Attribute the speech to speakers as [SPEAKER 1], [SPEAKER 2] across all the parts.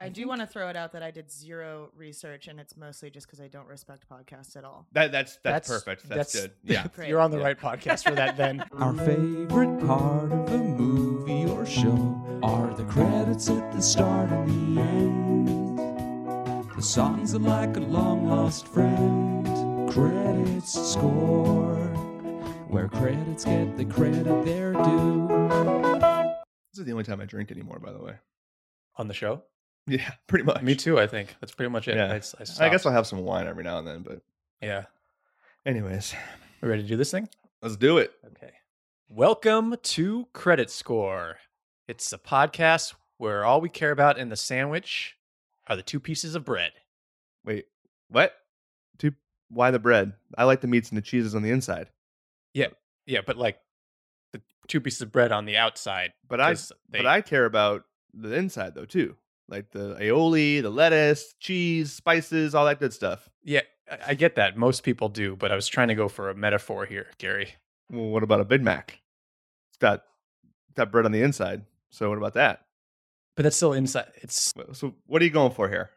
[SPEAKER 1] I, do want to throw it out that I did zero research, and it's mostly just because I don't respect podcasts at all.
[SPEAKER 2] That that's that's, perfect. That's, good. Yeah.
[SPEAKER 1] Great.
[SPEAKER 3] You're on the
[SPEAKER 2] Yeah.
[SPEAKER 3] right podcast for that then.
[SPEAKER 4] Our favorite part of a movie or show are the credits at the start and the end. The songs are like a long lost friend. Credits score. Where credits get the credit they're due.
[SPEAKER 2] This is the only time I drink anymore, by the way.
[SPEAKER 5] on the show.
[SPEAKER 2] Yeah, pretty much.
[SPEAKER 5] Me too. I think that's pretty much it.
[SPEAKER 2] Yeah.
[SPEAKER 5] I, s- I
[SPEAKER 2] I guess
[SPEAKER 5] stopped.
[SPEAKER 2] I'll have some wine every now and then, but
[SPEAKER 5] yeah.
[SPEAKER 2] anyways,
[SPEAKER 5] We ready to do this thing?
[SPEAKER 2] let's do it.
[SPEAKER 5] Okay. Welcome to Credit Score. It's a podcast where all we care about in the sandwich are the two pieces of bread.
[SPEAKER 2] Wait, what? Two, why the bread? I like the meats and the cheeses on the inside,
[SPEAKER 5] Yeah, but like the two pieces of bread on the outside.
[SPEAKER 2] but I
[SPEAKER 5] 'cause they-
[SPEAKER 2] but I care about the inside though too, like the aioli, the lettuce, cheese, spices, all that good stuff.
[SPEAKER 5] yeah, I I get that. Most people do, but I was trying to go for a metaphor here, Gary.
[SPEAKER 2] Well, what about a Big Mac? It's got it's got bread on the inside. So what about that?
[SPEAKER 5] But that's still inside. It's
[SPEAKER 2] Wh- So what are you going for here?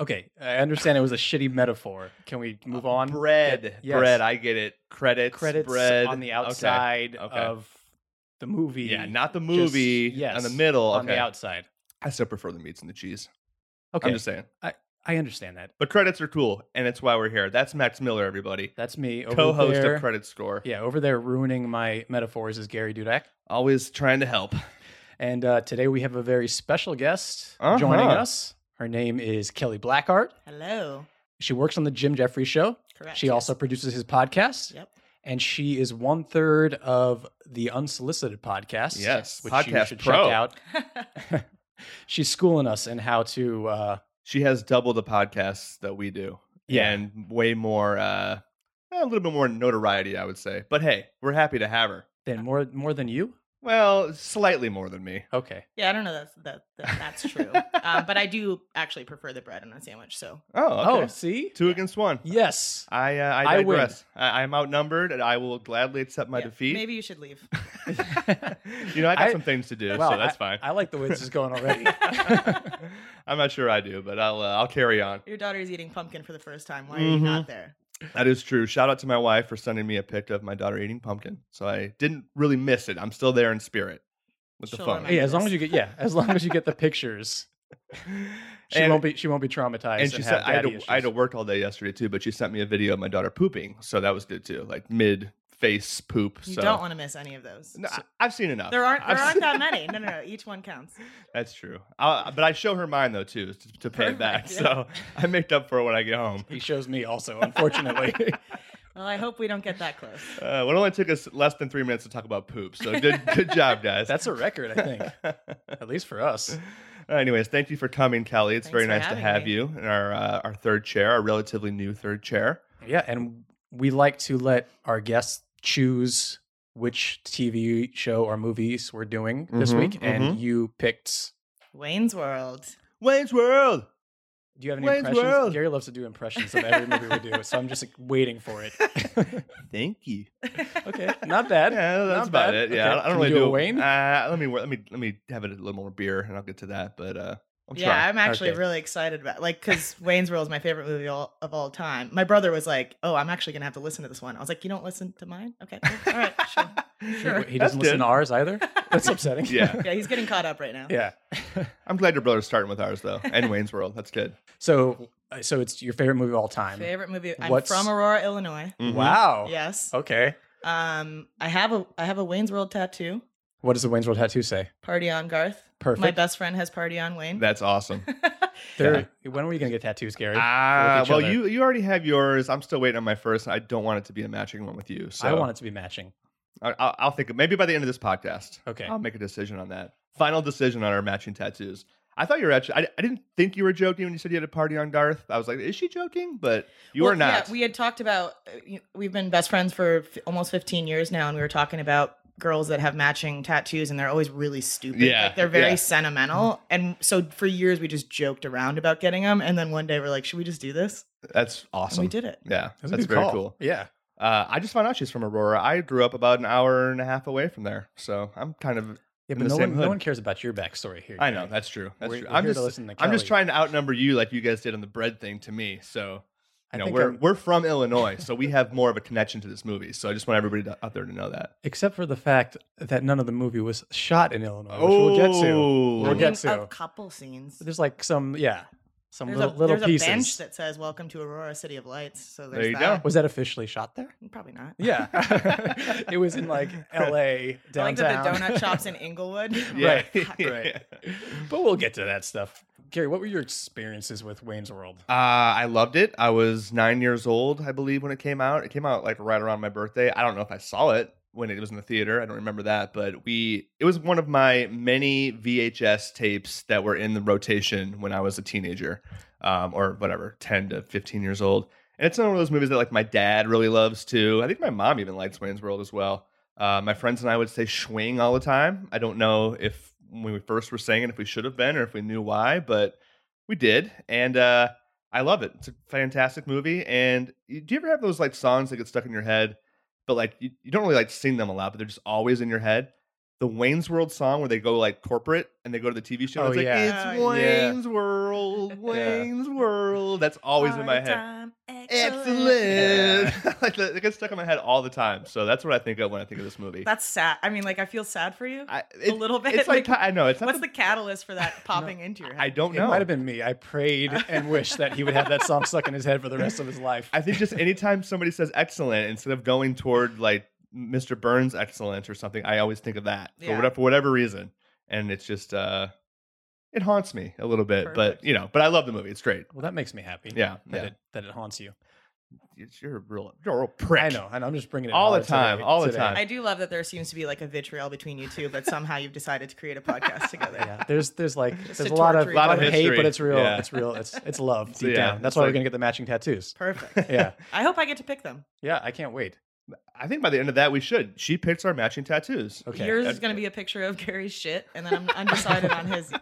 [SPEAKER 5] okay. I understand it was a shitty metaphor. Can we move on?
[SPEAKER 2] Uh, bread,
[SPEAKER 5] Uh, Yes.
[SPEAKER 2] bread. I get it. Credits,
[SPEAKER 5] Credits
[SPEAKER 2] bread
[SPEAKER 5] on the
[SPEAKER 2] Okay.
[SPEAKER 5] outside
[SPEAKER 2] okay.
[SPEAKER 5] of the movie.
[SPEAKER 2] Yeah, not the
[SPEAKER 5] just-
[SPEAKER 2] movie. on the
[SPEAKER 5] yes,
[SPEAKER 2] middle.
[SPEAKER 5] on the
[SPEAKER 2] okay.
[SPEAKER 5] outside.
[SPEAKER 2] I still prefer the meats and the cheese.
[SPEAKER 5] Okay,
[SPEAKER 2] I'm just saying.
[SPEAKER 5] I understand that.
[SPEAKER 2] The credits are cool, and it's why we're here. That's Max Miller, everybody,
[SPEAKER 5] That's me. Over
[SPEAKER 2] co-host
[SPEAKER 5] there,
[SPEAKER 2] of Credit Score.
[SPEAKER 5] Yeah, over there ruining my metaphors is Gary Dudek.
[SPEAKER 2] Always trying to help.
[SPEAKER 5] And uh, today we have a very special guest
[SPEAKER 2] Uh-huh.
[SPEAKER 5] joining us. Her name is Kelly Blackheart.
[SPEAKER 1] Hello.
[SPEAKER 5] She works on the Jim Jeffries Show.
[SPEAKER 1] Correct.
[SPEAKER 5] She
[SPEAKER 1] yes.
[SPEAKER 5] also produces his podcast.
[SPEAKER 1] Yep.
[SPEAKER 5] And she is one third of the Unsolicited podcast.
[SPEAKER 2] Yes,
[SPEAKER 5] which you
[SPEAKER 2] Podcast
[SPEAKER 5] should
[SPEAKER 2] Pro.
[SPEAKER 5] check out. She's schooling us in how to uh,
[SPEAKER 2] She has double the podcasts that we do,
[SPEAKER 5] Yeah.
[SPEAKER 2] and way more, uh, a little bit more notoriety, I would say. But hey, we're happy to have her.
[SPEAKER 5] then more more than you.
[SPEAKER 2] Well, slightly more than me.
[SPEAKER 5] Okay.
[SPEAKER 1] Yeah, I don't know that's that, that that's true, um, but I do actually prefer the bread on a sandwich. So
[SPEAKER 2] Oh,
[SPEAKER 5] Oh,
[SPEAKER 2] okay.
[SPEAKER 5] see.
[SPEAKER 2] Two against one.
[SPEAKER 5] Yes.
[SPEAKER 2] I uh,
[SPEAKER 5] I
[SPEAKER 2] I
[SPEAKER 5] win.
[SPEAKER 2] digress. I, I'm outnumbered, and I will gladly accept my
[SPEAKER 1] yeah,
[SPEAKER 2] defeat.
[SPEAKER 1] Maybe you should leave.
[SPEAKER 2] you know, I got
[SPEAKER 5] I-
[SPEAKER 2] some things to do,
[SPEAKER 5] Wow,
[SPEAKER 2] so that's fine.
[SPEAKER 5] I like the way this is going already.
[SPEAKER 2] I'm not sure I do, but I'll uh, I'll carry on.
[SPEAKER 1] Your daughter's eating pumpkin for the first time. Why are you
[SPEAKER 2] Mhm.
[SPEAKER 1] not there?
[SPEAKER 2] That is true. Shout out to my wife for sending me a pic of my daughter eating pumpkin. So I didn't really miss it. I'm still there in spirit with the
[SPEAKER 1] She'll
[SPEAKER 2] phone.
[SPEAKER 1] remember.
[SPEAKER 5] yeah, as long as you get yeah, as long as you get the pictures, she
[SPEAKER 2] And-
[SPEAKER 5] won't be she won't be traumatized.
[SPEAKER 2] And she said
[SPEAKER 5] have
[SPEAKER 2] I had,
[SPEAKER 5] daddy
[SPEAKER 2] to, I had to
[SPEAKER 5] issues."
[SPEAKER 2] work all day yesterday too, but she sent me a video of my daughter pooping, so that was good too. Like mid face poop.
[SPEAKER 1] You
[SPEAKER 2] so
[SPEAKER 1] don't want to miss any of those.
[SPEAKER 2] No, I- I've seen enough.
[SPEAKER 1] There aren't
[SPEAKER 2] I've
[SPEAKER 1] there aren't
[SPEAKER 2] seen-
[SPEAKER 1] that many. No, no, no. Each one counts.
[SPEAKER 2] That's true. i but I show her mine though too to, to pay it back.
[SPEAKER 1] Perfect, yeah.
[SPEAKER 2] So I make up for it when I get home.
[SPEAKER 5] He shows me also, unfortunately.
[SPEAKER 1] Well, I hope we don't get that close.
[SPEAKER 2] Uh, well, it only took us less than three minutes to talk about poop. So good, good job, guys.
[SPEAKER 5] That's a record, I think, at least for us.
[SPEAKER 2] Anyways, thank you for coming, Kelly. It's
[SPEAKER 1] Thanks
[SPEAKER 2] very
[SPEAKER 1] for
[SPEAKER 2] nice to
[SPEAKER 1] having
[SPEAKER 2] have
[SPEAKER 1] me.
[SPEAKER 2] you in our uh, our third chair, our relatively new third chair.
[SPEAKER 5] Yeah, and we like to let our guests choose which TV show or movies we're doing this
[SPEAKER 2] Mhm,
[SPEAKER 5] week, and
[SPEAKER 2] mhm.
[SPEAKER 5] you picked.
[SPEAKER 1] Wayne's World.
[SPEAKER 2] Wayne's World.
[SPEAKER 5] Do you have any
[SPEAKER 2] Wayne's
[SPEAKER 5] impressions?
[SPEAKER 2] World.
[SPEAKER 5] Gary loves to do impressions of every movie we do, so I'm just like, waiting for it.
[SPEAKER 2] Thank you.
[SPEAKER 5] okay, not bad.
[SPEAKER 2] Yeah, that's
[SPEAKER 5] Not
[SPEAKER 2] about
[SPEAKER 5] bad.
[SPEAKER 2] it. Yeah,
[SPEAKER 5] Okay,
[SPEAKER 2] I don't
[SPEAKER 5] can we
[SPEAKER 2] really
[SPEAKER 5] do a
[SPEAKER 2] do
[SPEAKER 5] Wayne?
[SPEAKER 2] Uh, let me wor- let me let me have a little more beer, and I'll get to that. But uh, I'm
[SPEAKER 1] yeah, I'm actually
[SPEAKER 5] Okay.
[SPEAKER 1] really excited about like because Wayne's World is my favorite movie all, of all time. My brother was like, "Oh, I'm actually gonna have to listen to this one." I was like, "You don't listen to mine? Okay, well, all right, sure."
[SPEAKER 2] trying.
[SPEAKER 1] Sure.
[SPEAKER 5] He doesn't
[SPEAKER 2] That's
[SPEAKER 5] listen
[SPEAKER 2] good.
[SPEAKER 5] to ours either. That's upsetting.
[SPEAKER 2] Yeah.
[SPEAKER 1] Yeah, he's getting caught up right now.
[SPEAKER 5] yeah.
[SPEAKER 2] I'm glad your brother's starting with ours though, and Wayne's World. That's good.
[SPEAKER 5] So, uh, so it's your favorite movie of all time.
[SPEAKER 1] Favorite movie. I'm
[SPEAKER 5] What's-
[SPEAKER 1] from Aurora, Illinois.
[SPEAKER 2] Mhm.
[SPEAKER 5] Mm-hmm. Wow.
[SPEAKER 1] Yes.
[SPEAKER 5] Okay.
[SPEAKER 1] Um, I have a I have a Wayne's World tattoo.
[SPEAKER 5] What does the Wayne's World tattoo say?
[SPEAKER 1] Party on, Garth.
[SPEAKER 5] Perfect.
[SPEAKER 1] My best friend has party on Wayne.
[SPEAKER 2] That's awesome.
[SPEAKER 5] They're- When are we gonna get tattoos, Gary?
[SPEAKER 2] Ah,
[SPEAKER 5] each
[SPEAKER 2] well,
[SPEAKER 5] other.
[SPEAKER 2] you you already have yours. I'm still waiting on my first. and I don't want it to be a matching one with you. So
[SPEAKER 5] I want it to be matching.
[SPEAKER 2] I, I'll, I'll think maybe by the end of this podcast,
[SPEAKER 5] Okay.
[SPEAKER 1] Um,
[SPEAKER 2] I'll make a decision on that. Final decision on our matching tattoos. I thought you were actually. I, I didn't think you were joking when you said you had a party on Garth. I was like, is she joking? But you
[SPEAKER 1] Well,
[SPEAKER 2] are not.
[SPEAKER 1] Yeah, we had talked about uh, y- we've been best friends for f- almost 15 years now, and we were talking about girls that have matching tattoos, and they're always really stupid.
[SPEAKER 2] Yeah, Mm-hmm.
[SPEAKER 1] like they're very
[SPEAKER 2] yeah.
[SPEAKER 1] sentimental, and so for years we just joked around about getting them, and then one day we're like, should we just do this?
[SPEAKER 2] That's
[SPEAKER 1] And
[SPEAKER 2] awesome.
[SPEAKER 1] we did it.
[SPEAKER 2] Yeah, that's,
[SPEAKER 5] a good
[SPEAKER 2] very
[SPEAKER 5] call.
[SPEAKER 2] cool.
[SPEAKER 5] Yeah.
[SPEAKER 2] Uh, I just found out she's from Aurora. I grew up about an hour and a half away from there, so I'm kind of
[SPEAKER 5] Yeah,
[SPEAKER 2] in
[SPEAKER 5] but
[SPEAKER 2] the
[SPEAKER 5] no
[SPEAKER 2] same
[SPEAKER 5] one, no
[SPEAKER 2] hood.
[SPEAKER 5] one cares about your backstory here.
[SPEAKER 2] I know
[SPEAKER 5] Gary.
[SPEAKER 2] that's true. That's
[SPEAKER 5] We're-
[SPEAKER 2] true.
[SPEAKER 5] we're
[SPEAKER 2] I'm
[SPEAKER 5] here to
[SPEAKER 2] just
[SPEAKER 5] listen to
[SPEAKER 2] I'm just
[SPEAKER 5] Kelly.
[SPEAKER 2] trying to outnumber you like you guys did on the bread thing to me. So
[SPEAKER 5] I
[SPEAKER 2] you know
[SPEAKER 5] think
[SPEAKER 2] we're
[SPEAKER 5] I'm-
[SPEAKER 2] we're from Illinois, so we have more of a connection to this movie. So I just want everybody to, out there to know that.
[SPEAKER 5] except for the fact that none of the movie was shot in Illinois, which we'll get
[SPEAKER 2] Oh.
[SPEAKER 5] to. We'll
[SPEAKER 1] I
[SPEAKER 5] get
[SPEAKER 1] mean,
[SPEAKER 5] to.
[SPEAKER 1] a couple scenes.
[SPEAKER 5] There's like some, yeah, some
[SPEAKER 1] There's,
[SPEAKER 5] little,
[SPEAKER 1] a,
[SPEAKER 5] little
[SPEAKER 1] there's
[SPEAKER 5] pieces.
[SPEAKER 1] a bench that says "Welcome to Aurora, City of Lights." So
[SPEAKER 2] There
[SPEAKER 1] there's
[SPEAKER 2] you
[SPEAKER 1] that. Mm,
[SPEAKER 2] go.
[SPEAKER 5] was that officially shot there?
[SPEAKER 1] Probably not.
[SPEAKER 5] Yeah, it was in like L.A. downtown.
[SPEAKER 1] I like that the donut shops in Inglewood.
[SPEAKER 2] Yeah.
[SPEAKER 5] Right, right. but we'll get to that stuff. Gary, what were your experiences with Wayne's World?
[SPEAKER 2] Uh, I loved it. I was nine years old, I believe, when it came out. It came out like right around my birthday. I don't know if I saw it when it was in the theater. I don't remember that, but we it was one of my many VHS tapes that were in the rotation when I was a teenager, um, or whatever, ten to fifteen years old. And it's one of those movies that like my dad really loves too. I think my mom even likes Wayne's World as well. Uh, my friends and I would say swing all the time. I don't know if when we first were saying it, if we should have been or if we knew why, but we did. And uh, I love it. It's a fantastic movie. And you- do you ever have those like songs that get stuck in your head, but like you, you don't really like sing them a lot, but they're just always in your head? The Wayne's World song where they go like corporate and they go to the TV show.
[SPEAKER 5] Oh,
[SPEAKER 2] and it's
[SPEAKER 5] yeah.
[SPEAKER 2] like
[SPEAKER 1] Oh,
[SPEAKER 2] it's
[SPEAKER 5] yeah.
[SPEAKER 2] Wayne's World, Wayne's World. That's always in my head.
[SPEAKER 1] Excellent.
[SPEAKER 2] Excellent. like that- it gets stuck in my head all the time. So that's what I think of when I think of this movie.
[SPEAKER 1] That's sad. I mean, like I feel sad for you
[SPEAKER 2] I,
[SPEAKER 1] a little bit.
[SPEAKER 2] It's like, I know it's not
[SPEAKER 1] what's the catalyst for that popping into your head?
[SPEAKER 2] I don't
[SPEAKER 5] It
[SPEAKER 2] know.
[SPEAKER 5] might have been me. I prayed and wished that he would have that song stuck in his head for the rest of his life.
[SPEAKER 2] I think just anytime somebody says excellent, instead of going toward like Mr. Burns excellent or something, I always think of that for,
[SPEAKER 1] Yeah.
[SPEAKER 2] whatever, for whatever reason. And it's just, uh, it haunts me a little bit,
[SPEAKER 1] Perfect.
[SPEAKER 2] but you know, but I love the movie. It's great.
[SPEAKER 5] well, that makes me happy.
[SPEAKER 2] Yeah.
[SPEAKER 5] That,
[SPEAKER 2] yeah.
[SPEAKER 5] It, that it haunts you.
[SPEAKER 2] It's- you're a real, you're a real prick.
[SPEAKER 5] I know. I know. I'm just bringing it
[SPEAKER 2] All the
[SPEAKER 5] hard
[SPEAKER 2] time,
[SPEAKER 5] today-
[SPEAKER 2] all the
[SPEAKER 5] today.
[SPEAKER 2] time.
[SPEAKER 1] I do love that there seems to be like a vitriol between you two, but somehow you've decided to create a podcast together.
[SPEAKER 5] Yeah, there's there's like
[SPEAKER 1] Just
[SPEAKER 5] there's
[SPEAKER 1] to
[SPEAKER 5] a lot of,
[SPEAKER 1] torture
[SPEAKER 5] lot
[SPEAKER 2] you.
[SPEAKER 5] of
[SPEAKER 2] Lot of
[SPEAKER 5] hate, but
[SPEAKER 2] history.
[SPEAKER 5] it's real.
[SPEAKER 2] Yeah.
[SPEAKER 5] It's real. It's it's love
[SPEAKER 2] So,
[SPEAKER 5] deep
[SPEAKER 2] yeah,
[SPEAKER 5] down. That's
[SPEAKER 2] it's
[SPEAKER 5] why we're
[SPEAKER 2] like-
[SPEAKER 5] gonna get the matching tattoos.
[SPEAKER 1] Perfect.
[SPEAKER 5] Yeah,
[SPEAKER 1] I hope I get to pick them.
[SPEAKER 5] yeah. I can't wait.
[SPEAKER 2] I think by the end of that, we should. She picks our matching tattoos.
[SPEAKER 5] Okay.
[SPEAKER 1] Yours is
[SPEAKER 2] That's-
[SPEAKER 1] going to be a picture of Gary's shit, and then I'm undecided on his.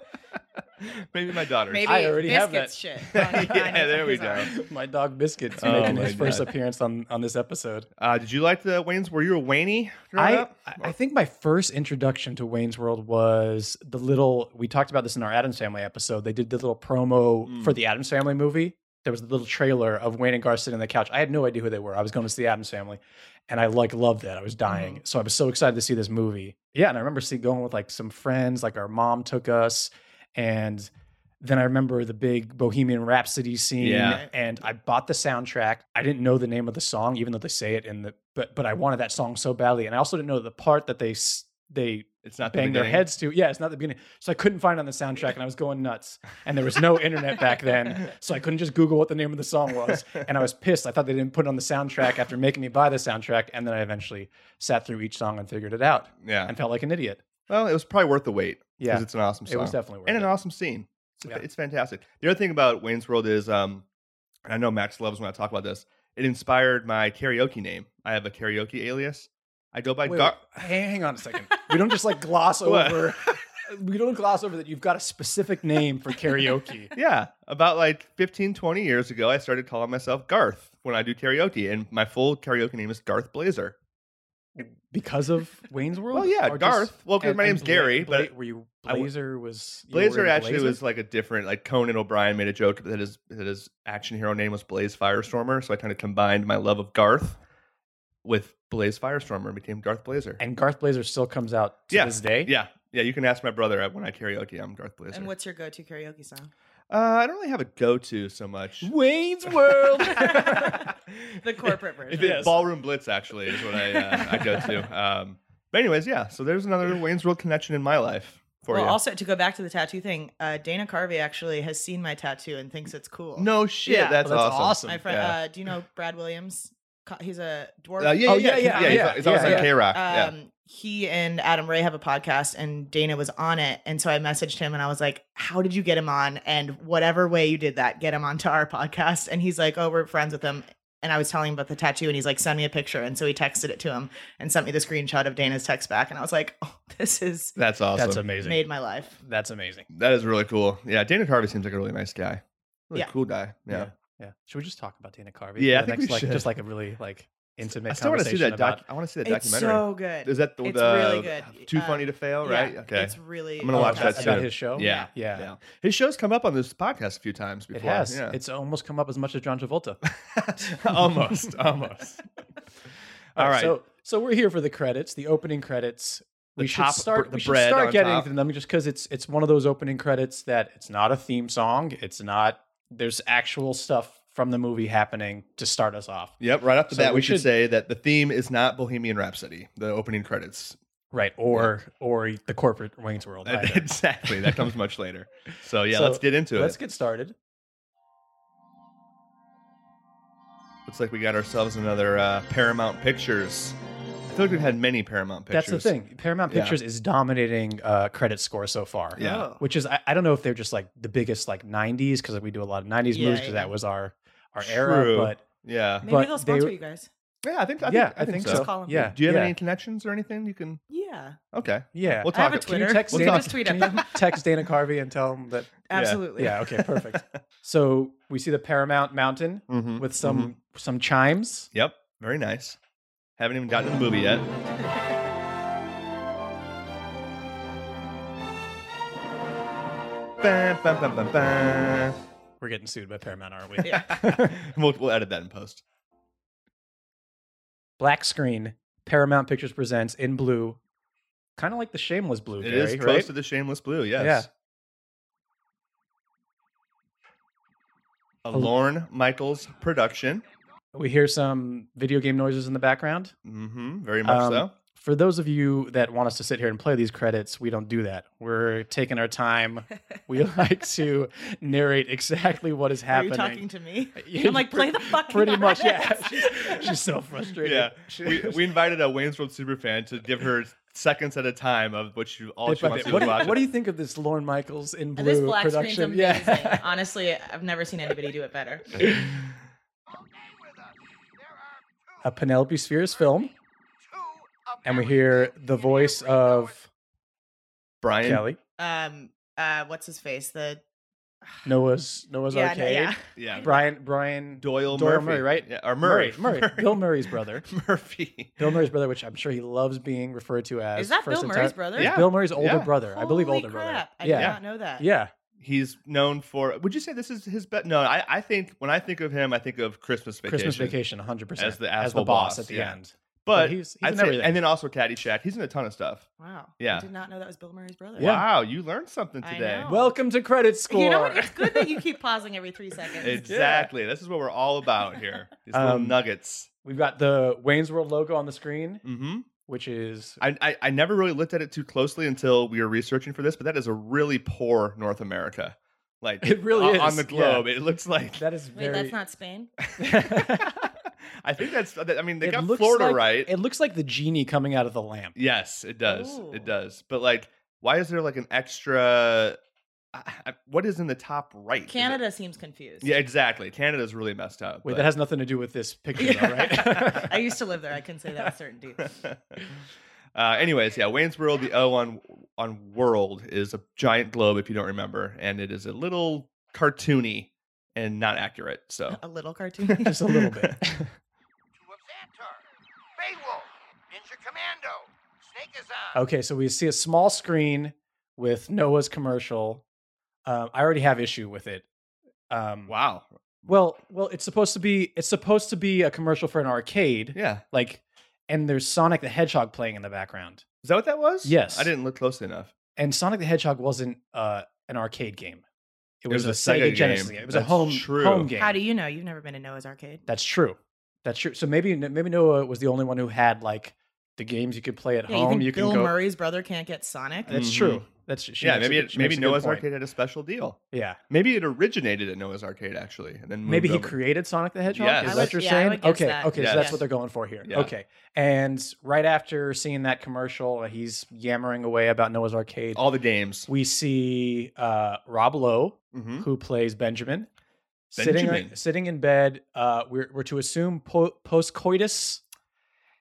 [SPEAKER 2] Maybe my daughter.
[SPEAKER 1] Maybe
[SPEAKER 5] I already have
[SPEAKER 1] biscuits shit. on- on
[SPEAKER 2] Yeah,
[SPEAKER 1] his-
[SPEAKER 2] there we
[SPEAKER 1] his
[SPEAKER 2] go.
[SPEAKER 1] arm.
[SPEAKER 5] My dog Biscuit's
[SPEAKER 2] Oh
[SPEAKER 5] making
[SPEAKER 2] my
[SPEAKER 5] his first
[SPEAKER 2] God.
[SPEAKER 5] appearance on on this episode.
[SPEAKER 2] Uh, did you like the Wayne's? Were you a Wayne?
[SPEAKER 5] I, I I think my first introduction to Wayne's World was the little we talked about this in our Adams Family episode. They did the little promo
[SPEAKER 2] Mm.
[SPEAKER 5] for the Adams Family movie. There was the little trailer of Wayne and Gar sitting on the couch. I had no idea who they were. I was going to see the Adams Family, and I like loved that. I was dying, so I was so excited to see this movie. Yeah, and I remember see going with like some friends. Like our mom took us, and then I remember the big Bohemian Rhapsody scene.
[SPEAKER 2] Yeah.
[SPEAKER 5] And I bought the soundtrack. I didn't know the name of the song, even though they say it in the but but I wanted that song so badly. And I also didn't know the part that they s- they
[SPEAKER 2] it's not the
[SPEAKER 5] bang their
[SPEAKER 2] beginning.
[SPEAKER 5] heads to. Yeah, it's not the beginning. So I couldn't find it on the soundtrack and I was going nuts. And there was no internet back then. So I couldn't just Google what the name of the song was. And I was pissed. I thought they didn't put it on the soundtrack after making me buy the soundtrack. And then I eventually sat through each song and figured it out
[SPEAKER 2] Yeah.
[SPEAKER 5] and felt like an idiot.
[SPEAKER 2] Well, it was probably worth the wait because
[SPEAKER 5] Yeah.
[SPEAKER 2] it's an awesome song.
[SPEAKER 5] It was definitely worth
[SPEAKER 2] and
[SPEAKER 5] it.
[SPEAKER 2] an awesome scene. It's, a fa-
[SPEAKER 5] Yeah.
[SPEAKER 2] it's fantastic. The other thing about Wayne's World is, um, and I know Max loves when I talk about this. It inspired my karaoke name. I have a karaoke alias. I go by
[SPEAKER 5] Wait,
[SPEAKER 2] Gar.
[SPEAKER 5] wait, hang, hang on a second. We don't just like gloss
[SPEAKER 2] What?
[SPEAKER 5] over. We don't gloss over that you've got a specific name for karaoke.
[SPEAKER 2] Yeah, about like 15, 20 years ago, I started calling myself Garth when I do karaoke, and my full karaoke name is Garth Blazer.
[SPEAKER 5] because of Wayne's World.
[SPEAKER 2] Well, yeah,
[SPEAKER 5] Or just-
[SPEAKER 2] Garth. well, 'cause
[SPEAKER 5] and-
[SPEAKER 2] my
[SPEAKER 5] and
[SPEAKER 2] name's
[SPEAKER 5] Bla-
[SPEAKER 2] Gary,
[SPEAKER 5] Bla-
[SPEAKER 2] but
[SPEAKER 5] were you
[SPEAKER 2] I w-
[SPEAKER 5] Blazer? Was you were
[SPEAKER 2] Blazer
[SPEAKER 5] in
[SPEAKER 2] actually
[SPEAKER 5] Blazer?
[SPEAKER 2] was like a different like Conan O'Brien made a joke that his that his action hero name was Blaze Firestormer, so I kind of combined my love of Garth with Blaze Firestormer and became Garth Blazer.
[SPEAKER 5] and Garth Blazer still comes out to this day.
[SPEAKER 2] Yeah, yeah. You can ask my brother uh, when I karaoke. I'm Garth Blazer.
[SPEAKER 1] And what's your go-to karaoke song?
[SPEAKER 2] uh, I don't really have a go-to so much.
[SPEAKER 5] Wayne's World.
[SPEAKER 1] The corporate
[SPEAKER 2] If
[SPEAKER 1] version.
[SPEAKER 2] it,
[SPEAKER 5] Yes.
[SPEAKER 2] Ballroom Blitz actually is what I uh, I go to. Um, but anyways, yeah. So there's another Wayne's World connection in my life for
[SPEAKER 1] well,
[SPEAKER 2] you.
[SPEAKER 1] also to go back to the tattoo thing, uh, Dana Carvey actually has seen my tattoo and thinks it's cool.
[SPEAKER 2] no shit.
[SPEAKER 1] Yeah.
[SPEAKER 2] That's,
[SPEAKER 5] Well, that's
[SPEAKER 2] awesome.
[SPEAKER 1] my friend.
[SPEAKER 2] Yeah.
[SPEAKER 1] Uh, do you know Brad Williams? Co- He's a dwarf.
[SPEAKER 2] Uh, yeah,
[SPEAKER 5] Oh,
[SPEAKER 2] yeah,
[SPEAKER 5] yeah, yeah,
[SPEAKER 2] yeah,
[SPEAKER 5] yeah,
[SPEAKER 2] yeah. It's always
[SPEAKER 5] yeah,
[SPEAKER 2] on
[SPEAKER 5] yeah.
[SPEAKER 2] K Rock. Yeah.
[SPEAKER 1] um, he and Adam Ray have a podcast, and Dana was on it. And so I messaged him and I was like, How did you get him on? And whatever way you did that, get him onto our podcast. And he's like, Oh, we're friends with him. And I was telling him about the tattoo, and he's like, Send me a picture. And so he texted it to him and sent me the screenshot of Dana's text back. And I was like, Oh, this is
[SPEAKER 2] That's awesome.
[SPEAKER 5] That's amazing.
[SPEAKER 1] made my life.
[SPEAKER 5] That's amazing.
[SPEAKER 2] That is really cool. Yeah, Dana Carvey seems like a really nice guy. Really
[SPEAKER 1] Yeah.
[SPEAKER 2] cool guy. Yeah.
[SPEAKER 5] Yeah. Should we just talk about Dana Carvey?
[SPEAKER 2] Yeah, I
[SPEAKER 5] for the
[SPEAKER 2] think we
[SPEAKER 5] next, like,
[SPEAKER 2] should.
[SPEAKER 5] Just like a really like intimate.
[SPEAKER 2] I still want to see
[SPEAKER 5] conversation
[SPEAKER 2] that
[SPEAKER 5] about-
[SPEAKER 2] doc. I want to see that
[SPEAKER 1] It's
[SPEAKER 2] documentary.
[SPEAKER 1] so good.
[SPEAKER 2] Is that the,
[SPEAKER 1] It's
[SPEAKER 2] the-
[SPEAKER 1] really good.
[SPEAKER 2] Too
[SPEAKER 1] Uh,
[SPEAKER 2] funny to fail,
[SPEAKER 1] Yeah,
[SPEAKER 2] right? Okay.
[SPEAKER 1] It's really.
[SPEAKER 2] I'm gonna
[SPEAKER 5] Oh,
[SPEAKER 2] watch
[SPEAKER 5] about-
[SPEAKER 2] that
[SPEAKER 5] about
[SPEAKER 2] soon.
[SPEAKER 5] his show.
[SPEAKER 2] yeah.
[SPEAKER 5] yeah.
[SPEAKER 2] His show's come up on this podcast a few times
[SPEAKER 5] It
[SPEAKER 2] before.
[SPEAKER 5] has.
[SPEAKER 2] Yeah.
[SPEAKER 5] It's almost come up as much as John Travolta.
[SPEAKER 2] almost, almost. All right.
[SPEAKER 5] So so we're here for the credits, the opening credits.
[SPEAKER 2] The
[SPEAKER 5] we should
[SPEAKER 2] top
[SPEAKER 5] start.
[SPEAKER 2] br-
[SPEAKER 5] we
[SPEAKER 2] the
[SPEAKER 5] should
[SPEAKER 2] bread
[SPEAKER 5] start
[SPEAKER 2] on
[SPEAKER 5] getting
[SPEAKER 2] top.
[SPEAKER 5] into them just because it's it's one of those opening credits that it's not a theme song. It's not. There's actual stuff from the movie happening to start us off.
[SPEAKER 2] Yep, right off the
[SPEAKER 5] So
[SPEAKER 2] bat,
[SPEAKER 5] we
[SPEAKER 2] we should
[SPEAKER 5] should-
[SPEAKER 2] say that the theme is not Bohemian Rhapsody, the opening credits.
[SPEAKER 5] Right. Or or the corporate Wayne's World. either.
[SPEAKER 2] exactly. That comes much later. So, yeah,
[SPEAKER 5] So,
[SPEAKER 2] let's get into
[SPEAKER 5] Let's
[SPEAKER 2] it.
[SPEAKER 5] get started.
[SPEAKER 2] Looks like we got ourselves another uh, Paramount Pictures. I feel like we've had many Paramount Pictures.
[SPEAKER 5] That's the thing. Paramount
[SPEAKER 2] Yeah.
[SPEAKER 5] Pictures is dominating uh, credit score so far.
[SPEAKER 2] Yeah.
[SPEAKER 1] Oh.
[SPEAKER 5] Which is I, I don't know if they're just like the biggest like '90s because we do a lot of '90s movies
[SPEAKER 1] Yeah,
[SPEAKER 5] 'cause movies because
[SPEAKER 1] yeah.
[SPEAKER 5] that was our our
[SPEAKER 2] True.
[SPEAKER 5] era. But
[SPEAKER 2] Yeah.
[SPEAKER 1] Maybe
[SPEAKER 5] but
[SPEAKER 1] they'll
[SPEAKER 5] they-
[SPEAKER 1] sponsor you guys.
[SPEAKER 2] Yeah, I think, I think,
[SPEAKER 5] yeah, I think,
[SPEAKER 1] so.
[SPEAKER 5] so.
[SPEAKER 1] Just call 'em.
[SPEAKER 5] Yeah.
[SPEAKER 2] Do you have
[SPEAKER 5] yeah.
[SPEAKER 2] any connections or anything? You can.
[SPEAKER 1] Yeah,
[SPEAKER 2] Okay.
[SPEAKER 5] Yeah.
[SPEAKER 2] We'll
[SPEAKER 1] I have
[SPEAKER 2] talk.
[SPEAKER 1] a
[SPEAKER 2] it-
[SPEAKER 5] Can you
[SPEAKER 1] Twitter.
[SPEAKER 5] text
[SPEAKER 2] We'll
[SPEAKER 5] Dana?
[SPEAKER 2] talk-
[SPEAKER 1] Just tweet
[SPEAKER 5] Can
[SPEAKER 1] at
[SPEAKER 5] you
[SPEAKER 1] them.
[SPEAKER 5] text Dana Carvey and tell him that?
[SPEAKER 1] absolutely.
[SPEAKER 5] Yeah. Okay. Perfect. so we see the Paramount Mountain
[SPEAKER 2] Mhm,
[SPEAKER 5] with some
[SPEAKER 2] mhm.
[SPEAKER 5] some chimes.
[SPEAKER 2] Yep. Very nice. Haven't even gotten to the movie yet. Bam, bam, bam, bam, bam.
[SPEAKER 5] We're getting sued by Paramount, aren't we?
[SPEAKER 1] Yeah.
[SPEAKER 2] we'll, we'll edit that in post.
[SPEAKER 5] Black screen. Paramount Pictures presents in blue, kind of like the Shameless blue.
[SPEAKER 2] it
[SPEAKER 5] Gary,
[SPEAKER 2] is close
[SPEAKER 5] right?
[SPEAKER 2] to the shameless blue. Yes. A
[SPEAKER 5] Al-
[SPEAKER 2] Lorne Michaels production.
[SPEAKER 5] We hear some video game noises in the background.
[SPEAKER 2] hmm Very much
[SPEAKER 5] Um,
[SPEAKER 2] so.
[SPEAKER 5] For those of you that want us to sit here and play these credits, we don't do that. We're taking our time. We like to narrate exactly what is
[SPEAKER 1] Are you
[SPEAKER 5] happening.
[SPEAKER 1] talking to me?
[SPEAKER 5] Yeah,
[SPEAKER 1] I'm like,
[SPEAKER 5] pre-
[SPEAKER 1] play the fucking
[SPEAKER 5] Pretty much, yeah.
[SPEAKER 1] credits.
[SPEAKER 5] She's, she's so frustrated.
[SPEAKER 2] Yeah.
[SPEAKER 5] She-
[SPEAKER 2] We, we invited a Wayne's World superfan to give her seconds at a time of what she all
[SPEAKER 5] Bit
[SPEAKER 2] she
[SPEAKER 5] by
[SPEAKER 2] wants
[SPEAKER 5] bit.
[SPEAKER 2] to
[SPEAKER 5] what, do
[SPEAKER 2] do.
[SPEAKER 5] you-
[SPEAKER 2] watch.
[SPEAKER 5] what do you think of this Lauren Michaels in blue
[SPEAKER 1] this black
[SPEAKER 5] production?
[SPEAKER 1] screen's amazing. Honestly, I've never seen anybody do it better.
[SPEAKER 5] a Penelope Spheres film, and we hear the voice of
[SPEAKER 2] Brian
[SPEAKER 5] Kelly
[SPEAKER 1] Um, uh, what's his face? The
[SPEAKER 5] Noah's Noah's
[SPEAKER 1] yeah, no,
[SPEAKER 5] Arcade.
[SPEAKER 1] yeah.
[SPEAKER 2] Yeah.
[SPEAKER 5] Brian Brian
[SPEAKER 2] Doyle,
[SPEAKER 5] Doyle
[SPEAKER 2] Murphy.
[SPEAKER 5] Murray, right?
[SPEAKER 2] Yeah, or Murray.
[SPEAKER 5] Murray, Bill Murray's brother.
[SPEAKER 2] Murphy.
[SPEAKER 5] Bill Murray's brother, which I'm sure he loves being referred to as.
[SPEAKER 1] Is that Bill
[SPEAKER 5] first and
[SPEAKER 1] Murray's
[SPEAKER 5] ti-
[SPEAKER 1] brother?
[SPEAKER 5] It's
[SPEAKER 2] Yeah.
[SPEAKER 5] Bill Murray's older
[SPEAKER 2] Yeah.
[SPEAKER 5] brother. I believe
[SPEAKER 1] Holy
[SPEAKER 5] older brother.
[SPEAKER 1] crap. I did
[SPEAKER 5] yeah.
[SPEAKER 1] not know that.
[SPEAKER 5] Yeah.
[SPEAKER 2] He's known for. Would you say this is his best? No, I, I think when I think of him, I think of Christmas Vacation.
[SPEAKER 5] Christmas vacation, 100%.
[SPEAKER 2] As the
[SPEAKER 5] as the
[SPEAKER 2] asshole
[SPEAKER 5] boss,
[SPEAKER 2] boss,
[SPEAKER 5] at the
[SPEAKER 2] yeah.
[SPEAKER 5] end.
[SPEAKER 2] But
[SPEAKER 5] he's, he's
[SPEAKER 2] I'd
[SPEAKER 5] in
[SPEAKER 2] say-
[SPEAKER 5] everything.
[SPEAKER 2] and then also Caddyshack. He's in a ton of stuff.
[SPEAKER 1] Wow.
[SPEAKER 2] Yeah.
[SPEAKER 1] I did not know that was Bill Murray's brother.
[SPEAKER 5] Yeah.
[SPEAKER 2] Wow, you learned something
[SPEAKER 1] I
[SPEAKER 2] today.
[SPEAKER 1] know.
[SPEAKER 5] Welcome to credit score.
[SPEAKER 1] You know what? It's good that you keep pausing every three seconds.
[SPEAKER 2] Exactly. This is what we're all about here. These little
[SPEAKER 5] Um,
[SPEAKER 2] nuggets.
[SPEAKER 5] We've got the Wayne's World logo on the screen,
[SPEAKER 2] hmm
[SPEAKER 5] which is
[SPEAKER 2] I, I I never really looked at it too closely until we were researching for this, but that is a really poor North America. Like
[SPEAKER 5] It really
[SPEAKER 2] on,
[SPEAKER 5] is,
[SPEAKER 2] on the
[SPEAKER 5] yeah.
[SPEAKER 2] globe. It looks like.
[SPEAKER 5] that is
[SPEAKER 1] Wait,
[SPEAKER 5] very.
[SPEAKER 1] that's not Spain.
[SPEAKER 2] I think that's. that- I mean, they
[SPEAKER 5] It
[SPEAKER 2] got
[SPEAKER 5] looks
[SPEAKER 2] Florida
[SPEAKER 5] like-
[SPEAKER 2] right.
[SPEAKER 5] It looks like the genie coming out of the lamp.
[SPEAKER 2] yes, it does.
[SPEAKER 1] Ooh.
[SPEAKER 2] It does. But like, why is there like an extra? I, I, what is in the top right? Is it-
[SPEAKER 1] Canada seems confused.
[SPEAKER 2] Yeah, exactly. Canada's really messed up.
[SPEAKER 5] Wait,
[SPEAKER 2] but-
[SPEAKER 5] that has nothing to do with this picture,
[SPEAKER 1] Yeah.
[SPEAKER 5] though, right?
[SPEAKER 1] I used to live there. I can say that with certainty.
[SPEAKER 2] uh, anyways, yeah, Wayne's World, the O on on World is a giant globe if you don't remember, and it is a little cartoony and not accurate. So
[SPEAKER 1] A little cartoon.
[SPEAKER 5] Oh. Just a little bit.
[SPEAKER 3] Two of Xantar, Beowulf, Ninja Commando, Snake is on.
[SPEAKER 5] Okay, so we see a small screen with Noah's commercial. Um, I already have issue with it. Um,
[SPEAKER 2] wow,
[SPEAKER 5] Well, well, it's supposed to be it's supposed to be a commercial for an arcade,
[SPEAKER 2] yeah,
[SPEAKER 5] like, and there's Sonic the Hedgehog playing in the background.
[SPEAKER 2] is that what that was?
[SPEAKER 5] Yes.
[SPEAKER 2] I didn't look close enough.
[SPEAKER 5] And Sonic the Hedgehog wasn't uh, an arcade game; it was,
[SPEAKER 2] was
[SPEAKER 5] a,
[SPEAKER 2] a Sega
[SPEAKER 5] Sega,
[SPEAKER 2] game.
[SPEAKER 5] Genesis game. It was
[SPEAKER 2] That's
[SPEAKER 5] a home
[SPEAKER 2] true.
[SPEAKER 5] home game.
[SPEAKER 1] How do you know? You've never been to Noah's Arcade.
[SPEAKER 5] That's true. That's true. So maybe maybe Noah was the only one who had like the games you could play at
[SPEAKER 1] Yeah, you
[SPEAKER 5] home.
[SPEAKER 1] think
[SPEAKER 5] You,
[SPEAKER 1] Bill
[SPEAKER 5] can go.
[SPEAKER 1] Murray's brother can't get Sonic?
[SPEAKER 5] That's
[SPEAKER 2] Mhm.
[SPEAKER 5] true. That's she
[SPEAKER 2] yeah,
[SPEAKER 5] makes a
[SPEAKER 2] maybe
[SPEAKER 5] good-
[SPEAKER 2] it,
[SPEAKER 5] she
[SPEAKER 2] maybe
[SPEAKER 5] makes a good
[SPEAKER 2] Noah's
[SPEAKER 5] point.
[SPEAKER 2] Arcade had a special deal.
[SPEAKER 5] Yeah.
[SPEAKER 2] Maybe it originated at Noah's Arcade actually, and then moved
[SPEAKER 5] Maybe he
[SPEAKER 2] over.
[SPEAKER 5] created Sonic the Hedgehog.
[SPEAKER 2] Yes. I
[SPEAKER 5] Is that
[SPEAKER 2] would-
[SPEAKER 5] what you're
[SPEAKER 1] yeah, I
[SPEAKER 5] saying?
[SPEAKER 1] would guess
[SPEAKER 5] okay,
[SPEAKER 1] that.
[SPEAKER 5] okay,
[SPEAKER 2] Yes.
[SPEAKER 5] so that's what they're going for here.
[SPEAKER 2] Yeah.
[SPEAKER 5] Okay, and right after seeing that commercial, uh, he's yammering away about Noah's Arcade.
[SPEAKER 2] all the games.
[SPEAKER 5] we see uh, Rob Lowe,
[SPEAKER 2] hmm
[SPEAKER 5] who plays Benjamin, sitting
[SPEAKER 2] Benjamin.
[SPEAKER 5] sitting in bed. Uh, we're we're to assume po- post coitus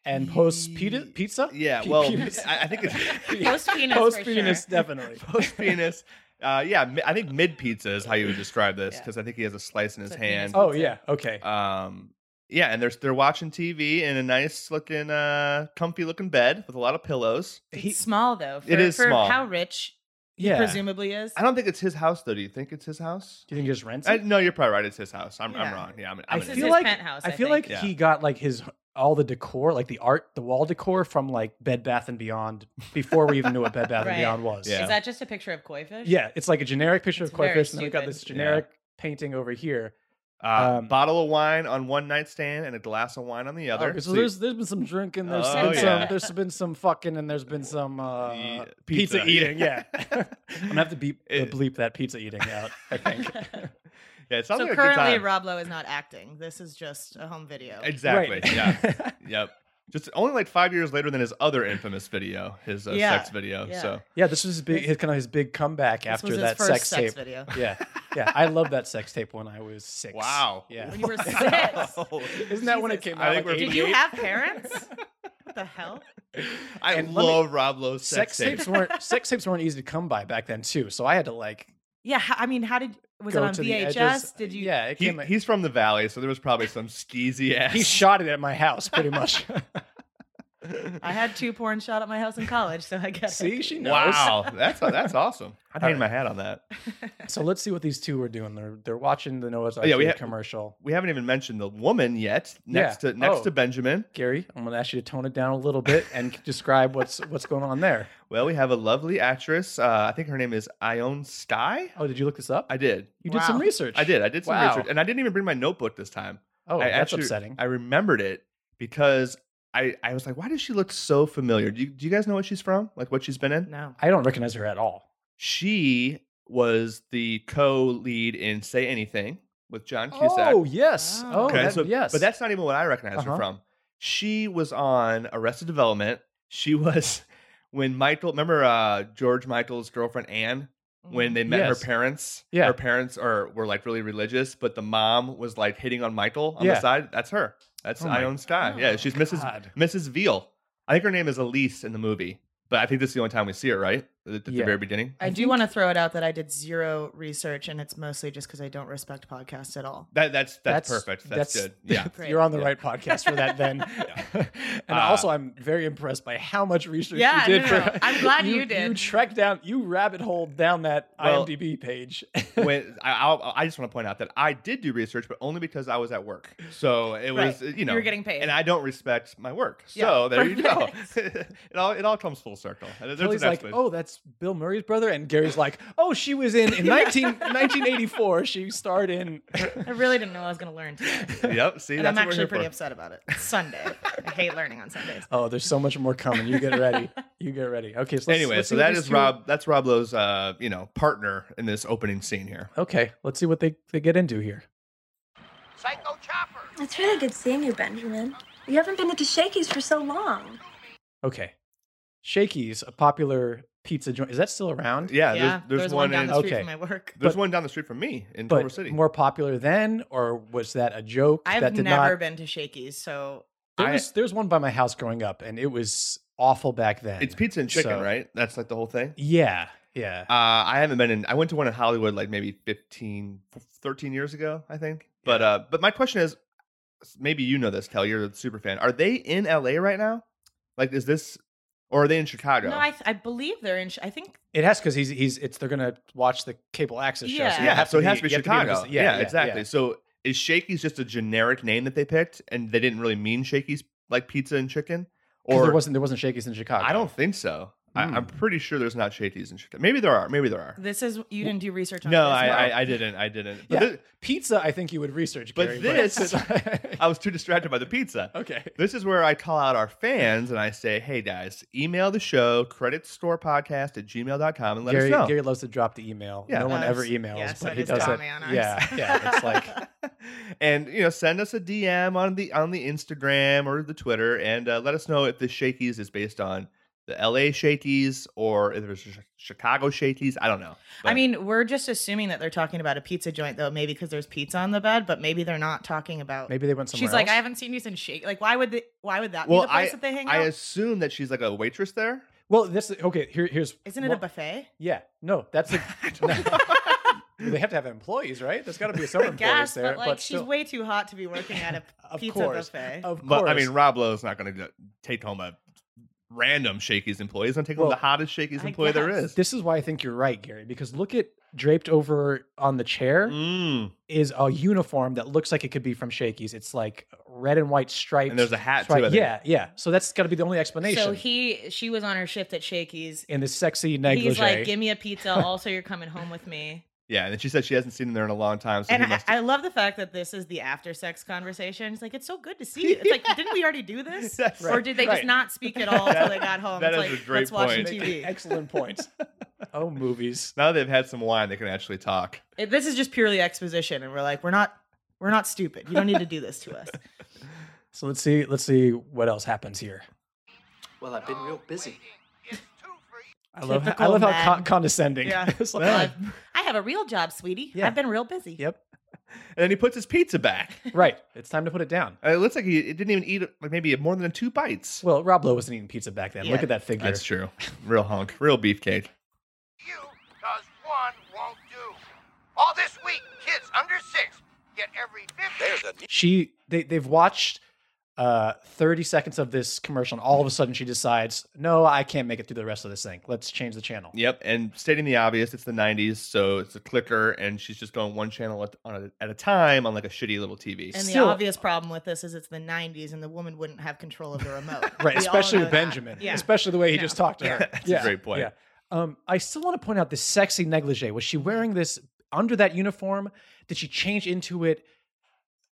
[SPEAKER 5] and post pita- pizza.
[SPEAKER 2] Yeah,
[SPEAKER 5] Pe-
[SPEAKER 2] well,
[SPEAKER 5] penis.
[SPEAKER 2] I, I think it's
[SPEAKER 1] Post penis.
[SPEAKER 5] post
[SPEAKER 1] for
[SPEAKER 5] penis,
[SPEAKER 1] sure.
[SPEAKER 5] definitely.
[SPEAKER 2] post penis. Uh, yeah, mi- I think mid pizza is how you would describe this
[SPEAKER 1] Yeah.
[SPEAKER 2] because I think he has a slice in his
[SPEAKER 1] It's a penis
[SPEAKER 2] hand.
[SPEAKER 5] Oh yeah, okay.
[SPEAKER 2] Um, yeah, and they're they're watching TV in a nice looking, uh, comfy looking bed with a lot of pillows.
[SPEAKER 1] It's
[SPEAKER 5] He-
[SPEAKER 1] small though. For,
[SPEAKER 2] It is
[SPEAKER 1] for
[SPEAKER 2] small.
[SPEAKER 1] How rich he
[SPEAKER 5] Yeah.
[SPEAKER 1] presumably is.
[SPEAKER 2] I don't think it's his house though. Do you think it's his house?
[SPEAKER 5] Do you think he just rents
[SPEAKER 2] I,
[SPEAKER 5] it?
[SPEAKER 2] no, you're probably right. It's his house. I'm, I'm
[SPEAKER 1] Yeah.
[SPEAKER 2] wrong. Yeah, I'm,
[SPEAKER 5] I
[SPEAKER 2] I'm
[SPEAKER 1] This
[SPEAKER 2] an
[SPEAKER 1] is
[SPEAKER 2] idiot.
[SPEAKER 5] feel
[SPEAKER 1] his
[SPEAKER 5] like-
[SPEAKER 1] penthouse.
[SPEAKER 5] I feel
[SPEAKER 1] think.
[SPEAKER 5] like he got like his all the decor, like the art, the wall decor from like Bed Bath and Beyond before we even knew what Bed Bath
[SPEAKER 1] Right.
[SPEAKER 5] and Beyond was.
[SPEAKER 2] Yeah.
[SPEAKER 1] Is that just a picture of koi fish?
[SPEAKER 5] Yeah, it's like a generic picture
[SPEAKER 1] It's
[SPEAKER 5] of koi
[SPEAKER 1] very
[SPEAKER 5] fish, and then we got
[SPEAKER 1] stupid.
[SPEAKER 5] this generic painting over here.
[SPEAKER 2] uh,
[SPEAKER 5] um,
[SPEAKER 2] bottle of wine on one nightstand and a glass of wine on the other.
[SPEAKER 5] Okay, so
[SPEAKER 2] you-
[SPEAKER 5] there's there's been some drinking, there's
[SPEAKER 2] Oh,
[SPEAKER 5] been
[SPEAKER 2] yeah.
[SPEAKER 5] some there's been some fucking, and there's been some uh,
[SPEAKER 2] Ye-
[SPEAKER 5] pizza,
[SPEAKER 2] pizza,
[SPEAKER 5] eating.
[SPEAKER 2] yeah.
[SPEAKER 5] Yeah, I'm gonna have to beep, uh,
[SPEAKER 2] It-
[SPEAKER 5] bleep that pizza eating out. I think.
[SPEAKER 2] yeah, it sounds
[SPEAKER 1] So
[SPEAKER 2] like a good
[SPEAKER 1] currently,
[SPEAKER 2] time.
[SPEAKER 1] Rob Lowe is not acting. This is just a home video.
[SPEAKER 2] Exactly.
[SPEAKER 5] Right.
[SPEAKER 2] Yeah. Yep. Just only like five years later than his other infamous video, his uh,
[SPEAKER 1] Yeah,
[SPEAKER 2] sex video.
[SPEAKER 1] yeah.
[SPEAKER 2] So
[SPEAKER 5] yeah, this was his big,
[SPEAKER 1] This-
[SPEAKER 5] his, kind of his big comeback
[SPEAKER 1] This
[SPEAKER 5] after
[SPEAKER 1] was his
[SPEAKER 5] that
[SPEAKER 1] first
[SPEAKER 5] sex, tape.
[SPEAKER 1] video.
[SPEAKER 5] Yeah, yeah, I love that sex tape when I was six.
[SPEAKER 2] wow.
[SPEAKER 5] Yeah.
[SPEAKER 1] When you were six.
[SPEAKER 5] Isn't that when it
[SPEAKER 1] Jesus.
[SPEAKER 5] came
[SPEAKER 2] I
[SPEAKER 5] out?
[SPEAKER 2] think
[SPEAKER 5] like
[SPEAKER 2] we're-
[SPEAKER 1] Did you
[SPEAKER 5] 88?
[SPEAKER 1] have parents? what the hell?
[SPEAKER 2] I
[SPEAKER 5] And let me-
[SPEAKER 2] love Rob Lowe's
[SPEAKER 5] sex,
[SPEAKER 2] sex, tape.
[SPEAKER 5] tapes weren't sex tapes weren't easy to come by back then too. So I had to like
[SPEAKER 1] Yeah, ho- I mean, how did was
[SPEAKER 5] go
[SPEAKER 1] it on
[SPEAKER 5] to the edges.
[SPEAKER 1] VHS? Did you?
[SPEAKER 5] Yeah, it
[SPEAKER 2] He,
[SPEAKER 5] came. He,
[SPEAKER 2] he's from the valley, so there was probably some skeezy ass.
[SPEAKER 5] shot it at my house pretty much.
[SPEAKER 1] I had two porn shot at my house in college, so I guess.
[SPEAKER 5] See, she knows.
[SPEAKER 2] Wow, that's that's awesome. I'd
[SPEAKER 5] All
[SPEAKER 2] hang my
[SPEAKER 5] right.
[SPEAKER 2] hat on that.
[SPEAKER 5] So let's see what these two are doing. They're they're watching the Noah's Ark
[SPEAKER 2] Oh, yeah, we ha-
[SPEAKER 5] commercial.
[SPEAKER 2] We haven't even mentioned the woman yet. Next
[SPEAKER 5] Yeah.
[SPEAKER 2] to next
[SPEAKER 5] Oh.
[SPEAKER 2] to Benjamin.
[SPEAKER 5] Gary, I'm gonna ask you to tone it down a little bit and describe what's what's going on there.
[SPEAKER 2] Well, we have a lovely actress. Uh, I think her name is Ione Sty.
[SPEAKER 5] Oh, did you look this up?
[SPEAKER 2] I did.
[SPEAKER 5] you did some
[SPEAKER 1] Wow.
[SPEAKER 5] research.
[SPEAKER 2] I did. I did some
[SPEAKER 5] Wow.
[SPEAKER 2] research, and I didn't even bring my notebook this time.
[SPEAKER 5] Oh,
[SPEAKER 2] I
[SPEAKER 5] that's
[SPEAKER 2] actually-
[SPEAKER 5] upsetting.
[SPEAKER 2] I remembered it because I, I was like, why does she look so familiar? Do you, do you guys know what she's from? Like what she's been in?
[SPEAKER 1] No.
[SPEAKER 5] I don't recognize her at all.
[SPEAKER 2] She was the co lead in Say Anything with John Cusack.
[SPEAKER 5] Oh yes.
[SPEAKER 1] Oh.
[SPEAKER 5] Oh,
[SPEAKER 2] okay.
[SPEAKER 5] that-
[SPEAKER 2] so,
[SPEAKER 5] yes.
[SPEAKER 2] But that's not even what I recognize her
[SPEAKER 5] Uh-huh.
[SPEAKER 2] from. She was on Arrested Development. She was when Michael, remember uh, George Michael's girlfriend Anne? When they met
[SPEAKER 5] Mm-hmm. Yes.
[SPEAKER 2] her parents,
[SPEAKER 5] Yeah.
[SPEAKER 2] her parents are were like really religious, but the mom was like hitting on Michael on
[SPEAKER 5] Yeah.
[SPEAKER 2] the side. That's her. That's
[SPEAKER 5] Oh my
[SPEAKER 2] Ione Sky. Yeah,
[SPEAKER 1] Oh,
[SPEAKER 2] she's Mrs.
[SPEAKER 5] God.
[SPEAKER 2] Mrs. Veal. I think her name is Elise in the movie, but I think this is the only time we see her, right? At the,
[SPEAKER 5] Yeah.
[SPEAKER 2] very beginning.
[SPEAKER 1] I, do want to throw it out that I did zero research, and it's mostly just because I don't respect podcasts at all.
[SPEAKER 2] That that's that's,
[SPEAKER 5] That's-
[SPEAKER 2] perfect. That's,
[SPEAKER 5] that's-
[SPEAKER 2] good. Yeah.
[SPEAKER 1] Great.
[SPEAKER 5] You're on the
[SPEAKER 2] Yeah.
[SPEAKER 5] right podcast for that then. and
[SPEAKER 2] Uh,
[SPEAKER 5] also, I'm very impressed by how much research
[SPEAKER 1] Yeah,
[SPEAKER 5] you did.
[SPEAKER 1] no, no,
[SPEAKER 5] for-
[SPEAKER 1] no. I'm glad you
[SPEAKER 5] You
[SPEAKER 1] did.
[SPEAKER 5] tracked down, you rabbit hole down that
[SPEAKER 2] Well,
[SPEAKER 5] IMDb page.
[SPEAKER 2] when I I'll, I just want to point out that I did do research, but only because I was at work. So it was
[SPEAKER 1] Right.
[SPEAKER 2] you know
[SPEAKER 1] were getting paid.
[SPEAKER 2] and I don't respect my work. So
[SPEAKER 1] Yeah,
[SPEAKER 2] there you go. it all it all comes full circle. And there's an
[SPEAKER 5] Kelly's like,
[SPEAKER 2] explanation.
[SPEAKER 5] oh, that's Bill Murray's brother. And Gary's like, oh, she was in, in 19, 1984. She starred in.
[SPEAKER 1] I really didn't know I was going to learn today,
[SPEAKER 2] Yep. See,
[SPEAKER 1] "Oh, and I'm
[SPEAKER 2] that's what we're
[SPEAKER 1] actually
[SPEAKER 2] here
[SPEAKER 1] pretty
[SPEAKER 2] for.
[SPEAKER 1] upset about it. It's Sunday, I hate learning on Sundays.
[SPEAKER 5] Oh, there's so much more coming. You get ready. You get ready. Okay. So let's,
[SPEAKER 2] Anyway,
[SPEAKER 5] let's
[SPEAKER 2] so
[SPEAKER 5] see what
[SPEAKER 2] that
[SPEAKER 5] these
[SPEAKER 2] is
[SPEAKER 5] two-
[SPEAKER 2] Rob. That's Rob Lowe's, uh, you know, partner in this opening scene here.
[SPEAKER 5] Okay. Let's see what they, they get into here.
[SPEAKER 3] Psycho Chopper.
[SPEAKER 6] It's really good seeing you, Benjamin. You haven't been into Shakey's for so long.
[SPEAKER 5] Okay. Shakey's, a popular pizza joint. Is that still around?
[SPEAKER 2] Yeah,
[SPEAKER 1] yeah,
[SPEAKER 2] there's, there's, one,
[SPEAKER 1] down
[SPEAKER 2] in,
[SPEAKER 1] the street
[SPEAKER 5] Okay.
[SPEAKER 1] from my work.
[SPEAKER 2] there's
[SPEAKER 5] but-
[SPEAKER 2] one down the street from me in Culver
[SPEAKER 5] but
[SPEAKER 2] City.
[SPEAKER 5] more popular then, or was that a joke?
[SPEAKER 1] I've
[SPEAKER 5] that did
[SPEAKER 1] never
[SPEAKER 5] not.
[SPEAKER 1] been to Shakey's, so
[SPEAKER 5] There
[SPEAKER 2] I-
[SPEAKER 5] was, there was one by my house growing up, and it was awful back then.
[SPEAKER 2] It's pizza and chicken,
[SPEAKER 5] So-
[SPEAKER 2] right? That's like the whole thing.
[SPEAKER 5] Yeah, yeah.
[SPEAKER 2] Uh, I haven't been in. I went to one in Hollywood like maybe 15, 13 years ago, I think. But uh, but my question is, maybe you know this, Kel. You're a super fan. Are they in L.A. right now? Like, is this or are they in Chicago?
[SPEAKER 1] no, I, th- I believe they're in. Sh- I think
[SPEAKER 5] It has because he's he's it's they're gonna watch the cable access show.
[SPEAKER 1] Yeah.
[SPEAKER 5] you
[SPEAKER 2] yeah,
[SPEAKER 5] have
[SPEAKER 2] so it has to be
[SPEAKER 5] you in
[SPEAKER 2] Chicago.
[SPEAKER 5] this-
[SPEAKER 2] yeah, exactly. So is Shakey's just a generic name that they picked, and they didn't really mean Shakey's like pizza and chicken?
[SPEAKER 5] 'Cause
[SPEAKER 2] Or
[SPEAKER 5] there wasn't there wasn't Shakey's in Chicago.
[SPEAKER 2] I don't think so. I, I'm pretty sure there's not Shakey's in Chicago. Maybe there are. Maybe there are.
[SPEAKER 1] this is you didn't do research on
[SPEAKER 2] No,
[SPEAKER 1] this.
[SPEAKER 2] I,
[SPEAKER 1] Mark.
[SPEAKER 2] I, I didn't. I didn't. But
[SPEAKER 5] Yeah.
[SPEAKER 2] thi-
[SPEAKER 5] Pizza, I think you would research.
[SPEAKER 2] But
[SPEAKER 5] Gary,
[SPEAKER 2] this- I was too distracted by the pizza.
[SPEAKER 5] okay.
[SPEAKER 2] This is where I call out our fans and I say, hey guys, email the show, creditstorepodcast at gmail.com and let
[SPEAKER 5] Gary,
[SPEAKER 2] us know.
[SPEAKER 5] Gary loves to drop the email.
[SPEAKER 2] Yeah.
[SPEAKER 5] no one
[SPEAKER 1] Oh,
[SPEAKER 5] ever
[SPEAKER 1] it's-
[SPEAKER 5] emails,
[SPEAKER 1] yeah,
[SPEAKER 5] but
[SPEAKER 1] so
[SPEAKER 5] he
[SPEAKER 1] does
[SPEAKER 5] does it.
[SPEAKER 1] Tommy on ours.
[SPEAKER 5] Yeah, yeah. It's like
[SPEAKER 2] and you know, send us a DM on the on the Instagram or the Twitter and uh, let us know if the Shakey's is based on the LA Shakey's or if there's a Chi- Chicago Shakey's. I don't know.
[SPEAKER 1] I
[SPEAKER 2] But-
[SPEAKER 1] mean, we're just assuming that they're talking about a pizza joint, though, maybe because there's pizza on the bed, but maybe they're not talking about.
[SPEAKER 5] maybe they went somewhere.
[SPEAKER 1] She's like,
[SPEAKER 5] else.
[SPEAKER 1] I haven't seen you since Shake. Like, why would they, why would that
[SPEAKER 2] Well,
[SPEAKER 1] be the place that they hang
[SPEAKER 2] I
[SPEAKER 1] out?
[SPEAKER 2] assume that she's like a waitress there.
[SPEAKER 5] Well, this okay. Here, here's
[SPEAKER 1] Isn't it a
[SPEAKER 5] one-
[SPEAKER 1] buffet?
[SPEAKER 5] Yeah, no, that's a. they have to have employees, right? There's got to be some employees
[SPEAKER 1] Gas,
[SPEAKER 5] there.
[SPEAKER 1] but like she's
[SPEAKER 5] still,
[SPEAKER 1] way too hot to be working at a
[SPEAKER 5] of
[SPEAKER 1] pizza
[SPEAKER 5] course,
[SPEAKER 1] buffet.
[SPEAKER 5] of course.
[SPEAKER 2] But I mean, Rob Lowe's not going to take home a random Shakey's employee. He's going to take
[SPEAKER 5] Well,
[SPEAKER 2] home the hottest Shakey's
[SPEAKER 1] I
[SPEAKER 2] employee there
[SPEAKER 1] guess.
[SPEAKER 2] is.
[SPEAKER 5] this is why I think you're right, Gary. Because look at draped over on the chair
[SPEAKER 2] Mm.
[SPEAKER 5] is a uniform that looks like it could be from Shakey's. It's like red and white stripes.
[SPEAKER 2] And there's a hat too. I
[SPEAKER 5] stripe.
[SPEAKER 2] think.
[SPEAKER 5] Yeah, yeah. So that's got to be the only explanation.
[SPEAKER 1] So he, she was on her shift at Shakey's.
[SPEAKER 5] in this sexy negligee.
[SPEAKER 1] He's like, "Give me a pizza. Also, you're coming home with me."
[SPEAKER 2] yeah. And then she said she hasn't seen him there in a long time. So
[SPEAKER 1] and
[SPEAKER 2] he
[SPEAKER 1] I,
[SPEAKER 2] must.
[SPEAKER 1] I love the fact that this is the after sex conversation. It's like it's so good to see you. It's like, didn't we already do this?
[SPEAKER 2] Yes.
[SPEAKER 1] Or did they just
[SPEAKER 2] Right.
[SPEAKER 1] not speak at all until they got home?
[SPEAKER 2] That
[SPEAKER 1] it's
[SPEAKER 2] is
[SPEAKER 1] like,
[SPEAKER 2] a great
[SPEAKER 1] let's watch some
[SPEAKER 2] point.
[SPEAKER 1] TV.
[SPEAKER 5] Excellent points. oh, movies.
[SPEAKER 2] Now that they've had some wine, they can actually talk.
[SPEAKER 1] It- this is just purely exposition, and we're like, we're not, we're not stupid. You don't need to do this to us.
[SPEAKER 5] So let's see. Let's see what else happens here.
[SPEAKER 7] Well, I've been real busy.
[SPEAKER 3] It's two for you.
[SPEAKER 5] I love. How, I
[SPEAKER 1] Typical
[SPEAKER 5] love
[SPEAKER 1] men.
[SPEAKER 5] how con- condescending.
[SPEAKER 1] Yeah.
[SPEAKER 5] It's like,
[SPEAKER 1] Well, I have a real job, sweetie.
[SPEAKER 5] Yeah.
[SPEAKER 1] I've been real busy.
[SPEAKER 5] Yep.
[SPEAKER 2] And then he puts his pizza back.
[SPEAKER 5] Right. It's time to put it down.
[SPEAKER 2] And it looks like he it didn't even eat like maybe more than two bites.
[SPEAKER 5] Well, Rob Lowe wasn't eating pizza back then.
[SPEAKER 1] Yeah.
[SPEAKER 5] Look at that figure.
[SPEAKER 2] That's true. Real hunk. Real beefcake.
[SPEAKER 3] You, cause one won't do. All this week, kids under six get every fifth. There's a
[SPEAKER 5] she they they've watched uh 30 seconds of this commercial and all of a sudden she decides no i can't make it through the rest of this thing let's change the channel
[SPEAKER 2] Yep. And stating the obvious, it's the 90s, so it's a clicker, and she's just going one channel at, on a, at a time on like a shitty little TV.
[SPEAKER 1] And
[SPEAKER 5] Still-
[SPEAKER 1] the obvious problem with this is it's the 90s, and the woman wouldn't have control of the remote.
[SPEAKER 5] right
[SPEAKER 1] We all
[SPEAKER 5] especially
[SPEAKER 1] know
[SPEAKER 5] with
[SPEAKER 1] that.
[SPEAKER 5] benjamin
[SPEAKER 1] Yeah.
[SPEAKER 5] especially the way he
[SPEAKER 1] No.
[SPEAKER 5] just talked to her
[SPEAKER 2] That's a great point.
[SPEAKER 5] yeah um i still want to point out this sexy negligee was she wearing this under that uniform did she change into it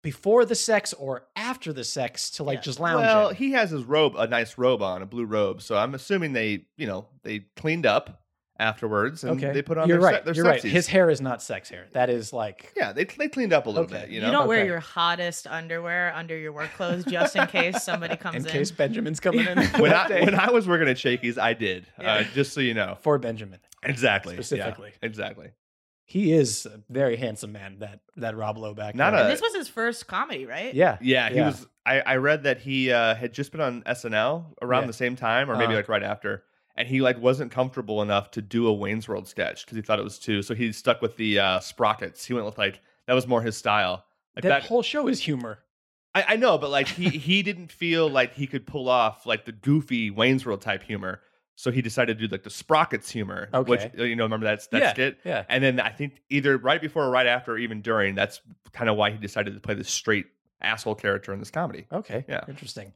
[SPEAKER 5] before the sex or after the sex to like
[SPEAKER 1] Yeah.
[SPEAKER 5] just lounge
[SPEAKER 2] Well,
[SPEAKER 5] in?
[SPEAKER 2] he has his robe, a nice robe on, a blue robe. So I'm assuming they, you know, they cleaned up afterwards and
[SPEAKER 5] okay
[SPEAKER 2] they put on
[SPEAKER 5] you're
[SPEAKER 2] their, se-
[SPEAKER 5] right
[SPEAKER 2] their
[SPEAKER 5] you're right
[SPEAKER 2] sexies.
[SPEAKER 5] his hair is not sex hair that is like
[SPEAKER 2] yeah, they, they cleaned up a little
[SPEAKER 5] Okay.
[SPEAKER 2] bit,
[SPEAKER 1] You,
[SPEAKER 2] you know?
[SPEAKER 1] don't wear
[SPEAKER 5] Okay.
[SPEAKER 1] your hottest underwear under your work clothes just in case somebody comes
[SPEAKER 5] in
[SPEAKER 1] in.
[SPEAKER 5] case benjamin's coming in
[SPEAKER 2] when,
[SPEAKER 5] that
[SPEAKER 2] I,
[SPEAKER 5] day.
[SPEAKER 2] when I was working at Shakey's, I did,
[SPEAKER 1] Yeah.
[SPEAKER 2] uh, just so you know.
[SPEAKER 5] for benjamin
[SPEAKER 2] Exactly. yeah,
[SPEAKER 5] Specifically.
[SPEAKER 2] exactly.
[SPEAKER 5] he is a very handsome man. That that Rob Lowe back.
[SPEAKER 2] Not
[SPEAKER 5] then.
[SPEAKER 1] And this was his first comedy, right?
[SPEAKER 5] yeah.
[SPEAKER 2] Yeah, he
[SPEAKER 5] Yeah.
[SPEAKER 2] was. I, I read that he uh, had just been on SNL around
[SPEAKER 5] Yeah.
[SPEAKER 2] the same time, or maybe
[SPEAKER 5] Uh-huh.
[SPEAKER 2] like right after, and he like wasn't comfortable enough to do a Wayne's World sketch because he thought it was too. So he stuck with the uh, sprockets. He went with like that was more his style. Like
[SPEAKER 5] that,
[SPEAKER 2] that,
[SPEAKER 5] whole show is humor.
[SPEAKER 2] I, I know, but like he he didn't feel like he could pull off like the goofy Wayne's World type humor. So he decided to do like the sprockets humor,
[SPEAKER 5] Okay.
[SPEAKER 2] which uh, you know, remember that's that
[SPEAKER 5] yeah,
[SPEAKER 2] skit.
[SPEAKER 5] yeah.
[SPEAKER 2] And then I think either right before or right after, or even during, that's kind of why he decided to play this straight asshole character in this comedy
[SPEAKER 5] Okay,
[SPEAKER 2] Yeah.
[SPEAKER 5] interesting.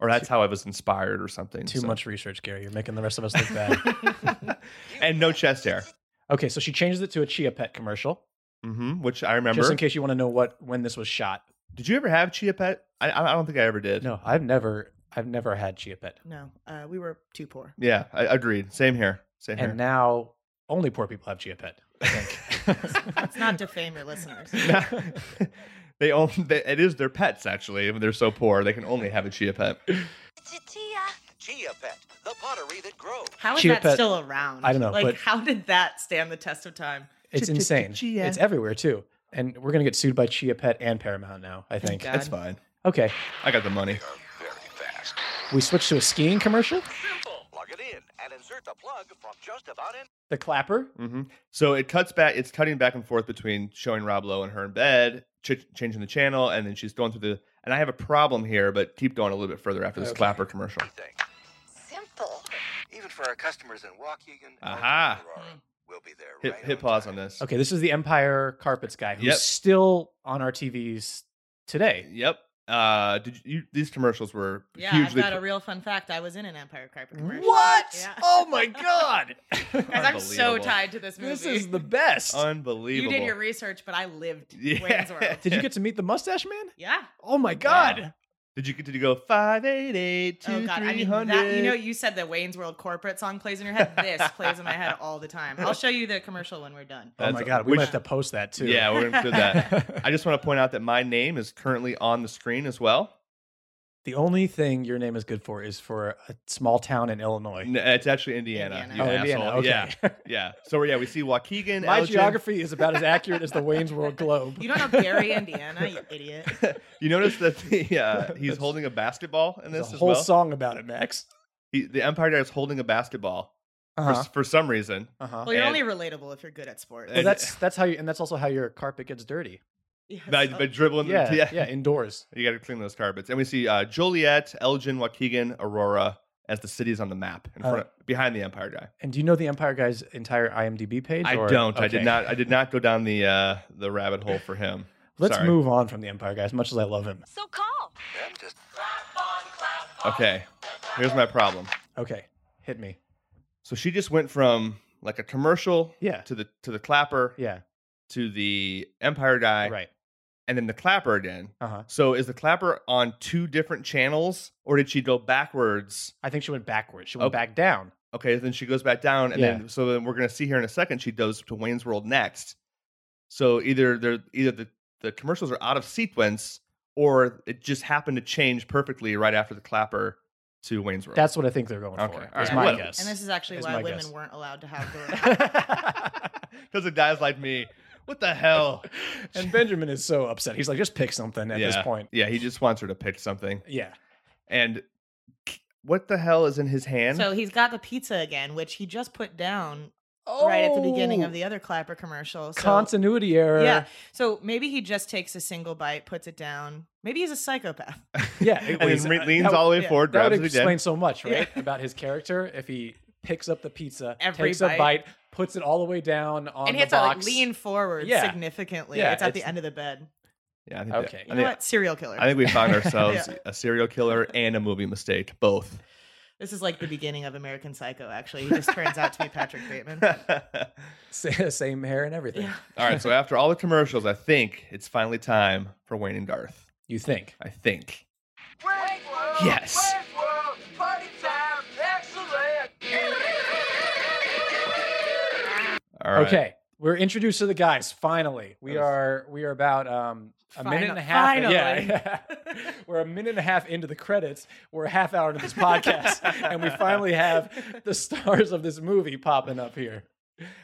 [SPEAKER 2] or that's how I was inspired or something.
[SPEAKER 5] Too
[SPEAKER 2] so.
[SPEAKER 5] much research, Gary. You're making the rest of us look bad.
[SPEAKER 2] and no chest hair,
[SPEAKER 5] okay, so she changes it to a Chia Pet commercial,
[SPEAKER 2] hmm which I remember.
[SPEAKER 5] just in case you want to know what when this was shot.
[SPEAKER 2] Did you ever have Chia Pet? I, I don't think I ever did.
[SPEAKER 5] No, I've never, I've never had Chia Pet,
[SPEAKER 1] No, uh, we were too poor.
[SPEAKER 2] Yeah, I agreed. Same here. Same
[SPEAKER 5] and
[SPEAKER 2] here.
[SPEAKER 5] now only poor people have Chia Pet. I think.
[SPEAKER 1] Let's not defame your listeners.
[SPEAKER 2] they own. They, it is their pets actually. They're so poor they can only have a Chia Pet.
[SPEAKER 7] Chia Pet, the pottery that grows.
[SPEAKER 1] How is
[SPEAKER 5] Chia
[SPEAKER 1] that
[SPEAKER 5] Pet-
[SPEAKER 1] still around?
[SPEAKER 5] I don't know,
[SPEAKER 1] Like,
[SPEAKER 5] but-
[SPEAKER 1] how did that stand the test of time?
[SPEAKER 5] it's insane. It's everywhere too, and we're gonna get sued by Chia Pet and Paramount now. I think.
[SPEAKER 1] God.
[SPEAKER 2] That's fine.
[SPEAKER 5] Okay,
[SPEAKER 2] I got the money.
[SPEAKER 7] Very fast.
[SPEAKER 5] we switch to a skiing commercial.
[SPEAKER 7] Simple. Plug it in and insert the plug from just about in.
[SPEAKER 5] The clapper.
[SPEAKER 2] hmm So it cuts back. It's cutting back and forth between showing Rob Lowe and her in bed, ch- changing the channel, and then she's going through the. And I have a problem here, but keep going a little bit further after this
[SPEAKER 5] Okay.
[SPEAKER 2] clapper commercial.
[SPEAKER 7] Thing.
[SPEAKER 6] Simple.
[SPEAKER 7] Even for our customers in Waukegan. or
[SPEAKER 2] Aha.
[SPEAKER 7] Aurora. We'll be there
[SPEAKER 2] Hit,
[SPEAKER 7] right
[SPEAKER 2] hit
[SPEAKER 7] on
[SPEAKER 2] pause
[SPEAKER 7] time.
[SPEAKER 2] on this.
[SPEAKER 5] Okay, this is the Empire Carpets guy who's
[SPEAKER 2] Yep.
[SPEAKER 5] still on our TVs today.
[SPEAKER 2] Yep. Uh, did you, you these commercials were
[SPEAKER 1] Yeah,
[SPEAKER 2] hugely
[SPEAKER 1] I've got a real fun fact. I was in an Empire Carpet commercial. Yeah.
[SPEAKER 5] Oh my god!
[SPEAKER 1] Guys, I'm so
[SPEAKER 2] Unbelievable.
[SPEAKER 1] tied to this movie.
[SPEAKER 5] this is the best.
[SPEAKER 2] unbelievable.
[SPEAKER 1] You did your research, but I lived
[SPEAKER 2] Yeah.
[SPEAKER 1] Wayne's World.
[SPEAKER 5] Did you get to meet the mustache man?
[SPEAKER 1] Yeah.
[SPEAKER 5] Oh my god!
[SPEAKER 2] Did you get to go five eight eight two
[SPEAKER 1] Oh God! I
[SPEAKER 2] three
[SPEAKER 1] mean,
[SPEAKER 2] hundred?
[SPEAKER 1] that, you know, you said the Wayne's World corporate song plays in your head. This plays in my head all the time. I'll show you the commercial when we're done.
[SPEAKER 5] Oh my
[SPEAKER 2] That's-
[SPEAKER 5] god! We
[SPEAKER 2] which-
[SPEAKER 5] might have to post that too.
[SPEAKER 2] yeah, we're gonna do that. I just want to point out that my name is currently on the screen as well.
[SPEAKER 5] the only thing your name is good for is for a small town in Illinois.
[SPEAKER 2] N- It's actually Indiana.
[SPEAKER 1] Indiana.
[SPEAKER 2] Mm, You
[SPEAKER 5] oh,
[SPEAKER 2] asshole.
[SPEAKER 5] Indiana.
[SPEAKER 2] Yeah,
[SPEAKER 5] Okay.
[SPEAKER 2] yeah. So yeah, we see Waukegan.
[SPEAKER 5] my
[SPEAKER 2] Elgin.
[SPEAKER 5] geography is about as accurate as the Wayne's World globe.
[SPEAKER 1] You don't know Gary, Indiana, you idiot.
[SPEAKER 2] You notice that the, uh, he's holding a basketball in
[SPEAKER 5] There's
[SPEAKER 2] this
[SPEAKER 5] a
[SPEAKER 2] as
[SPEAKER 5] whole
[SPEAKER 2] well.
[SPEAKER 5] song about it, Max.
[SPEAKER 2] He, the Empire Dad is holding a basketball for,
[SPEAKER 5] Uh-huh.
[SPEAKER 2] s- for some reason.
[SPEAKER 5] Uh-huh.
[SPEAKER 1] Well, you're
[SPEAKER 2] And-
[SPEAKER 1] only relatable if you're good at sports.
[SPEAKER 5] Well,
[SPEAKER 2] and-
[SPEAKER 5] that's that's how you, and that's also how your carpet gets dirty.
[SPEAKER 1] Yes.
[SPEAKER 2] By, by dribbling,
[SPEAKER 5] Yeah,
[SPEAKER 2] yeah,
[SPEAKER 5] yeah, indoors.
[SPEAKER 2] You got to clean those carpets. And we see uh, Joliet, Elgin, Waukegan, Aurora as the cities on the map in
[SPEAKER 5] Oh.
[SPEAKER 2] front, behind the Empire guy.
[SPEAKER 5] And do you know the Empire guy's entire IMDb page?
[SPEAKER 2] I
[SPEAKER 5] or-
[SPEAKER 2] don't. I
[SPEAKER 5] okay.
[SPEAKER 2] did not. I did not go down the uh, the rabbit hole for him.
[SPEAKER 5] Let's
[SPEAKER 2] Sorry.
[SPEAKER 5] move on from the Empire guy. As much as I love him.
[SPEAKER 6] So call.
[SPEAKER 7] Then just
[SPEAKER 2] Okay, here's my problem.
[SPEAKER 5] Okay, hit me.
[SPEAKER 2] So she just went from like a commercial
[SPEAKER 5] Yeah.
[SPEAKER 2] to the to the clapper
[SPEAKER 5] Yeah.
[SPEAKER 2] to the Empire guy,
[SPEAKER 5] Right.
[SPEAKER 2] and then the clapper again.
[SPEAKER 5] Uh huh.
[SPEAKER 2] So is the clapper on two different channels, or did she go backwards?
[SPEAKER 5] I think she went backwards. She went
[SPEAKER 2] Oh.
[SPEAKER 5] back down.
[SPEAKER 2] Okay, then she goes back down, and
[SPEAKER 5] Yeah.
[SPEAKER 2] then so then we're gonna see here in a second. She goes to Wayne's World next. So either they're either the, the commercials are out of sequence, or it just happened to change perfectly right after the clapper to Wayne's World.
[SPEAKER 5] That's what I think they're going
[SPEAKER 2] Okay,
[SPEAKER 5] for.
[SPEAKER 2] all
[SPEAKER 5] That's
[SPEAKER 2] right,
[SPEAKER 5] my
[SPEAKER 2] whatever.
[SPEAKER 5] guess.
[SPEAKER 1] And this is actually
[SPEAKER 5] Is
[SPEAKER 1] why
[SPEAKER 5] my
[SPEAKER 1] women
[SPEAKER 5] guess.
[SPEAKER 1] weren't allowed to have the
[SPEAKER 2] because the guys like me. What the hell?
[SPEAKER 5] and Benjamin is so upset. He's like, just pick something at this
[SPEAKER 2] Yeah.
[SPEAKER 5] point.
[SPEAKER 2] Yeah, he just wants her to pick something.
[SPEAKER 5] Yeah.
[SPEAKER 2] And what the hell is in his hand?
[SPEAKER 1] So he's got the pizza again, which he just put down right at the beginning of
[SPEAKER 5] Oh,
[SPEAKER 1] the other clapper commercial. So,
[SPEAKER 5] continuity error.
[SPEAKER 1] Yeah. So maybe he just takes a single bite, puts it down. Maybe he's a psychopath.
[SPEAKER 5] Yeah.
[SPEAKER 2] and
[SPEAKER 5] was-
[SPEAKER 2] then re-
[SPEAKER 5] uh,
[SPEAKER 2] leans
[SPEAKER 5] that-
[SPEAKER 2] all the way
[SPEAKER 1] yeah,
[SPEAKER 2] forward,
[SPEAKER 5] That
[SPEAKER 2] grabs
[SPEAKER 5] would
[SPEAKER 2] it again.
[SPEAKER 5] explain so much,
[SPEAKER 1] Yeah.
[SPEAKER 5] right? About his character if he picks up the pizza,
[SPEAKER 1] Every
[SPEAKER 5] takes a
[SPEAKER 1] bite.
[SPEAKER 5] bite, puts it all the way down on
[SPEAKER 1] and he
[SPEAKER 5] the
[SPEAKER 1] has to like
[SPEAKER 5] box.
[SPEAKER 1] lean forward
[SPEAKER 5] Yeah.
[SPEAKER 1] significantly.
[SPEAKER 5] Yeah,
[SPEAKER 1] it's at
[SPEAKER 5] it's-
[SPEAKER 1] the end of the bed.
[SPEAKER 2] Yeah, I think
[SPEAKER 5] Okay.
[SPEAKER 2] That,
[SPEAKER 1] You know
[SPEAKER 2] I, think,
[SPEAKER 1] what? Serial killer.
[SPEAKER 2] I think we found ourselves
[SPEAKER 1] Yeah.
[SPEAKER 2] a serial killer and a movie mistake, both.
[SPEAKER 1] this is like the beginning of American Psycho, actually. He just turns out to be Patrick Bateman.
[SPEAKER 2] all
[SPEAKER 5] Sa- Same hair and everything.
[SPEAKER 1] Yeah.
[SPEAKER 2] right, so after all the commercials, I think it's finally time for Wayne and Garth.
[SPEAKER 5] You think?
[SPEAKER 2] I think.
[SPEAKER 3] Wayne's World!
[SPEAKER 2] Yes.
[SPEAKER 3] Wayne's World! Party time! Excellent!
[SPEAKER 2] All right.
[SPEAKER 5] Okay. We're introduced to the guys finally. We
[SPEAKER 2] That was-
[SPEAKER 5] are we are about um a minute and a
[SPEAKER 1] Final-
[SPEAKER 5] half. Yeah, yeah. We're a minute and a half into the credits. We're a half hour into this podcast and we finally have the stars of this movie popping up here.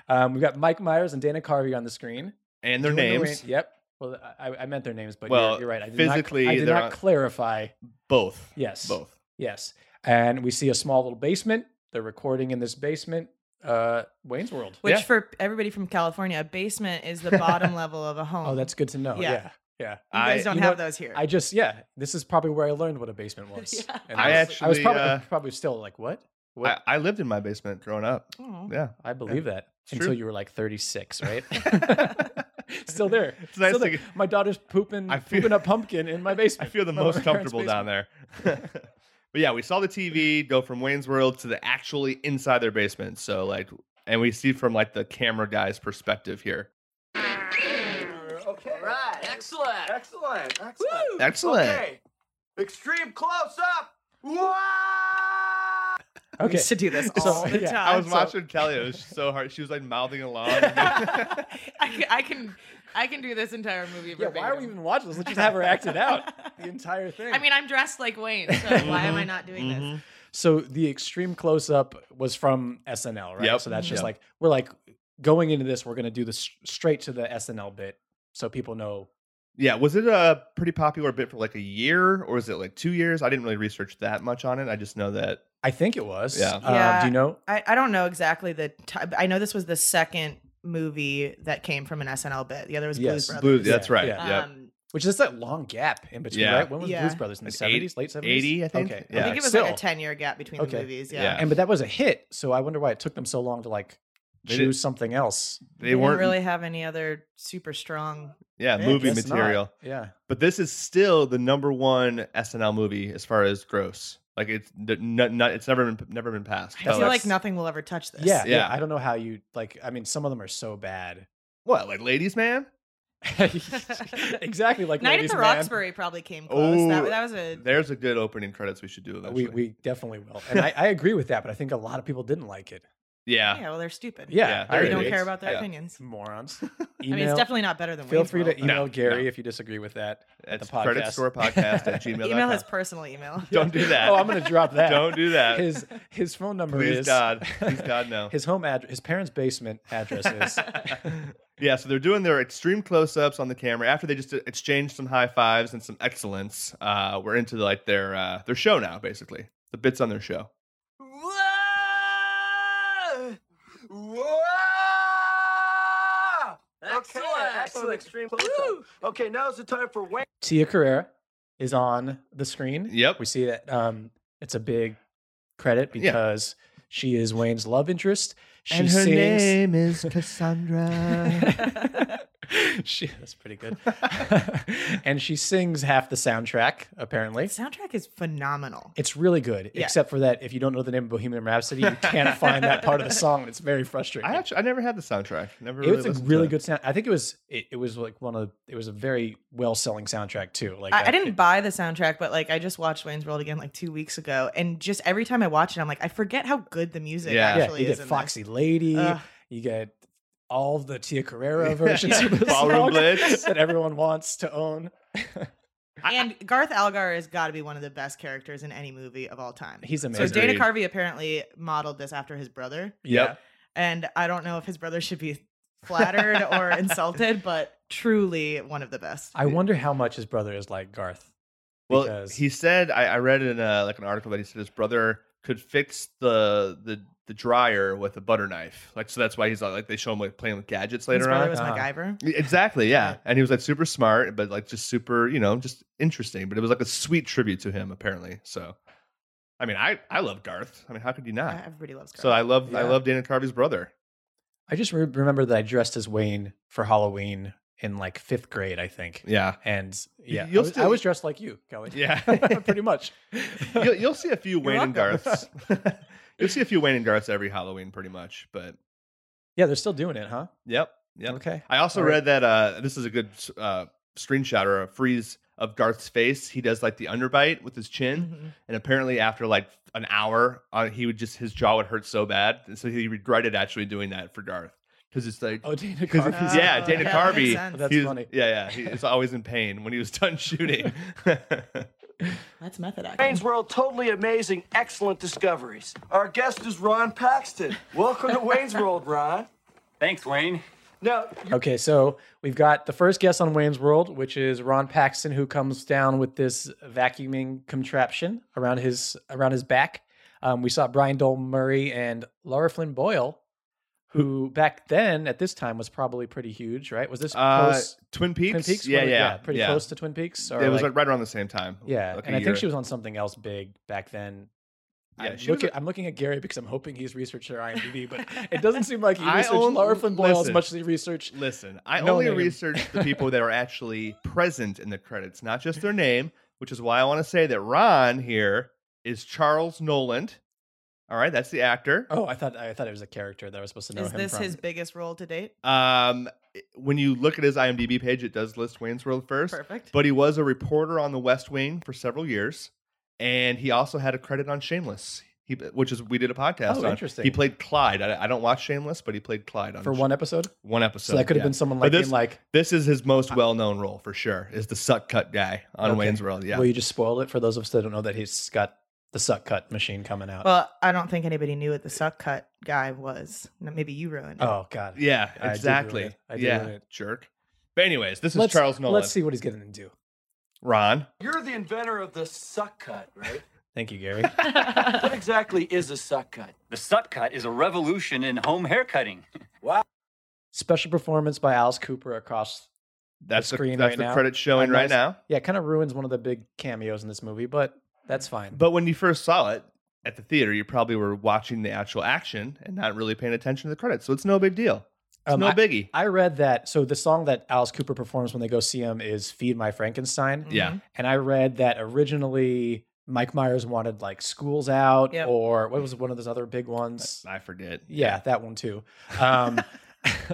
[SPEAKER 5] Um, we've got Mike Myers and Dana Carvey on the screen.
[SPEAKER 2] And their
[SPEAKER 5] Doing the
[SPEAKER 2] names,
[SPEAKER 5] ran- yep. Well, I, I meant their names, but
[SPEAKER 2] Well,
[SPEAKER 5] you're, you're right. I did
[SPEAKER 2] physically,
[SPEAKER 5] not, I did
[SPEAKER 2] they're
[SPEAKER 5] not
[SPEAKER 2] on-
[SPEAKER 5] clarify.
[SPEAKER 2] both.
[SPEAKER 5] Yes.
[SPEAKER 2] Both.
[SPEAKER 5] Yes. And we see a small little basement. They're recording in this basement. Uh, Wayne's World.
[SPEAKER 1] Which
[SPEAKER 2] Yeah.
[SPEAKER 1] for everybody from California, a basement is the bottom level of a home.
[SPEAKER 5] Oh, that's good to know.
[SPEAKER 1] Yeah.
[SPEAKER 5] Yeah. yeah.
[SPEAKER 1] you guys
[SPEAKER 2] I-
[SPEAKER 1] don't
[SPEAKER 5] you know
[SPEAKER 1] have
[SPEAKER 5] what?
[SPEAKER 1] those here.
[SPEAKER 5] I just yeah, this is probably where I learned what a basement was.
[SPEAKER 1] Yeah.
[SPEAKER 5] And
[SPEAKER 2] I
[SPEAKER 5] was- I was
[SPEAKER 2] actually,
[SPEAKER 5] probably,
[SPEAKER 2] uh,
[SPEAKER 5] probably still like what?
[SPEAKER 2] I,
[SPEAKER 5] What?
[SPEAKER 2] I lived in my basement growing up.
[SPEAKER 1] Oh.
[SPEAKER 2] Yeah.
[SPEAKER 5] I, believe that
[SPEAKER 2] uh, It's
[SPEAKER 5] until
[SPEAKER 2] true.
[SPEAKER 5] you were like 36, right?
[SPEAKER 2] it's
[SPEAKER 5] still there.
[SPEAKER 2] nice
[SPEAKER 5] still
[SPEAKER 2] to
[SPEAKER 5] there.
[SPEAKER 2] get-
[SPEAKER 5] My daughter's pooping
[SPEAKER 2] I feel-
[SPEAKER 5] pooping a pumpkin in my
[SPEAKER 2] I
[SPEAKER 5] basement.
[SPEAKER 2] feel the
[SPEAKER 5] my
[SPEAKER 2] most
[SPEAKER 5] parents'
[SPEAKER 2] comfortable down
[SPEAKER 5] basement.
[SPEAKER 2] there. but yeah, we saw the TV go from Wayne's World to the actually inside their basement. So like, and we see from like the camera guy's perspective here.
[SPEAKER 3] Okay. All right. Excellent. Excellent. Excellent.
[SPEAKER 2] Excellent.
[SPEAKER 3] Okay. Extreme close up. Wow!
[SPEAKER 1] We
[SPEAKER 5] Okay.
[SPEAKER 1] used to do this
[SPEAKER 5] So,
[SPEAKER 1] all the
[SPEAKER 5] yeah,
[SPEAKER 1] time.
[SPEAKER 2] I was
[SPEAKER 1] So-
[SPEAKER 2] watching Kelly. It was so hard. She was like mouthing along.
[SPEAKER 1] I, can, I can I can do this entire movie.
[SPEAKER 5] Yeah, why are we
[SPEAKER 1] verbatim.
[SPEAKER 5] even watching this? Let's just have her act it out. The entire thing.
[SPEAKER 1] I mean, I'm dressed like Wayne, so why
[SPEAKER 5] Mm-hmm.
[SPEAKER 1] am I not doing
[SPEAKER 2] Mm-hmm.
[SPEAKER 1] this?
[SPEAKER 5] so the extreme close up was from SNL, right?
[SPEAKER 2] Yep.
[SPEAKER 5] So that's just
[SPEAKER 2] Yep.
[SPEAKER 5] like we're like going into this, we're gonna do this straight to the SNL bit, so people know
[SPEAKER 2] yeah, was it a pretty popular bit for like a year or is it like two years? I didn't really research that much on it. I just know that.
[SPEAKER 5] I think it was.
[SPEAKER 2] Yeah.
[SPEAKER 5] Um,
[SPEAKER 1] Yeah.
[SPEAKER 5] Do you know?
[SPEAKER 1] I, I don't know exactly the time. I know this was the second movie that came from an SNL bit. The other was
[SPEAKER 5] Yes,
[SPEAKER 1] Blues Brothers.
[SPEAKER 2] Blues, that's
[SPEAKER 5] Yeah,
[SPEAKER 2] right.
[SPEAKER 5] yeah.
[SPEAKER 2] Yep.
[SPEAKER 1] Um,
[SPEAKER 5] Which is that long gap in between,
[SPEAKER 2] Yeah.
[SPEAKER 5] right? When was
[SPEAKER 1] Yeah.
[SPEAKER 5] Blues Brothers in the
[SPEAKER 2] Like
[SPEAKER 5] seventies, late seventies,
[SPEAKER 2] 80, I think.
[SPEAKER 5] Okay,
[SPEAKER 2] Yeah.
[SPEAKER 1] I think it was like
[SPEAKER 5] Still.
[SPEAKER 1] a 10 year gap between
[SPEAKER 5] Okay.
[SPEAKER 1] the movies. Yeah.
[SPEAKER 2] Yeah.
[SPEAKER 5] And but that was a hit, so I wonder why it took them so long to like
[SPEAKER 2] They did-
[SPEAKER 5] choose something else.
[SPEAKER 2] They,
[SPEAKER 1] didn't
[SPEAKER 2] weren't
[SPEAKER 1] really have any other super strong.
[SPEAKER 2] yeah,
[SPEAKER 5] I
[SPEAKER 2] movie
[SPEAKER 5] guess not.
[SPEAKER 2] material.
[SPEAKER 5] Yeah,
[SPEAKER 2] But this is still the number one SNL movie as far as gross. Like it's the- no, no, it's never been never been passed.
[SPEAKER 1] I
[SPEAKER 2] So
[SPEAKER 1] feel
[SPEAKER 2] it's-
[SPEAKER 1] like nothing will ever touch this.
[SPEAKER 5] yeah, yeah,
[SPEAKER 2] Yeah.
[SPEAKER 5] I don't know how you like. I mean, some of them are so bad.
[SPEAKER 2] what like Ladies Man.
[SPEAKER 5] exactly like
[SPEAKER 1] Night at
[SPEAKER 5] Ladies
[SPEAKER 1] the
[SPEAKER 5] Man.
[SPEAKER 1] Roxbury probably came close. That,
[SPEAKER 2] Oh,
[SPEAKER 1] that was a.
[SPEAKER 2] There's a good opening credits we should do eventually.
[SPEAKER 5] Uh, We we definitely will, and I, I agree with that. But I think a lot of people didn't like it.
[SPEAKER 2] yeah.
[SPEAKER 1] Yeah, well, they're stupid.
[SPEAKER 5] Yeah,
[SPEAKER 2] Yeah,
[SPEAKER 5] I
[SPEAKER 1] They
[SPEAKER 2] there
[SPEAKER 1] don't
[SPEAKER 2] it
[SPEAKER 1] care
[SPEAKER 2] is.
[SPEAKER 1] about their
[SPEAKER 2] Yeah.
[SPEAKER 1] opinions.
[SPEAKER 5] morons.
[SPEAKER 1] I mean, it's definitely not better than
[SPEAKER 5] feel
[SPEAKER 1] Wayne's
[SPEAKER 5] free
[SPEAKER 1] World,
[SPEAKER 5] to
[SPEAKER 1] but-
[SPEAKER 5] email
[SPEAKER 2] No,
[SPEAKER 5] Gary
[SPEAKER 2] no.
[SPEAKER 5] if you disagree with that.
[SPEAKER 2] That's
[SPEAKER 5] the podcast.
[SPEAKER 2] credit score podcast at gmail.
[SPEAKER 1] Email his personal email.
[SPEAKER 2] Don't do that.
[SPEAKER 5] Oh, I'm gonna drop that.
[SPEAKER 2] Don't do that.
[SPEAKER 5] His his phone number
[SPEAKER 2] Please
[SPEAKER 5] is
[SPEAKER 2] God. Please God, no.
[SPEAKER 5] His home address, his parents' basement address is.
[SPEAKER 2] yeah, so they're doing their extreme close-ups on the camera after they just uh, exchanged some high fives and some excellence. Uh, we're into like their uh, their show now, basically the bits on their show.
[SPEAKER 3] Whoa!
[SPEAKER 8] Okay, that's an
[SPEAKER 6] Excellent.
[SPEAKER 8] extreme close-up. Okay, now's the time for Wayne.
[SPEAKER 5] Tia Carrera is on the screen.
[SPEAKER 2] Yep.
[SPEAKER 5] We see that um, it's a big credit
[SPEAKER 2] Yeah.
[SPEAKER 5] because she is Wayne's love interest. She
[SPEAKER 2] and her
[SPEAKER 5] sings-
[SPEAKER 2] name is Cassandra.
[SPEAKER 5] she, that's pretty good. and she sings half the soundtrack, apparently.
[SPEAKER 1] The soundtrack is phenomenal.
[SPEAKER 5] It's really good,
[SPEAKER 1] Yeah.
[SPEAKER 5] except for that if you don't know the name of Bohemian Rhapsody, you can't find that part of the song. and It's very frustrating.
[SPEAKER 2] I actually I never had the soundtrack. Never.
[SPEAKER 5] it was a
[SPEAKER 2] listened to
[SPEAKER 5] really
[SPEAKER 2] it.
[SPEAKER 5] good sound. I think it was it, it was like one of it was a very well selling soundtrack too. Like uh,
[SPEAKER 1] I, I didn't buy the soundtrack, but like I just watched Wayne's World again like two weeks ago, and just every time I watch it, I'm like, I forget how good the music
[SPEAKER 2] Yeah.
[SPEAKER 5] yeah,
[SPEAKER 1] actually
[SPEAKER 5] you
[SPEAKER 1] is. in
[SPEAKER 5] get
[SPEAKER 1] Uh. this.
[SPEAKER 5] Foxy Lady,
[SPEAKER 1] Ugh.
[SPEAKER 5] you get all the Tia Carrera versions of the
[SPEAKER 2] Ballroom
[SPEAKER 5] song
[SPEAKER 2] Blitz.
[SPEAKER 5] that everyone wants to own.
[SPEAKER 1] and Garth Algar has got to be one of the best characters in any movie of all time.
[SPEAKER 5] He's
[SPEAKER 1] so
[SPEAKER 5] amazing.
[SPEAKER 1] Dana
[SPEAKER 2] Agreed.
[SPEAKER 1] Carvey apparently modeled this after his brother,
[SPEAKER 2] Yep.
[SPEAKER 1] and I don't know if his brother should be flattered or insulted, but truly one of the best.
[SPEAKER 5] I wonder how much his brother is like Garth.
[SPEAKER 2] Well,
[SPEAKER 5] because-
[SPEAKER 2] he said I, I read in a, like an article that he said his brother could fix the the the dryer with a butter knife. Like so that's why he's uh, like they show him like playing with gadgets
[SPEAKER 1] his
[SPEAKER 2] later
[SPEAKER 1] brother
[SPEAKER 2] on. E,
[SPEAKER 1] was
[SPEAKER 5] Uh-huh.
[SPEAKER 1] MacGyver.
[SPEAKER 2] Exactly, yeah. And he was like super smart, but like just super, you know, just interesting. But it was like a sweet tribute to him, apparently. So, I mean, I I love Garth. I mean, how could you not?
[SPEAKER 1] Uh, Everybody loves Garth.
[SPEAKER 2] so I love I
[SPEAKER 5] Yeah.
[SPEAKER 2] love Dana Carvey's brother.
[SPEAKER 5] I just re- remember that I dressed as Wayne for Halloween in like fifth grade, I think.
[SPEAKER 2] Yeah,
[SPEAKER 5] And yeah, I
[SPEAKER 2] You'll
[SPEAKER 5] was, I
[SPEAKER 2] still-
[SPEAKER 5] was dressed like you, Kelly.
[SPEAKER 2] Yeah.
[SPEAKER 5] pretty much.
[SPEAKER 2] you'll, you'll see a few Wayne and
[SPEAKER 1] welcome.
[SPEAKER 2] Garths. you'll see a few Wayne and Garths every Halloween, pretty much. But
[SPEAKER 5] yeah, they're still doing it, huh?
[SPEAKER 2] yep, yep.
[SPEAKER 5] Okay.
[SPEAKER 2] I also
[SPEAKER 5] All right.
[SPEAKER 2] read that uh, this is a good uh, screenshot or a freeze of Garth's face. He does like the underbite with his chin,
[SPEAKER 5] Mm-hmm.
[SPEAKER 1] Mhm.
[SPEAKER 2] and apparently after like an hour, uh, he would just his jaw would hurt so bad, and so he regretted actually doing that for Garth because it's like
[SPEAKER 5] Oh, Dana
[SPEAKER 2] 'Cause
[SPEAKER 5] Carvey.
[SPEAKER 2] if- yeah,
[SPEAKER 1] Oh, yeah,
[SPEAKER 2] Dana
[SPEAKER 1] that makes
[SPEAKER 2] Carvey,
[SPEAKER 1] sense.
[SPEAKER 5] That's
[SPEAKER 2] he was-
[SPEAKER 5] funny.
[SPEAKER 2] Yeah, yeah, he is always in pain when he was done shooting.
[SPEAKER 1] That's method acting.
[SPEAKER 8] Wayne's World, totally amazing, excellent discoveries. Our guest is Ron Paxton. Welcome to Wayne's World, Ron.
[SPEAKER 9] Thanks, Wayne.
[SPEAKER 8] Now,
[SPEAKER 5] Okay, so we've got the first guest on Wayne's World, which is Ron Paxton, who comes down with this vacuuming contraption around his around his back. Um, we saw Brian Dole Murray and Laura Flynn Boyle, who back then at this time was probably pretty huge, right? Was this
[SPEAKER 2] uh,
[SPEAKER 5] close?
[SPEAKER 2] Twin Peaks,
[SPEAKER 5] Twin Peaks,
[SPEAKER 2] yeah,
[SPEAKER 5] Well,
[SPEAKER 2] yeah,
[SPEAKER 5] pretty
[SPEAKER 2] yeah.
[SPEAKER 5] close to Twin Peaks. Or
[SPEAKER 2] it was
[SPEAKER 5] like-
[SPEAKER 2] like right around the same time.
[SPEAKER 5] yeah,
[SPEAKER 2] like a
[SPEAKER 5] and I
[SPEAKER 2] year.
[SPEAKER 5] think she was on something else big back then.
[SPEAKER 2] Yeah,
[SPEAKER 5] I'm,
[SPEAKER 2] she was
[SPEAKER 5] looking,
[SPEAKER 2] a-
[SPEAKER 5] I'm looking at Gary because I'm hoping he's researched her IMDb, but it doesn't seem like he
[SPEAKER 2] I
[SPEAKER 5] researched
[SPEAKER 2] own-
[SPEAKER 5] Laura Flynn Boyle as
[SPEAKER 2] listen.
[SPEAKER 5] much as he researched.
[SPEAKER 2] Listen, I
[SPEAKER 5] No
[SPEAKER 2] only
[SPEAKER 5] name.
[SPEAKER 2] researched the people that are actually present in the credits, not just their name, which is why I want to say that Ron here is Charles Noland. All right, that's the actor.
[SPEAKER 5] Oh, I thought I thought it was a character that I was supposed to know
[SPEAKER 1] Is
[SPEAKER 5] him
[SPEAKER 1] this
[SPEAKER 5] from.
[SPEAKER 1] his biggest role to date?
[SPEAKER 2] Um, when you look at his IMDb page, it does list Wayne's World first,
[SPEAKER 1] Perfect.
[SPEAKER 2] but he was a reporter on The West Wing for several years, and he also had a credit on Shameless. He, which is we did a podcast.
[SPEAKER 5] Oh,
[SPEAKER 2] on.
[SPEAKER 5] interesting.
[SPEAKER 2] He played Clyde. I, I don't watch Shameless, but he played Clyde on
[SPEAKER 5] for
[SPEAKER 2] Sh-
[SPEAKER 5] one episode.
[SPEAKER 2] one episode.
[SPEAKER 5] So, that could have
[SPEAKER 2] yeah.
[SPEAKER 5] been someone
[SPEAKER 2] But
[SPEAKER 5] like
[SPEAKER 2] this-
[SPEAKER 5] in like.
[SPEAKER 2] This is his most well-known role for sure. Is the suck cut guy on
[SPEAKER 5] Okay.
[SPEAKER 2] Wayne's World? Yeah.
[SPEAKER 5] Will you just spoil it for those of us that don't know that he's got the suck cut machine coming out?
[SPEAKER 1] Well, I don't think anybody knew what the suck cut guy was. No, Maybe you ruined it.
[SPEAKER 5] oh God.
[SPEAKER 2] yeah,
[SPEAKER 5] I did ruin
[SPEAKER 2] exactly.
[SPEAKER 5] it. I did
[SPEAKER 2] yeah,
[SPEAKER 5] ruin it.
[SPEAKER 2] jerk. But anyways, this is
[SPEAKER 5] Let's-
[SPEAKER 2] Charles Nolan.
[SPEAKER 5] Let's see what he's going to do.
[SPEAKER 2] Ron.
[SPEAKER 8] you're the inventor of the suck cut, right?
[SPEAKER 5] Thank you, Gary.
[SPEAKER 8] What exactly is a suck cut?
[SPEAKER 9] The Sut Cut is a revolution in home hair cutting.
[SPEAKER 5] Special performance by Alice Cooper across.
[SPEAKER 2] That's the,
[SPEAKER 5] screen
[SPEAKER 2] that's
[SPEAKER 5] right
[SPEAKER 2] the
[SPEAKER 5] now.
[SPEAKER 2] credit showing
[SPEAKER 5] I
[SPEAKER 2] right
[SPEAKER 5] noticed-
[SPEAKER 2] now.
[SPEAKER 5] Yeah, kind of ruins one of the big cameos in this movie, but that's fine.
[SPEAKER 2] But when you first saw it at the theater, you probably were watching the actual action and not really paying attention to the credits. So it's no big deal. It's
[SPEAKER 5] Um,
[SPEAKER 2] no
[SPEAKER 5] I-
[SPEAKER 2] biggie.
[SPEAKER 5] I read that. So the song that Alice Cooper performs when they go see him is "Feed My Frankenstein."
[SPEAKER 1] Mm-hmm.
[SPEAKER 2] yeah.
[SPEAKER 5] And I read that originally Mike Myers wanted like schools out
[SPEAKER 1] Yep.
[SPEAKER 5] or what was one of those other big ones?
[SPEAKER 2] I forget.
[SPEAKER 5] Yeah, that one too. Um,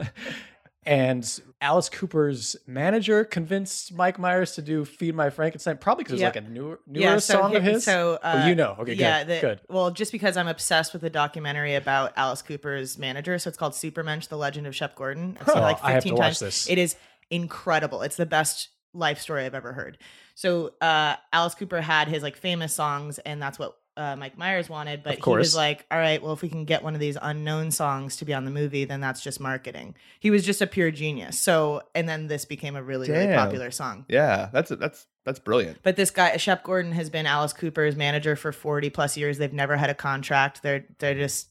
[SPEAKER 5] and Alice Cooper's manager convinced Mike Myers to do "Feed My Frankenstein," probably because
[SPEAKER 1] Yeah.
[SPEAKER 5] it was like a newer, newer song of
[SPEAKER 1] he-
[SPEAKER 5] his.
[SPEAKER 1] So
[SPEAKER 5] Oh,
[SPEAKER 1] uh,
[SPEAKER 5] you know, okay,
[SPEAKER 1] yeah,
[SPEAKER 5] good,
[SPEAKER 1] the-
[SPEAKER 5] good.
[SPEAKER 1] Well, just because I'm obsessed with the documentary about Alice Cooper's manager, so it's called Supermensch: The Legend of Shep Gordon. I've seen it
[SPEAKER 5] Huh.
[SPEAKER 1] like
[SPEAKER 5] I have to
[SPEAKER 1] 15
[SPEAKER 5] watch
[SPEAKER 1] times.
[SPEAKER 5] this.
[SPEAKER 1] It is incredible. It's the best life story I've ever heard. So uh, Alice Cooper had his like famous songs, and that's what. Uh, Mike Myers wanted, but
[SPEAKER 5] Of
[SPEAKER 1] he
[SPEAKER 5] course.
[SPEAKER 1] was like, "All right, well, if we can get one of these unknown songs to be on the movie, then that's just marketing." He was just a pure genius. So, and then this became a really, really
[SPEAKER 2] Damn.
[SPEAKER 1] popular song.
[SPEAKER 2] Yeah. That's that's that's brilliant.
[SPEAKER 1] But this guy, Shep Gordon, has been Alice Cooper's manager for 40 plus years. They've never had a contract. They're they're just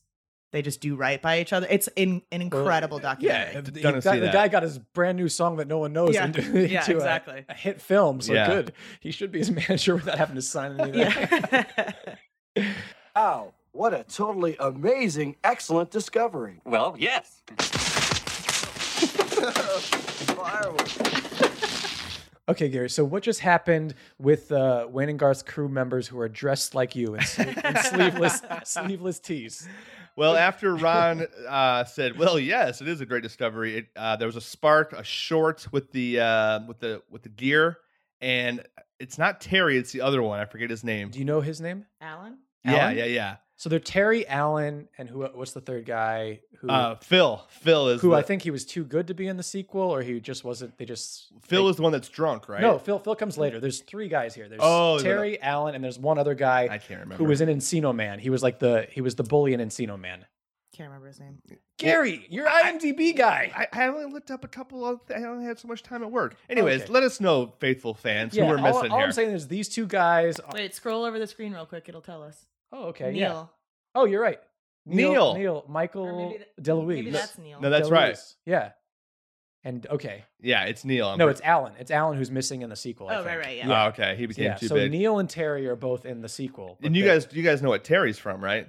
[SPEAKER 1] they just do right by each other. It's in, an incredible documentary.
[SPEAKER 5] Yeah, the,
[SPEAKER 2] Gonna
[SPEAKER 5] the guy,
[SPEAKER 2] see
[SPEAKER 5] the
[SPEAKER 2] that.
[SPEAKER 5] guy got his brand new song that no one knows
[SPEAKER 1] Yeah.
[SPEAKER 5] into,
[SPEAKER 1] Yeah,
[SPEAKER 5] into a-
[SPEAKER 1] exactly.
[SPEAKER 5] a, hit film. So
[SPEAKER 2] Yeah.
[SPEAKER 5] good. He should be his manager without having to sign anything.
[SPEAKER 1] Yeah.
[SPEAKER 8] Ow, what a totally amazing, excellent discovery.
[SPEAKER 9] Well, yes.
[SPEAKER 5] Okay, Gary. So what just happened with uh, Wayne and Garth's crew members who are dressed like you in, sle- in sleeveless sleeveless tees?
[SPEAKER 2] Well, after Ron uh, said, "Well, yes, it is a great discovery," it, uh, there was a spark, a short with the uh, with the with the gear, and it's not Terry; it's the other one. I forget his name.
[SPEAKER 5] Do you know his name?
[SPEAKER 1] Alan?
[SPEAKER 2] Yeah,
[SPEAKER 5] Alan?
[SPEAKER 2] yeah, yeah.
[SPEAKER 5] So they're Terry Allen and who? What's the third guy? Who?
[SPEAKER 2] Uh, Phil. Phil is
[SPEAKER 5] who I
[SPEAKER 2] the-
[SPEAKER 5] think he was too good to be in the sequel, or he just wasn't. They just
[SPEAKER 2] Phil
[SPEAKER 5] they-
[SPEAKER 2] is the one that's drunk, right?
[SPEAKER 5] No, Phil. Phil comes later. There's three guys here. There's
[SPEAKER 2] Oh, they're
[SPEAKER 5] Terry Allen, and there's one other guy
[SPEAKER 2] I can't remember.
[SPEAKER 5] who was in Encino Man. He was like the he was the bully in Encino Man.
[SPEAKER 1] Can't remember his name.
[SPEAKER 5] Uh, Gary, you're IMDb guy.
[SPEAKER 2] I, I only looked up a couple of. I only had so much time at work. Anyways,
[SPEAKER 5] Oh, Okay.
[SPEAKER 2] let us know, faithful fans, who we're
[SPEAKER 5] all-
[SPEAKER 2] missing
[SPEAKER 5] all,
[SPEAKER 2] here.
[SPEAKER 5] I'm saying is these two guys. Are,
[SPEAKER 1] Wait, scroll over the screen real quick. It'll tell us.
[SPEAKER 5] oh, okay. Yeah.
[SPEAKER 1] Neil.
[SPEAKER 5] Oh, you're right.
[SPEAKER 2] Neil.
[SPEAKER 5] Neil, Michael
[SPEAKER 1] maybe that-
[SPEAKER 5] DeLuise.
[SPEAKER 1] Maybe that's Neil.
[SPEAKER 2] no, that's right.
[SPEAKER 5] DeLuise. Yeah. And okay,
[SPEAKER 2] Yeah, it's Neil. I'm
[SPEAKER 5] no,
[SPEAKER 2] pretty-
[SPEAKER 5] it's Alan. It's Alan who's missing in the sequel. I
[SPEAKER 1] oh, right,
[SPEAKER 5] think.
[SPEAKER 1] right, yeah.
[SPEAKER 2] Oh, okay, he became
[SPEAKER 5] Yeah.
[SPEAKER 2] too
[SPEAKER 5] So
[SPEAKER 2] big.
[SPEAKER 5] Neil and Terry are both in the sequel. but
[SPEAKER 2] and you
[SPEAKER 5] they-
[SPEAKER 2] guys, you guys know what Terry's from, right?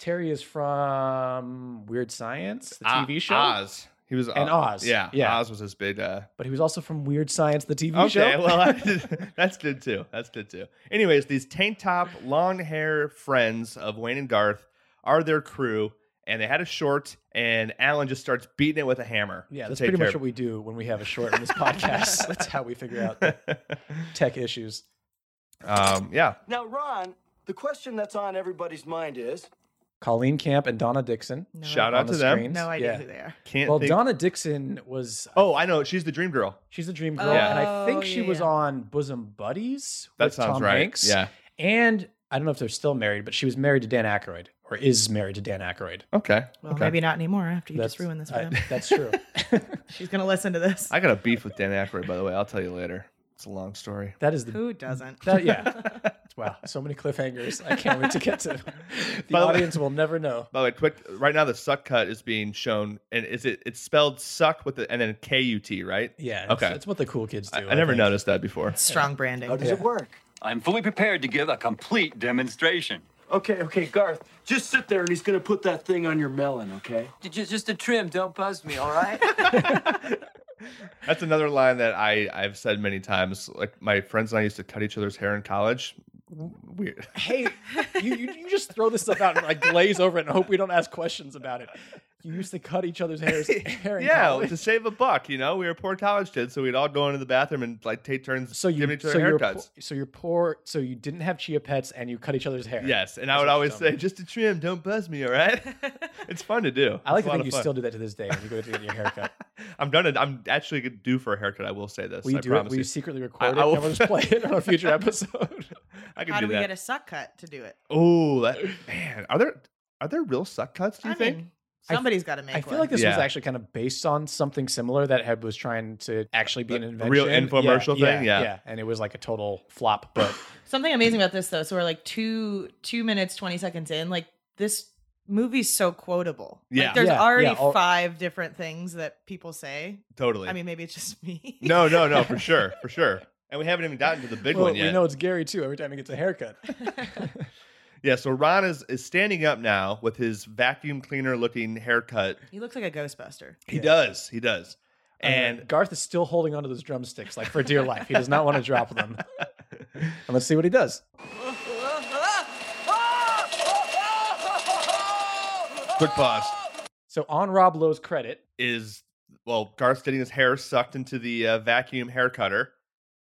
[SPEAKER 5] Terry is from Weird Science, the
[SPEAKER 2] Ah,
[SPEAKER 5] TV show,
[SPEAKER 2] Oz. He was
[SPEAKER 5] and
[SPEAKER 2] Oz.
[SPEAKER 5] Oz.
[SPEAKER 2] Yeah,
[SPEAKER 5] yeah.
[SPEAKER 2] Oz was his big. Uh,
[SPEAKER 5] But he was also from Weird Science, the TV show.
[SPEAKER 2] okay, well, I- that's good too. That's good too. Anyways, these tank top, long hair friends of Wayne and Garth are their crew, and they had a short, and Alan just starts beating it with a hammer.
[SPEAKER 5] yeah,
[SPEAKER 2] to
[SPEAKER 5] that's
[SPEAKER 2] take
[SPEAKER 5] pretty
[SPEAKER 2] care
[SPEAKER 5] much
[SPEAKER 2] of-
[SPEAKER 5] what we do when we have a short in this podcast. That's how we figure out the tech issues.
[SPEAKER 2] um, yeah,
[SPEAKER 8] Now, Ron, the question that's on everybody's mind is
[SPEAKER 5] Colleen Camp and Donna Dixon.
[SPEAKER 1] No,
[SPEAKER 2] shout
[SPEAKER 5] on
[SPEAKER 2] out
[SPEAKER 5] the
[SPEAKER 2] to them.
[SPEAKER 5] screen.
[SPEAKER 1] No idea
[SPEAKER 5] Yeah.
[SPEAKER 1] who they are.
[SPEAKER 2] Can't
[SPEAKER 5] Well,
[SPEAKER 2] think-
[SPEAKER 5] Donna Dixon was
[SPEAKER 2] Oh, I know. She's the dream girl.
[SPEAKER 5] she's the dream girl,
[SPEAKER 1] Oh,
[SPEAKER 5] and I think she
[SPEAKER 1] yeah,
[SPEAKER 5] was
[SPEAKER 1] yeah.
[SPEAKER 5] on Bosom Buddies.
[SPEAKER 2] That
[SPEAKER 5] with
[SPEAKER 2] sounds
[SPEAKER 5] Tom
[SPEAKER 2] right.
[SPEAKER 5] Hanks.
[SPEAKER 2] Yeah.
[SPEAKER 5] and I don't know if they're still married, but she was married to Dan Aykroyd, or is married to Dan Aykroyd.
[SPEAKER 2] Okay.
[SPEAKER 1] Well,
[SPEAKER 2] okay.
[SPEAKER 1] maybe not anymore after you just ruined this for
[SPEAKER 5] I-
[SPEAKER 1] them.
[SPEAKER 5] that's true.
[SPEAKER 1] She's going to listen to this.
[SPEAKER 2] I got a beef with Dan Aykroyd, by the way. I'll tell you later. It's a long story.
[SPEAKER 5] That is the
[SPEAKER 1] Who doesn't?
[SPEAKER 5] That, yeah. wow. So many cliffhangers. I can't wait to get to. them. The
[SPEAKER 2] By the way-
[SPEAKER 5] audience will never know.
[SPEAKER 2] By the way, quick. Right now, the suck cut is being shown, and is it? It's spelled suck with the and then K U T, right?
[SPEAKER 5] Yeah. It's,
[SPEAKER 2] Okay.
[SPEAKER 5] It's what the cool kids do.
[SPEAKER 2] I, I never
[SPEAKER 5] think.
[SPEAKER 2] noticed that before.
[SPEAKER 1] Strong branding.
[SPEAKER 8] how does it work?
[SPEAKER 9] I'm fully prepared to give a complete demonstration.
[SPEAKER 8] Okay, okay, Garth, just sit there and he's gonna put that thing on your melon, okay?
[SPEAKER 10] Just, just a trim. Don't buzz me, all right?
[SPEAKER 2] That's another line that I I've said many times. Like my friends and I used to cut each other's hair in college. Weird.
[SPEAKER 5] Hey, you, you, you just throw this stuff out and like glaze over it and hope we don't ask questions about it. You used to cut each other's hairs. Hair in
[SPEAKER 2] yeah,
[SPEAKER 5] college.
[SPEAKER 2] to save a buck, you know, we were poor college kids, so we'd all go into the bathroom and like take turns
[SPEAKER 5] So you
[SPEAKER 2] giving each other
[SPEAKER 5] so you're
[SPEAKER 2] haircuts.
[SPEAKER 5] poor, so you're poor so you didn't have chia pets and you cut each other's hair.
[SPEAKER 2] Yes, and
[SPEAKER 5] That's
[SPEAKER 2] I would
[SPEAKER 5] what
[SPEAKER 2] always
[SPEAKER 5] some-
[SPEAKER 2] say, just a trim, don't buzz me, all right? it's fun to do.
[SPEAKER 5] I like
[SPEAKER 2] It's a lot
[SPEAKER 5] to think
[SPEAKER 2] of
[SPEAKER 5] you
[SPEAKER 2] fun.
[SPEAKER 5] still do that to this day when you go to get your haircut.
[SPEAKER 2] I'm done. It. I'm actually due for a haircut. I will say this.
[SPEAKER 5] Will you
[SPEAKER 2] I
[SPEAKER 5] do it?
[SPEAKER 2] promise
[SPEAKER 5] Will you secretly record
[SPEAKER 2] I
[SPEAKER 5] it?
[SPEAKER 2] will-
[SPEAKER 5] And we'll just play it on a future episode.
[SPEAKER 2] I can
[SPEAKER 1] How do
[SPEAKER 2] do,
[SPEAKER 1] we get
[SPEAKER 2] that.
[SPEAKER 1] a suck cut to do it?
[SPEAKER 2] Oh, that man. Are there are there real suck cuts? Do you
[SPEAKER 1] I
[SPEAKER 2] think?
[SPEAKER 1] mean,
[SPEAKER 5] I f-
[SPEAKER 1] somebody's got to make
[SPEAKER 5] I feel
[SPEAKER 1] one.
[SPEAKER 5] like this was
[SPEAKER 2] Yeah.
[SPEAKER 5] actually kind of based on something similar that had was trying to actually be an
[SPEAKER 2] A
[SPEAKER 5] invention.
[SPEAKER 2] real
[SPEAKER 5] Yeah,
[SPEAKER 2] infomercial thing? Yeah.
[SPEAKER 5] And it was like a total flop, but
[SPEAKER 1] Something amazing about this though, so we're like two two minutes twenty seconds in. Like this movie's so quotable.
[SPEAKER 2] Yeah.
[SPEAKER 1] like, there's
[SPEAKER 5] Yeah,
[SPEAKER 1] already
[SPEAKER 5] yeah, all-
[SPEAKER 1] five different things that people say.
[SPEAKER 2] totally.
[SPEAKER 1] I mean, maybe it's just me.
[SPEAKER 2] no, no, no, for sure, for sure. And we haven't even gotten to the big
[SPEAKER 5] well,
[SPEAKER 2] one yet.
[SPEAKER 5] we know it's Gary too. Every time he gets a haircut,
[SPEAKER 2] Yeah, so Ron is, is standing up now with his vacuum cleaner looking haircut.
[SPEAKER 1] he looks like a Ghostbuster.
[SPEAKER 2] He does, he does.
[SPEAKER 5] and
[SPEAKER 2] And
[SPEAKER 5] Garth is still holding onto those drumsticks like for dear life. He does not want to drop them. and let's see what he does.
[SPEAKER 2] quick pause
[SPEAKER 5] So on Rob Lowe's credit,
[SPEAKER 2] is well, Garth's getting his hair sucked into the uh, vacuum hair cutter.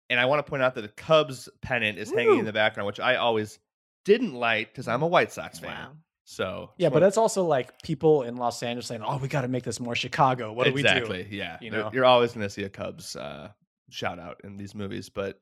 [SPEAKER 2] And I want to point out that the Cubs pennant is hanging in the background, which I always didn't like because I'm a White Sox fan.
[SPEAKER 1] Wow.
[SPEAKER 2] So
[SPEAKER 5] yeah,
[SPEAKER 2] just
[SPEAKER 5] but
[SPEAKER 2] wanna-
[SPEAKER 5] that's also like people in Los Angeles saying, "Oh, we got to make this more Chicago." What do we do?
[SPEAKER 2] exactly, yeah.
[SPEAKER 5] You
[SPEAKER 2] You know,
[SPEAKER 5] know?
[SPEAKER 2] you're always going to see a Cubs uh, shout out in these movies, but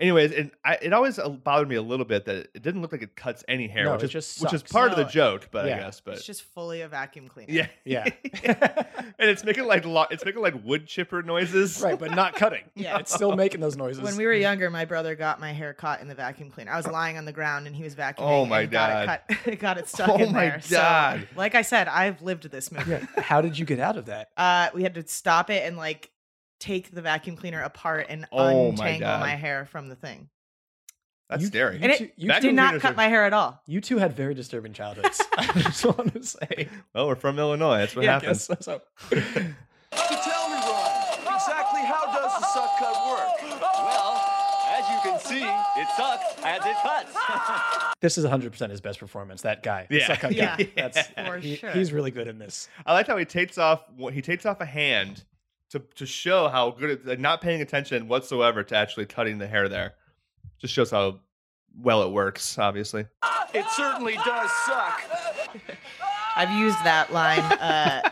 [SPEAKER 2] Anyways, and I, it always uh, bothered me a little bit that it didn't look like it cuts any hair,
[SPEAKER 5] No,
[SPEAKER 2] which
[SPEAKER 5] it
[SPEAKER 2] is
[SPEAKER 5] just
[SPEAKER 2] which is
[SPEAKER 5] sucks.
[SPEAKER 2] part of
[SPEAKER 1] No,
[SPEAKER 2] the joke, but
[SPEAKER 5] yeah.
[SPEAKER 2] I guess, but
[SPEAKER 1] It's just fully a vacuum cleaner.
[SPEAKER 2] yeah,
[SPEAKER 5] Yeah.
[SPEAKER 2] and it's making like lo- it's making like wood chipper noises.
[SPEAKER 5] right, but not cutting.
[SPEAKER 1] Yeah.
[SPEAKER 5] It's still making those noises.
[SPEAKER 1] When we were younger, my brother got my hair caught in the vacuum cleaner. I was lying on the ground and he was vacuuming.
[SPEAKER 2] Oh my
[SPEAKER 1] and
[SPEAKER 2] God.
[SPEAKER 1] Got it, cut, got it stuck
[SPEAKER 2] Oh
[SPEAKER 1] in
[SPEAKER 2] my
[SPEAKER 1] there. So,
[SPEAKER 2] God.
[SPEAKER 1] like I said, I've lived this movie.
[SPEAKER 5] yeah. How did you get out of that?
[SPEAKER 1] Uh, we had to stop it and like take the vacuum cleaner apart and
[SPEAKER 2] Oh my
[SPEAKER 1] untangle
[SPEAKER 2] God.
[SPEAKER 1] my, hair from the thing.
[SPEAKER 2] That's
[SPEAKER 5] You-
[SPEAKER 2] scary.
[SPEAKER 5] you
[SPEAKER 1] And
[SPEAKER 5] two-
[SPEAKER 1] it
[SPEAKER 5] you
[SPEAKER 1] did
[SPEAKER 2] vacuum
[SPEAKER 1] not
[SPEAKER 2] cleaners
[SPEAKER 1] cut
[SPEAKER 2] are-
[SPEAKER 1] my hair at all.
[SPEAKER 5] You two had very disturbing childhoods. I just want to say.
[SPEAKER 2] well, we're from Illinois. That's what
[SPEAKER 5] Yeah, I
[SPEAKER 2] happens.
[SPEAKER 5] guess so.
[SPEAKER 8] So tell me, Ron, exactly how does the suck cut work?
[SPEAKER 9] Well, as you can see, it sucks as it cuts.
[SPEAKER 5] This is 100% his best performance, that guy. the
[SPEAKER 2] Yeah.
[SPEAKER 5] suck-up guy.
[SPEAKER 1] Yeah.
[SPEAKER 5] That's,
[SPEAKER 1] For
[SPEAKER 5] he-
[SPEAKER 1] sure.
[SPEAKER 5] He's really good in this.
[SPEAKER 2] I like how he takes off wh- he takes off a hand to to show how good it, like, not paying attention whatsoever to actually cutting the hair there. Just shows how well it works, obviously.
[SPEAKER 8] It certainly does suck.
[SPEAKER 1] I've used that line. Uh,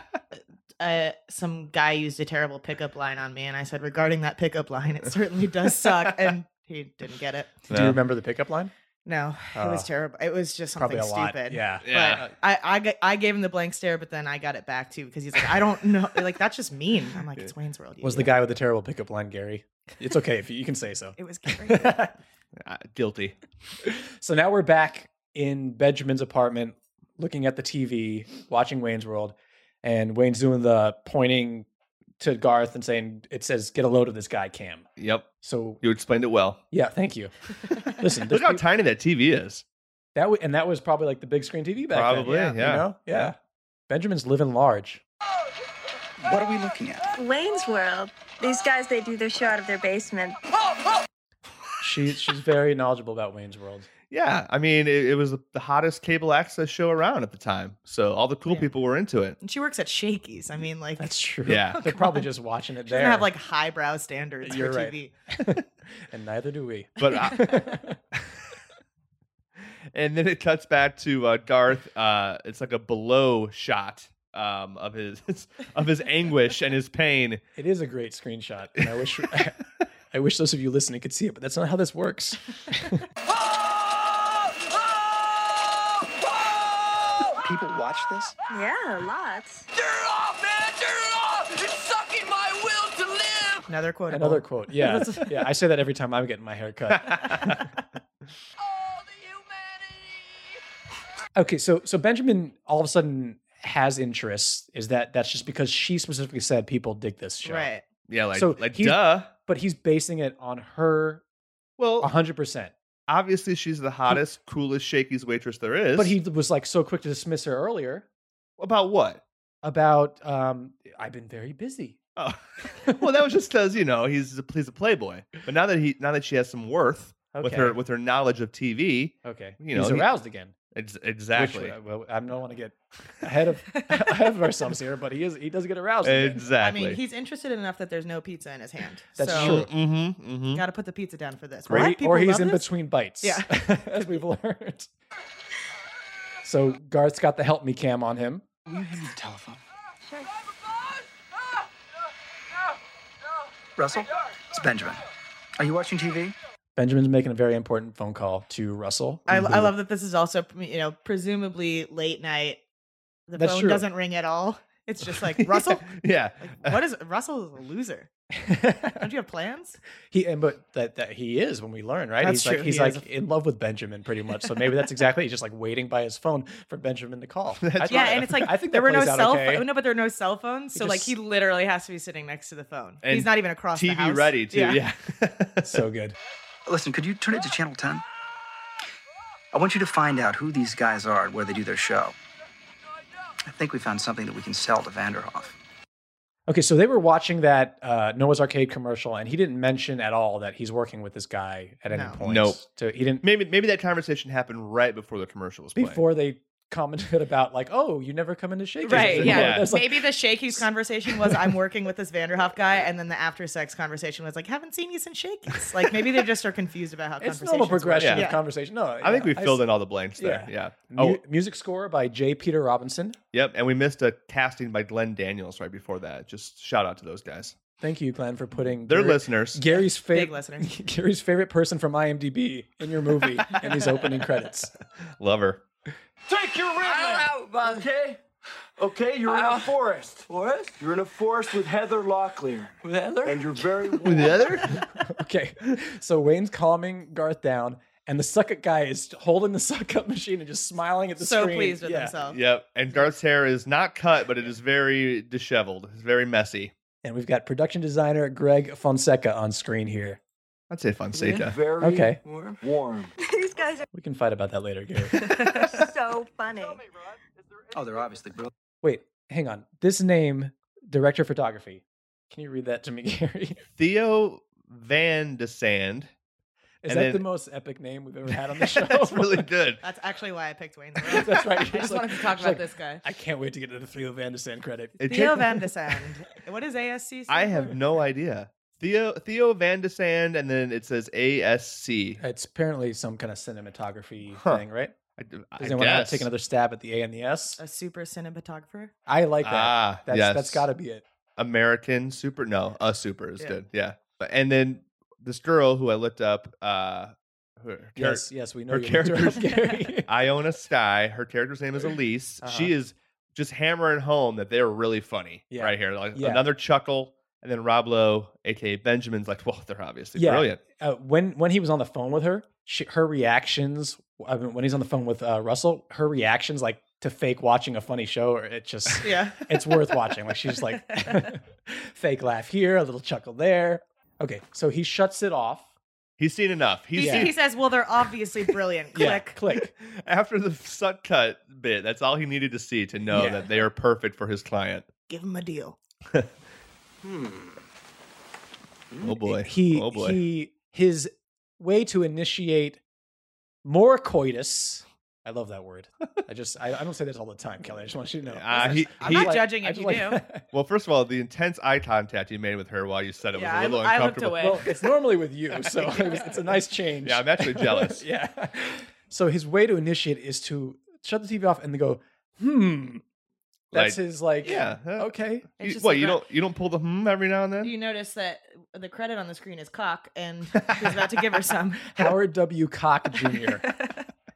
[SPEAKER 1] uh, some guy used a terrible pickup line on me, and I said, regarding that pickup line, it certainly does suck. And he didn't get it.
[SPEAKER 5] Do you
[SPEAKER 2] Yeah.
[SPEAKER 5] remember the pickup line?
[SPEAKER 1] No, it was terrible. It was just something
[SPEAKER 5] Probably a lot.
[SPEAKER 1] stupid.
[SPEAKER 5] Yeah.
[SPEAKER 2] Yeah.
[SPEAKER 1] But uh, I, I, g- I gave him the blank stare, but then I got it back too because he's like, I don't know. Like, that's just mean. I'm like, it's Wayne's World. you
[SPEAKER 5] Was the
[SPEAKER 1] idiot."
[SPEAKER 5] guy with the terrible pickup line Gary? It's okay if you, you can say so.
[SPEAKER 1] It was Gary.
[SPEAKER 2] Uh, guilty.
[SPEAKER 5] So now we're back in Benjamin's apartment, looking at the TV, watching Wayne's World, and Wayne's doing the pointing to Garth and saying, "It says get a load of this guy, Cam."
[SPEAKER 2] Yep.
[SPEAKER 5] So
[SPEAKER 2] You explained it well.
[SPEAKER 5] yeah, thank you. Listen,
[SPEAKER 2] Look
[SPEAKER 5] there's
[SPEAKER 2] how
[SPEAKER 5] peop-
[SPEAKER 2] tiny that TV is.
[SPEAKER 5] that wa- and that was probably like the big screen TV back then.
[SPEAKER 2] Probably, yeah.
[SPEAKER 5] You know? yeah. Benjamin's living large.
[SPEAKER 10] What are we looking at?
[SPEAKER 6] Wayne's World. These guys, they do their show out of their basement.
[SPEAKER 5] She's she's very knowledgeable about Wayne's World.
[SPEAKER 2] Yeah. I mean, it, it was the, the hottest cable access show around at the time. So all the cool
[SPEAKER 1] Yeah.
[SPEAKER 2] people were into it.
[SPEAKER 1] and she works at Shakey's. I mean, like,
[SPEAKER 5] That's true.
[SPEAKER 2] Yeah.
[SPEAKER 5] they're probably just watching it
[SPEAKER 1] she doesn't
[SPEAKER 5] there.
[SPEAKER 1] have like highbrow standards
[SPEAKER 5] You're
[SPEAKER 1] for
[SPEAKER 5] right.
[SPEAKER 1] TV.
[SPEAKER 5] and neither do we.
[SPEAKER 2] But I, and then it cuts back to uh, Garth. Uh, it's like a below shot um, of his of his anguish and his pain.
[SPEAKER 5] It is a great screenshot, and I wish I wish those of you listening could see it, but that's not how this works.
[SPEAKER 10] People watch this?
[SPEAKER 6] Yeah, lots.
[SPEAKER 7] Turn it off, man! Turn it off! It's sucking my will to live!
[SPEAKER 1] Another quote.
[SPEAKER 5] Another quote, yeah, yeah. I say that every time I'm getting my hair cut.
[SPEAKER 7] Oh, the humanity!
[SPEAKER 5] Okay, so so Benjamin all of a sudden has interests. Is that that's just because she specifically said people dig this show,
[SPEAKER 1] Right.
[SPEAKER 2] Yeah, like
[SPEAKER 5] So
[SPEAKER 2] like
[SPEAKER 5] he's-
[SPEAKER 2] duh.
[SPEAKER 5] But he's basing it on her
[SPEAKER 2] Well,
[SPEAKER 5] hundred percent.
[SPEAKER 2] obviously she's the hottest, coolest, shakiest waitress there is.
[SPEAKER 5] But he was like so quick to dismiss her earlier
[SPEAKER 2] about what?
[SPEAKER 5] about um I've been very busy.
[SPEAKER 2] Oh. well, that was just because you know he's a, he's a playboy. But now that he now that she has some worth
[SPEAKER 5] Okay.
[SPEAKER 2] with her with her knowledge of TV,
[SPEAKER 5] okay.
[SPEAKER 2] you know,
[SPEAKER 5] he's
[SPEAKER 2] he-
[SPEAKER 5] aroused again.
[SPEAKER 2] ex-
[SPEAKER 5] Which,
[SPEAKER 2] exactly,
[SPEAKER 5] uh, well, I don't want to get ahead of ahead of ourselves here, but he is he does get aroused.
[SPEAKER 1] I
[SPEAKER 5] again.
[SPEAKER 2] exactly.
[SPEAKER 1] mean, he's interested enough that there's no pizza in his hand.
[SPEAKER 5] That's
[SPEAKER 1] so
[SPEAKER 5] true.
[SPEAKER 2] Mm-hmm, mm-hmm.
[SPEAKER 1] Got to put the pizza down for this.
[SPEAKER 5] Or,
[SPEAKER 1] What?
[SPEAKER 5] he-
[SPEAKER 1] People
[SPEAKER 5] or he's
[SPEAKER 1] love
[SPEAKER 5] in
[SPEAKER 1] this?
[SPEAKER 5] between bites.
[SPEAKER 1] Yeah.
[SPEAKER 5] as we've learned. So Garth's got the help me cam on him.
[SPEAKER 10] Will you hand me the telephone? Russell? It's Benjamin. Are you watching TV?
[SPEAKER 5] Benjamin's making a very important phone call to Russell.
[SPEAKER 1] I, I
[SPEAKER 5] who-
[SPEAKER 1] love that this is also, you know, presumably late night. The
[SPEAKER 5] That's
[SPEAKER 1] phone
[SPEAKER 5] true.
[SPEAKER 1] doesn't ring at all. It's just like Russell.
[SPEAKER 2] yeah,
[SPEAKER 1] like, what is Russell is a loser? Don't you have plans?
[SPEAKER 5] he and but that, that he is when we learn, right?
[SPEAKER 1] That's
[SPEAKER 5] he's like
[SPEAKER 1] true,
[SPEAKER 5] he's
[SPEAKER 1] he is
[SPEAKER 5] like in love with Benjamin pretty much. So maybe that's exactly he's just like waiting by his phone for Benjamin to call. I-
[SPEAKER 1] Yeah, and it's like
[SPEAKER 5] I think
[SPEAKER 1] there
[SPEAKER 5] that
[SPEAKER 1] were no
[SPEAKER 5] plays out
[SPEAKER 1] cell.
[SPEAKER 5] okay.
[SPEAKER 1] pho- no, but there are no cell phones, so like
[SPEAKER 5] just-
[SPEAKER 1] he literally has to be sitting next to the phone.
[SPEAKER 2] And
[SPEAKER 1] he's not even across the
[SPEAKER 2] TV
[SPEAKER 1] house.
[SPEAKER 2] ready too. Yeah,
[SPEAKER 5] so good.
[SPEAKER 10] Listen, could you turn it to Channel 10? I want you to find out who these guys are and where they do their show. I think we found something that we can sell to Vanderhoff.
[SPEAKER 5] Okay, so they were watching that uh, Noah's Arcade commercial, and he didn't mention at all that he's working with this guy at any
[SPEAKER 1] No.
[SPEAKER 5] point.
[SPEAKER 2] Nope.
[SPEAKER 5] So he didn't
[SPEAKER 2] maybe maybe that conversation happened right before the commercial was playing.
[SPEAKER 5] before they commented about like, oh, you never come into Shakey's.
[SPEAKER 1] Right, yeah.
[SPEAKER 2] Yeah.
[SPEAKER 5] That's like,
[SPEAKER 1] Maybe the Shakey's conversation was I'm working with this Vanderhoff guy, and then the after sex conversation was like, haven't seen you since Shakey's. Like maybe they just are confused about how
[SPEAKER 5] it's
[SPEAKER 1] conversations
[SPEAKER 5] normal
[SPEAKER 1] work.
[SPEAKER 5] progression
[SPEAKER 2] Yeah.
[SPEAKER 5] of conversation. No,
[SPEAKER 2] I think we filled in all the blanks there.
[SPEAKER 5] yeah.
[SPEAKER 2] Yeah.
[SPEAKER 5] Oh.
[SPEAKER 2] Oh,
[SPEAKER 5] music score by J. Peter Robinson.
[SPEAKER 2] yep. And we missed a casting by Glenn Daniels right before that. Just shout out to those guys.
[SPEAKER 5] Thank you, Glenn, for putting
[SPEAKER 2] They're
[SPEAKER 5] Gary-
[SPEAKER 2] listeners.
[SPEAKER 5] Gary's
[SPEAKER 1] Big
[SPEAKER 5] favorite
[SPEAKER 1] listener.
[SPEAKER 5] Gary's favorite person from IMDb in your movie in these opening credits.
[SPEAKER 2] Love her.
[SPEAKER 8] Take your ribbon.
[SPEAKER 7] out, Buzz.
[SPEAKER 8] Okay. Okay, you're in a forest. Forest? You're in a forest with Heather Locklear,
[SPEAKER 7] With Heather?
[SPEAKER 8] and you're very
[SPEAKER 2] With
[SPEAKER 8] warm.
[SPEAKER 2] the other?
[SPEAKER 5] Okay, so Wayne's calming Garth down, and the suck up guy is holding the suck up machine and just smiling at the
[SPEAKER 1] so
[SPEAKER 5] screen.
[SPEAKER 1] pleased with
[SPEAKER 5] Yeah.
[SPEAKER 1] himself.
[SPEAKER 2] yep. And Garth's hair is not cut, but it is very disheveled. It's very messy.
[SPEAKER 5] And we've got production designer Greg Fonseca on screen here.
[SPEAKER 2] I'd say Fonseca.
[SPEAKER 8] Very
[SPEAKER 5] Okay.
[SPEAKER 7] Warm.
[SPEAKER 8] warm.
[SPEAKER 6] These guys
[SPEAKER 5] We can fight about that later, Gary.
[SPEAKER 6] are so funny.
[SPEAKER 10] Oh, they're obviously brilliant.
[SPEAKER 5] Wait, hang on. This name, director of photography. Can you read that to me, Gary?
[SPEAKER 2] Theo Van de Sand.
[SPEAKER 5] Is
[SPEAKER 2] And
[SPEAKER 5] that
[SPEAKER 2] then-
[SPEAKER 5] the most epic name we've ever had on the show?
[SPEAKER 2] That's really good.
[SPEAKER 1] That's actually why I picked Wayne's World.
[SPEAKER 5] That's right.
[SPEAKER 1] I
[SPEAKER 5] It's
[SPEAKER 1] just
[SPEAKER 5] like-
[SPEAKER 1] wanted to talk
[SPEAKER 5] it's
[SPEAKER 1] about
[SPEAKER 5] like,
[SPEAKER 1] this guy.
[SPEAKER 5] I can't wait to get to the Theo Van de Sand credit.
[SPEAKER 2] It
[SPEAKER 1] Theo
[SPEAKER 2] took-
[SPEAKER 1] Van de Sand. What is ASC?
[SPEAKER 2] I
[SPEAKER 1] stand
[SPEAKER 2] have
[SPEAKER 1] for?
[SPEAKER 2] no idea. Theo Theo Van de Sand, and then it says ASC.
[SPEAKER 5] It's apparently some kind of cinematography
[SPEAKER 2] Huh.
[SPEAKER 5] thing, right?
[SPEAKER 2] I,
[SPEAKER 5] Does anyone want to take another stab at the A and the S?
[SPEAKER 1] A super cinematographer.
[SPEAKER 5] I like that.
[SPEAKER 2] Ah,
[SPEAKER 5] that's
[SPEAKER 2] yes.
[SPEAKER 5] that's got to be it.
[SPEAKER 2] American super. No, a super is
[SPEAKER 1] Yeah.
[SPEAKER 2] good. Yeah, But- and then this girl who I looked up, uh, her, her,
[SPEAKER 5] Yes, yes, we know.
[SPEAKER 2] her
[SPEAKER 5] you looked her up, Gary.
[SPEAKER 2] Iona Sky. Her character's name is Elise.
[SPEAKER 5] Uh-huh.
[SPEAKER 2] She is just hammering home that they're really funny
[SPEAKER 5] Yeah.
[SPEAKER 2] right here. Like
[SPEAKER 5] Yeah.
[SPEAKER 2] another chuckle, and then Rob Lowe, aka Benjamin's, like, well, they're obviously
[SPEAKER 5] Yeah.
[SPEAKER 2] brilliant.
[SPEAKER 5] uh, when when he was on the phone with her, she, her reactions. I mean, when he's on the phone with uh, Russell, her reactions like to fake watching a funny show. Or it just
[SPEAKER 1] Yeah.
[SPEAKER 5] it's worth watching. Like she's just like fake laugh here, a little chuckle there. Okay, so he shuts it off.
[SPEAKER 2] He's seen enough. He's
[SPEAKER 1] He,
[SPEAKER 2] seen
[SPEAKER 1] he says, "Well, they're obviously brilliant."
[SPEAKER 5] Yeah,
[SPEAKER 1] Click.
[SPEAKER 5] click.
[SPEAKER 2] After the suck cut bit, that's all he needed to see to know
[SPEAKER 5] Yeah.
[SPEAKER 2] that they are perfect for his client.
[SPEAKER 1] Give him a deal.
[SPEAKER 2] Oh boy.
[SPEAKER 5] He
[SPEAKER 2] oh boy.
[SPEAKER 5] he his way to initiate more coitus. I love that word. I just I, I don't say this all the time, Kelly. I just want you to know.
[SPEAKER 2] Ah, he-
[SPEAKER 5] I
[SPEAKER 2] I'm
[SPEAKER 5] just
[SPEAKER 2] not
[SPEAKER 1] judging
[SPEAKER 5] I
[SPEAKER 1] if
[SPEAKER 5] just
[SPEAKER 1] you do.
[SPEAKER 2] well, first of all, the intense eye contact you made with her while you said it
[SPEAKER 1] Yeah,
[SPEAKER 2] was a
[SPEAKER 1] I,
[SPEAKER 2] little
[SPEAKER 1] I looked
[SPEAKER 2] uncomfortable.
[SPEAKER 1] away.
[SPEAKER 5] Well, it's normally with you, so it was- it's a nice change.
[SPEAKER 2] Yeah, I'm actually jealous.
[SPEAKER 5] yeah. So his way to initiate is to shut the TV off and then go, hmm. That's
[SPEAKER 2] Like,
[SPEAKER 5] his like.
[SPEAKER 2] yeah, uh, huh?
[SPEAKER 5] Okay.
[SPEAKER 2] You-
[SPEAKER 1] It's just
[SPEAKER 2] what
[SPEAKER 1] like
[SPEAKER 2] you
[SPEAKER 1] that-
[SPEAKER 2] don't you don't pull the hmm every now and then?
[SPEAKER 1] You notice that the credit on the screen is cock, and he's about to give her some.
[SPEAKER 5] Howard W. Koch Jr.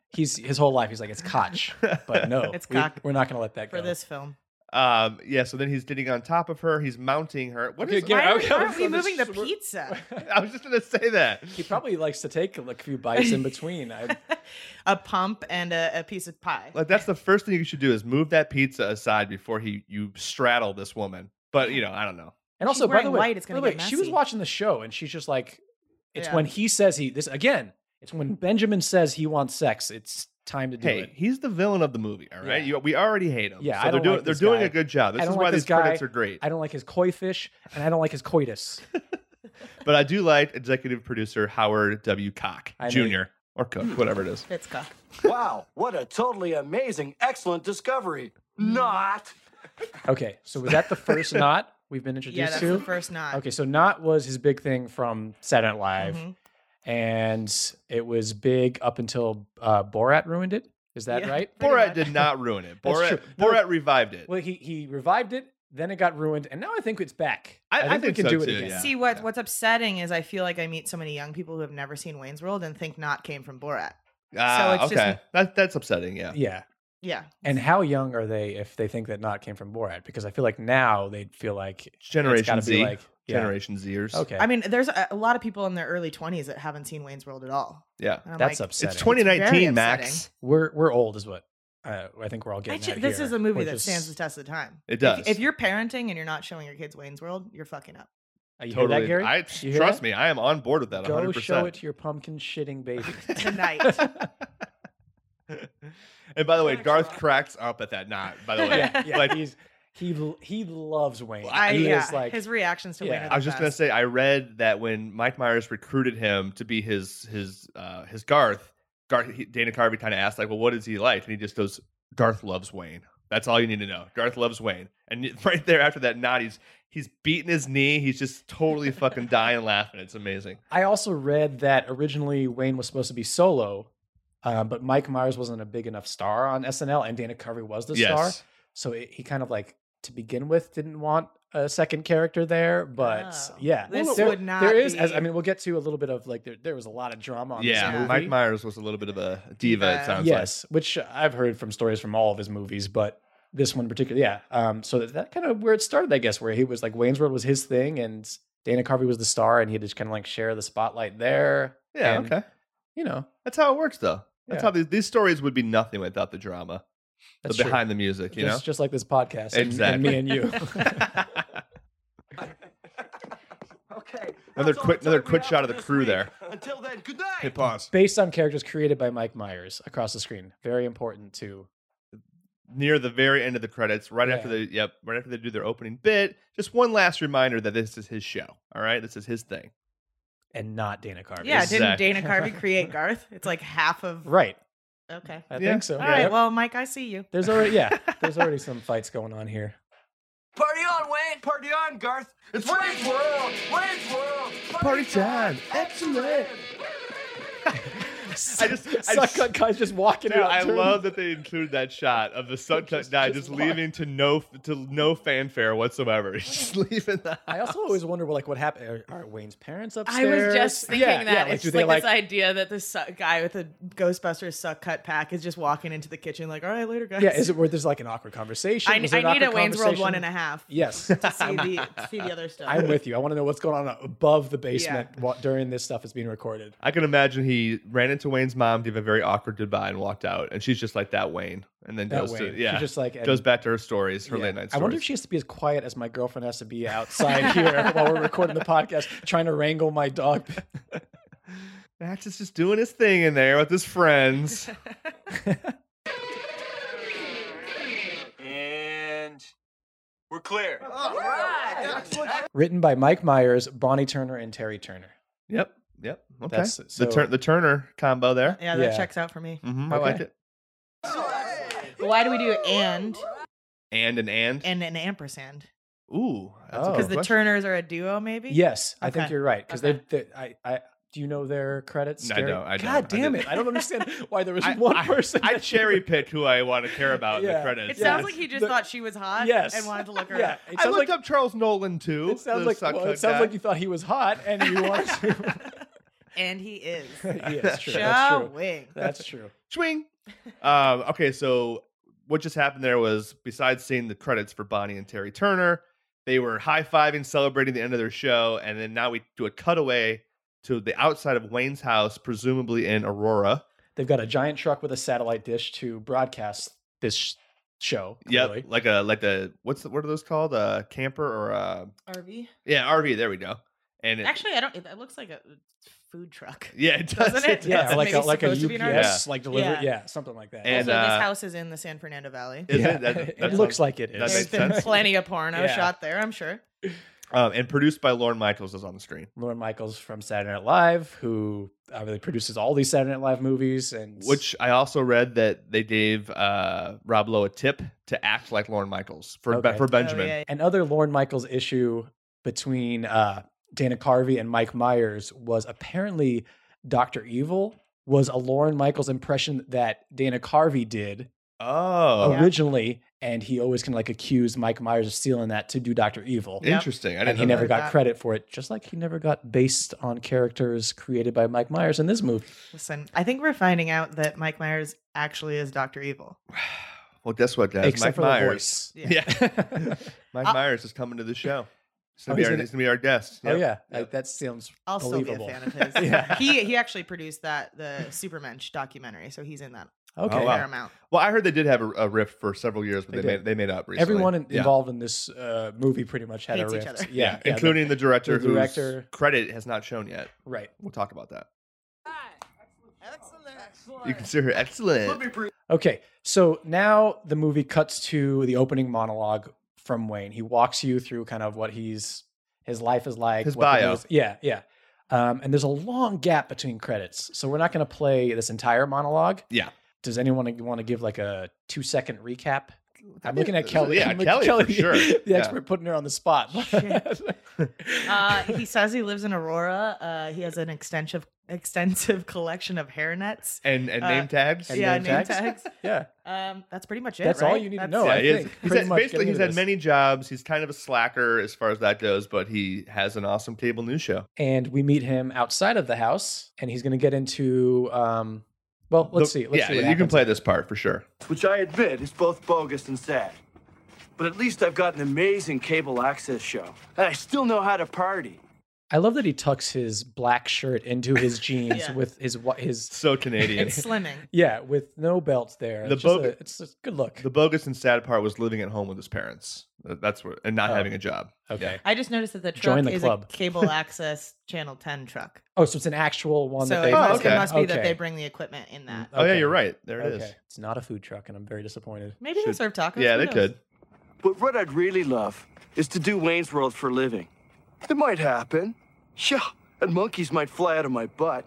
[SPEAKER 5] He's his whole life. He's like it's Koch, but no,
[SPEAKER 1] It's
[SPEAKER 5] we,
[SPEAKER 1] Koch.
[SPEAKER 5] We're not going to let that
[SPEAKER 1] for
[SPEAKER 5] go.
[SPEAKER 1] this film.
[SPEAKER 2] Um, yeah. So then he's getting on top of her. He's mounting her. What
[SPEAKER 5] Okay,
[SPEAKER 2] is-
[SPEAKER 5] Garrett,
[SPEAKER 1] Why
[SPEAKER 5] okay,
[SPEAKER 1] aren't,
[SPEAKER 5] I'm
[SPEAKER 1] aren't we
[SPEAKER 5] so
[SPEAKER 1] moving the
[SPEAKER 5] dis- we're-
[SPEAKER 1] pizza?
[SPEAKER 2] I was just gonna say that.
[SPEAKER 5] He probably likes to take a like, few bites in between. I,
[SPEAKER 1] a pump and a, a piece of pie.
[SPEAKER 2] Like that's the first thing you should do is move that pizza aside before he you straddle this woman. But you know, I don't know.
[SPEAKER 5] and
[SPEAKER 1] She's
[SPEAKER 5] also, by
[SPEAKER 1] wearing
[SPEAKER 5] the way,
[SPEAKER 1] white, it's
[SPEAKER 5] by
[SPEAKER 1] gonna
[SPEAKER 5] the way,
[SPEAKER 1] get
[SPEAKER 5] she was
[SPEAKER 1] messy.
[SPEAKER 5] watching the show, and she's just like, it's
[SPEAKER 1] Yeah.
[SPEAKER 5] when he says he this again. It's when Benjamin says he wants sex. It's time to do
[SPEAKER 2] Hey,
[SPEAKER 5] it.
[SPEAKER 2] he's the villain of the movie. All right,
[SPEAKER 5] Yeah.
[SPEAKER 2] you, we already hate him.
[SPEAKER 5] Yeah,
[SPEAKER 2] so they're
[SPEAKER 5] I don't
[SPEAKER 2] doing
[SPEAKER 5] like
[SPEAKER 2] they're
[SPEAKER 5] this
[SPEAKER 2] doing
[SPEAKER 5] guy.
[SPEAKER 2] a good job.
[SPEAKER 5] I
[SPEAKER 2] This is
[SPEAKER 5] don't
[SPEAKER 2] why
[SPEAKER 5] like this
[SPEAKER 2] these credits
[SPEAKER 5] guy.
[SPEAKER 2] are great.
[SPEAKER 5] I don't like his koi fish, and I don't like his coitus.
[SPEAKER 2] but I do like executive producer Howard W. Cock
[SPEAKER 5] I know
[SPEAKER 2] Jr.
[SPEAKER 5] you-
[SPEAKER 2] or Cook, whatever it is.
[SPEAKER 1] It's cock.
[SPEAKER 8] Wow, what a totally amazing, excellent discovery. Not.
[SPEAKER 5] Okay, so was that the first knot we've been introduced
[SPEAKER 1] Yeah, that's
[SPEAKER 5] to?
[SPEAKER 1] the first knot.
[SPEAKER 5] Okay, so knot was his big thing from Saturday Night Live,
[SPEAKER 1] Mhm.
[SPEAKER 5] and it was big up until uh, Borat ruined it. Is that
[SPEAKER 1] Yeah.
[SPEAKER 5] right?
[SPEAKER 1] Pretty
[SPEAKER 2] Borat
[SPEAKER 1] much.
[SPEAKER 2] did not ruin it.
[SPEAKER 5] That's true.
[SPEAKER 2] Borat
[SPEAKER 5] No.
[SPEAKER 2] Borat revived it.
[SPEAKER 5] Well, he he revived it, then it got ruined, and now I think it's back.
[SPEAKER 2] I- I think
[SPEAKER 5] we can
[SPEAKER 2] so
[SPEAKER 5] do it
[SPEAKER 2] too,
[SPEAKER 5] again.
[SPEAKER 2] yeah.
[SPEAKER 1] See what what's upsetting is I feel like I meet so many young people who have never seen Wayne's World and think not came from Borat.
[SPEAKER 2] Ah,
[SPEAKER 1] it's just-
[SPEAKER 2] okay. That that's upsetting. Yeah.
[SPEAKER 5] Yeah.
[SPEAKER 1] Yeah.
[SPEAKER 5] And how young are they if they think that knot came from Borat? Because I feel like now they'd feel like it's
[SPEAKER 2] Generation
[SPEAKER 5] gotta
[SPEAKER 2] Z.
[SPEAKER 5] Be like, yeah.
[SPEAKER 2] Generation Zers.
[SPEAKER 5] Okay.
[SPEAKER 1] I mean, there's a, a lot of people in their early 20s that haven't seen Wayne's World at all.
[SPEAKER 2] Yeah.
[SPEAKER 1] And I'm
[SPEAKER 5] that's
[SPEAKER 1] like,
[SPEAKER 5] upsetting.
[SPEAKER 2] It's 2019,
[SPEAKER 1] upsetting.
[SPEAKER 2] Max.
[SPEAKER 5] We're we're old, is what uh, I think we're all
[SPEAKER 1] I
[SPEAKER 5] getting.
[SPEAKER 1] ju-
[SPEAKER 5] at
[SPEAKER 1] this
[SPEAKER 5] here,
[SPEAKER 1] is a movie
[SPEAKER 5] which
[SPEAKER 1] that
[SPEAKER 5] is-
[SPEAKER 1] stands the test of time.
[SPEAKER 2] It
[SPEAKER 1] If-
[SPEAKER 2] does.
[SPEAKER 1] If, you're parenting and you're not showing your kids Wayne's World, you're fucking up.
[SPEAKER 5] Uh, you hear
[SPEAKER 2] totally.
[SPEAKER 5] that, Gary?
[SPEAKER 2] I
[SPEAKER 5] You hear
[SPEAKER 2] trust
[SPEAKER 5] that?
[SPEAKER 2] me. I am on board with that.
[SPEAKER 5] Go
[SPEAKER 2] 100.
[SPEAKER 5] show it to your pumpkin shitting baby.
[SPEAKER 1] Tonight.
[SPEAKER 2] And by the way, Garth cracks up at that knot. By the way,
[SPEAKER 5] yeah, yeah.
[SPEAKER 2] Like-
[SPEAKER 5] he's he l- he loves Wayne.
[SPEAKER 1] I,
[SPEAKER 5] he
[SPEAKER 1] yeah,
[SPEAKER 5] is like
[SPEAKER 1] his reactions to Wayne.
[SPEAKER 5] Yeah.
[SPEAKER 1] are the
[SPEAKER 2] I was just gonna
[SPEAKER 1] best.
[SPEAKER 2] say I read that when Mike Myers recruited him to be his his uh, his Garth, Garth he, Dana Carvey kind of asked like, "Well, what is he like?" And he just goes, "Garth loves Wayne. That's all you need to know. Garth loves Wayne." And y- right there after that knot, he's he's beating his knee. He's just totally fucking dying laughing. It's amazing.
[SPEAKER 5] I also read that originally Wayne was supposed to be solo, um, but Mike Myers wasn't a big enough star on SNL, and Dana Carvey was the star.
[SPEAKER 2] yes,
[SPEAKER 5] So it, he kind of like to begin with didn't want a second character there, but
[SPEAKER 1] Oh.
[SPEAKER 5] yeah,
[SPEAKER 1] This
[SPEAKER 5] there,
[SPEAKER 1] would not
[SPEAKER 5] there is. As, I
[SPEAKER 1] be-
[SPEAKER 5] mean, we'll get to a little bit of like there, there was a lot of drama on
[SPEAKER 2] yeah,
[SPEAKER 5] this movie.
[SPEAKER 2] Mike Myers was a little bit of a diva.
[SPEAKER 1] Diva.
[SPEAKER 2] It sounds
[SPEAKER 5] yes, which I've heard from stories from all of his movies, but this one in particular, yeah. Um, so that, that kind of where it started, I guess, where he was like Wayne's World was his thing, and Dana Carvey was the star, and he had to kind of like share the spotlight there.
[SPEAKER 2] like. Yeah,
[SPEAKER 5] and,
[SPEAKER 2] okay.
[SPEAKER 5] You know,
[SPEAKER 2] That's how it works, though. That's
[SPEAKER 5] Yeah.
[SPEAKER 2] how these, these stories would be nothing without the drama,
[SPEAKER 5] that's
[SPEAKER 2] the
[SPEAKER 5] true.
[SPEAKER 2] behind the music. You
[SPEAKER 5] just, just like this podcast, and-
[SPEAKER 2] Exactly.
[SPEAKER 5] and, me and you.
[SPEAKER 2] know.
[SPEAKER 8] Okay.
[SPEAKER 2] Another
[SPEAKER 8] that's all
[SPEAKER 2] quick-
[SPEAKER 8] the time
[SPEAKER 2] another
[SPEAKER 8] we
[SPEAKER 2] quick
[SPEAKER 8] have
[SPEAKER 2] shot
[SPEAKER 8] for
[SPEAKER 2] of the
[SPEAKER 8] this
[SPEAKER 2] crew
[SPEAKER 8] week.
[SPEAKER 2] there.
[SPEAKER 8] Until then, good night.
[SPEAKER 2] Hit pause.
[SPEAKER 5] Based on characters created by Mike Myers across the screen, very important to
[SPEAKER 2] Near the very end of the credits, right after
[SPEAKER 5] Yeah.
[SPEAKER 2] they yep, right after they do their opening bit. Just one last reminder that this is his show. All right, this is his thing.
[SPEAKER 5] and not Dana Carvey.
[SPEAKER 1] Yeah,
[SPEAKER 2] Exact-
[SPEAKER 1] didn't Dana Carvey create Garth? It's like half of
[SPEAKER 5] right.
[SPEAKER 1] okay.
[SPEAKER 5] I
[SPEAKER 2] Yeah.
[SPEAKER 5] think so.
[SPEAKER 1] All
[SPEAKER 5] Yeah.
[SPEAKER 1] right, well, Mike, I see you.
[SPEAKER 5] there's already yeah, there's already some fights going on here.
[SPEAKER 7] Party on, Wayne!
[SPEAKER 8] Party on, Garth. It's Wayne's World. Wayne's World.
[SPEAKER 2] Party time.
[SPEAKER 8] Excellent.
[SPEAKER 2] I just, I
[SPEAKER 5] Suck
[SPEAKER 2] just-
[SPEAKER 5] Up guys just walking
[SPEAKER 2] dude,
[SPEAKER 5] out.
[SPEAKER 2] I
[SPEAKER 5] too.
[SPEAKER 2] love that they include that shot of the suncut
[SPEAKER 5] Just-
[SPEAKER 2] guy
[SPEAKER 5] just
[SPEAKER 2] just,
[SPEAKER 5] walk.
[SPEAKER 2] leaving to no to no fanfare whatsoever. He's just leaving the
[SPEAKER 5] I also always wonder, well, like, what happened? Are, are Wayne's parents
[SPEAKER 1] I
[SPEAKER 5] upstairs?
[SPEAKER 1] was just thinking
[SPEAKER 5] Yeah,
[SPEAKER 1] that
[SPEAKER 5] yeah, like,
[SPEAKER 1] it's
[SPEAKER 5] do
[SPEAKER 1] just
[SPEAKER 5] they
[SPEAKER 1] like,
[SPEAKER 5] like?
[SPEAKER 1] this idea that this su- guy with a Ghostbusters suck cut pack is just walking into the kitchen like, all right, later, guys.
[SPEAKER 5] yeah, is it where there's like an awkward conversation?
[SPEAKER 1] I,
[SPEAKER 5] Was there an
[SPEAKER 1] I need a
[SPEAKER 5] awkward
[SPEAKER 1] Wayne's World one and
[SPEAKER 5] conversation?
[SPEAKER 1] a half.
[SPEAKER 5] Yes,
[SPEAKER 1] to see the to see the other stuff.
[SPEAKER 5] I'm with you. I want to know what's going on above the basement wa- during this stuff is being recorded.
[SPEAKER 2] I can imagine he ran into Wayne's mom, gave a very awkward goodbye, and walked out. And she's just like that Wayne, and then
[SPEAKER 5] That
[SPEAKER 2] goes
[SPEAKER 5] Wayne.
[SPEAKER 2] to
[SPEAKER 5] She
[SPEAKER 2] yeah,
[SPEAKER 5] just like-
[SPEAKER 2] goes back to her stories, her
[SPEAKER 5] Yeah.
[SPEAKER 2] late night stories.
[SPEAKER 5] I wonder if she has to be as quiet as my girlfriend has to be outside here while we're recording the podcast, trying to wrangle my dog.
[SPEAKER 2] Max is just doing his thing in there with his friends.
[SPEAKER 9] And we're clear.
[SPEAKER 8] Oh,
[SPEAKER 5] Written by Mike Myers, Bonnie Turner, and Terry Turner.
[SPEAKER 2] yep, yep. Okay,
[SPEAKER 5] That's- so-
[SPEAKER 2] the turn the Turner combo there.
[SPEAKER 1] yeah, that
[SPEAKER 5] Yeah.
[SPEAKER 1] checks out for me.
[SPEAKER 2] Mhm, I like
[SPEAKER 5] Okay.
[SPEAKER 2] it.
[SPEAKER 1] Why do we do and
[SPEAKER 2] And an and
[SPEAKER 1] and an ampersand?
[SPEAKER 2] ooh, that's a
[SPEAKER 5] Oh.
[SPEAKER 2] good
[SPEAKER 1] Because the
[SPEAKER 2] question.
[SPEAKER 1] Turners are a duo, maybe.
[SPEAKER 5] Yes, I think
[SPEAKER 1] Okay.
[SPEAKER 5] you're right because
[SPEAKER 1] Okay.
[SPEAKER 5] they. I, I do you know their credits?
[SPEAKER 2] No, I
[SPEAKER 5] Gary?
[SPEAKER 2] don't, I don't, I
[SPEAKER 5] God damn
[SPEAKER 2] didn't.
[SPEAKER 5] it! I don't understand why there was
[SPEAKER 2] I-
[SPEAKER 5] one
[SPEAKER 2] I-
[SPEAKER 5] person.
[SPEAKER 2] I
[SPEAKER 5] that-
[SPEAKER 2] cherry pick who I want to care about in
[SPEAKER 5] Yeah.
[SPEAKER 2] the credits.
[SPEAKER 1] It
[SPEAKER 5] Yes.
[SPEAKER 1] sounds like he just
[SPEAKER 5] The-
[SPEAKER 1] thought she was hot
[SPEAKER 5] Yes.
[SPEAKER 1] and wanted to look her
[SPEAKER 5] Yeah,
[SPEAKER 1] up.
[SPEAKER 5] it
[SPEAKER 2] I
[SPEAKER 5] sounds
[SPEAKER 2] looked
[SPEAKER 5] like
[SPEAKER 2] up Charles Nolan too.
[SPEAKER 5] it sounds
[SPEAKER 2] the
[SPEAKER 5] like
[SPEAKER 2] suck
[SPEAKER 5] well,
[SPEAKER 2] hook
[SPEAKER 5] it sounds like
[SPEAKER 2] guy.
[SPEAKER 5] you thought he was hot and you wanted to.
[SPEAKER 1] And he is.
[SPEAKER 5] yes, true. That's
[SPEAKER 1] Show
[SPEAKER 5] true.
[SPEAKER 1] wing.
[SPEAKER 5] That's true.
[SPEAKER 2] Swing. um, okay, so what just happened there was besides seeing the credits for Bonnie and Terry Turner, they were high fiving, celebrating the end of their show, and then now we do a cutaway to the outside of Wayne's house, presumably in Aurora.
[SPEAKER 5] They've got a giant truck with a satellite dish to broadcast this sh- show.
[SPEAKER 2] Yep,
[SPEAKER 5] clearly.
[SPEAKER 2] like a like a what's the, what are those called? A camper or a
[SPEAKER 1] RV.
[SPEAKER 2] yeah RV? There we go. And it,
[SPEAKER 1] Actually, I don't. It it looks like a uh, food truck.
[SPEAKER 2] yeah, it does
[SPEAKER 1] Doesn't it?
[SPEAKER 5] Yeah,
[SPEAKER 1] That's
[SPEAKER 5] like a
[SPEAKER 1] maybe
[SPEAKER 5] like a
[SPEAKER 1] supposed to be an
[SPEAKER 5] UPS, like delivery,
[SPEAKER 1] Yeah.
[SPEAKER 5] yeah. something like that.
[SPEAKER 2] And,
[SPEAKER 1] also,
[SPEAKER 2] uh,
[SPEAKER 1] this house is in the San Fernando Valley.
[SPEAKER 2] Is
[SPEAKER 5] Yeah.
[SPEAKER 2] it? That- that
[SPEAKER 5] it
[SPEAKER 2] sounds-
[SPEAKER 5] looks like it
[SPEAKER 2] that
[SPEAKER 5] is.
[SPEAKER 1] There's
[SPEAKER 2] makes
[SPEAKER 1] been
[SPEAKER 2] sense.
[SPEAKER 1] plenty of porno
[SPEAKER 5] Yeah.
[SPEAKER 1] shot there, I'm sure. Oh,
[SPEAKER 2] Um, and produced by Lauren Michaels is on the screen,
[SPEAKER 5] Lauren Michaels from Saturday Night Live, who obviously produces all these Saturday Night Live movies, and
[SPEAKER 2] which I also read that they gave uh, Rob Lowe a tip to act like Lauren Michaels for
[SPEAKER 5] Okay.
[SPEAKER 2] for Benjamin.
[SPEAKER 1] Oh, yeah.
[SPEAKER 5] another Lauren Michaels issue between uh, Dana Carvey and Mike Myers was apparently Doctor Evil was a Lauren Michaels impression that Dana Carvey did
[SPEAKER 2] Oh,
[SPEAKER 1] Yeah.
[SPEAKER 5] originally, and he always can like accuse Mike Myers of stealing that to do Doctor Evil.
[SPEAKER 1] Yep.
[SPEAKER 2] interesting. I
[SPEAKER 5] And
[SPEAKER 2] didn't.
[SPEAKER 5] he
[SPEAKER 2] know
[SPEAKER 5] never
[SPEAKER 2] that.
[SPEAKER 5] got
[SPEAKER 1] that.
[SPEAKER 5] credit for it, just like he never got based on characters created by Mike Myers in this movie.
[SPEAKER 1] Listen, I think we're finding out that Mike Myers actually is Dr. Evil.
[SPEAKER 2] Well, guess what, guys? Mike
[SPEAKER 5] except for the
[SPEAKER 2] Myers.
[SPEAKER 5] voice.
[SPEAKER 1] Yeah.
[SPEAKER 2] Yeah, Mike
[SPEAKER 1] Uh,
[SPEAKER 2] Myers is coming to the show. He's
[SPEAKER 5] Oh,
[SPEAKER 2] gonna, be,
[SPEAKER 5] he's
[SPEAKER 2] our,
[SPEAKER 5] in it.
[SPEAKER 2] he's gonna be our guest.
[SPEAKER 5] Oh
[SPEAKER 2] Yep.
[SPEAKER 5] yeah,
[SPEAKER 2] Yep.
[SPEAKER 5] Like, that sounds
[SPEAKER 1] I'll still be a
[SPEAKER 5] believable.
[SPEAKER 1] fan of his.
[SPEAKER 5] Yeah.
[SPEAKER 1] He he actually produced that the Supermensch documentary, so he's in that
[SPEAKER 5] Okay.
[SPEAKER 2] Oh, wow.
[SPEAKER 1] paramount.
[SPEAKER 2] Well, I heard they did have a, a riff for several years, but
[SPEAKER 5] They
[SPEAKER 2] they,
[SPEAKER 5] did.
[SPEAKER 2] made they made up recently.
[SPEAKER 5] Everyone in-
[SPEAKER 2] Yeah.
[SPEAKER 5] involved in this uh, movie pretty much had
[SPEAKER 1] Hates
[SPEAKER 5] a
[SPEAKER 1] each
[SPEAKER 5] rift.
[SPEAKER 1] other.
[SPEAKER 5] Yeah, yeah,
[SPEAKER 2] including the, director,
[SPEAKER 5] the
[SPEAKER 2] whose
[SPEAKER 5] director-
[SPEAKER 2] credit has not shown yet.
[SPEAKER 5] the- right.
[SPEAKER 2] We'll talk about that.
[SPEAKER 7] Excellent.
[SPEAKER 2] You consider her excellent.
[SPEAKER 5] Okay, so now the movie cuts to the opening monologue from Wayne. He walks you through kind of what he's his life is like.
[SPEAKER 2] His
[SPEAKER 5] what the
[SPEAKER 2] bio.
[SPEAKER 5] movies- yeah, yeah. Um, and there's a long gap between credits, so we're not going to play this entire monologue.
[SPEAKER 2] Yeah.
[SPEAKER 5] Does anyone want to give like a two second recap? I'm looking at Kelly.
[SPEAKER 2] Yeah,
[SPEAKER 5] I'm looking at
[SPEAKER 2] Kelly, for sure.
[SPEAKER 5] the
[SPEAKER 2] Yeah.
[SPEAKER 5] expert putting her on the spot.
[SPEAKER 1] Uh, he says he lives in Aurora. Uh, he has an extensive extensive collection of hairnets.
[SPEAKER 2] and and
[SPEAKER 1] Uh,
[SPEAKER 2] name tags.
[SPEAKER 5] and
[SPEAKER 1] yeah,
[SPEAKER 5] name
[SPEAKER 1] name,
[SPEAKER 5] tags?
[SPEAKER 1] tags.
[SPEAKER 5] yeah,
[SPEAKER 1] Um, that's pretty much it.
[SPEAKER 5] that's all
[SPEAKER 1] right?
[SPEAKER 5] you need to
[SPEAKER 1] That's-
[SPEAKER 5] know.
[SPEAKER 2] yeah,
[SPEAKER 5] oh, I
[SPEAKER 2] he has-
[SPEAKER 5] think.
[SPEAKER 2] he's
[SPEAKER 5] Pretty
[SPEAKER 2] had,
[SPEAKER 5] much
[SPEAKER 2] basically
[SPEAKER 5] getting
[SPEAKER 2] he's
[SPEAKER 5] into
[SPEAKER 2] had
[SPEAKER 5] this.
[SPEAKER 2] many jobs. He's kind of a slacker as far as that goes, but he has an awesome cable news show.
[SPEAKER 5] and we meet him outside of the house, and he's going to get into. Um, well, let's
[SPEAKER 2] The-
[SPEAKER 5] see. Let's
[SPEAKER 2] yeah,
[SPEAKER 5] see.
[SPEAKER 2] you
[SPEAKER 5] What
[SPEAKER 2] can
[SPEAKER 5] happens.
[SPEAKER 2] play this part for sure.
[SPEAKER 8] which I admit is both bogus and sad. But at least I've got an amazing cable access show, and I still know how to party.
[SPEAKER 5] I love that he tucks his black shirt into his jeans
[SPEAKER 1] Yeah.
[SPEAKER 5] with his whi- his
[SPEAKER 2] So Canadian.
[SPEAKER 1] It's slimming.
[SPEAKER 5] yeah with no belt there.
[SPEAKER 2] The
[SPEAKER 5] it's, just
[SPEAKER 2] bo-
[SPEAKER 5] a, it's a good look.
[SPEAKER 2] the bogus and sad part was living at home with his parents. Th- That's what, and not
[SPEAKER 5] Oh.
[SPEAKER 2] having a job.
[SPEAKER 5] okay.
[SPEAKER 2] Yeah.
[SPEAKER 1] I just noticed that the
[SPEAKER 5] Join
[SPEAKER 1] truck
[SPEAKER 5] the
[SPEAKER 1] is
[SPEAKER 5] club.
[SPEAKER 1] a cable access channel 10 truck.
[SPEAKER 5] Oh, so it's an actual one
[SPEAKER 1] so
[SPEAKER 5] that
[SPEAKER 1] it
[SPEAKER 5] they.
[SPEAKER 2] Oh,
[SPEAKER 1] must, it
[SPEAKER 2] okay.
[SPEAKER 1] must be that
[SPEAKER 5] Okay.
[SPEAKER 1] they bring the equipment in that.
[SPEAKER 2] Oh yeah,
[SPEAKER 5] Okay.
[SPEAKER 2] you're right. There it is.
[SPEAKER 5] Okay. It's not a food truck, and I'm very disappointed.
[SPEAKER 1] Maybe they
[SPEAKER 2] Should-
[SPEAKER 1] serve tacos.
[SPEAKER 2] Yeah,
[SPEAKER 1] who
[SPEAKER 2] they
[SPEAKER 1] knows?
[SPEAKER 2] could.
[SPEAKER 8] But what I'd really love is to do Wayne's World for a living. It might happen. Yeah, and monkeys might fly out of my butt.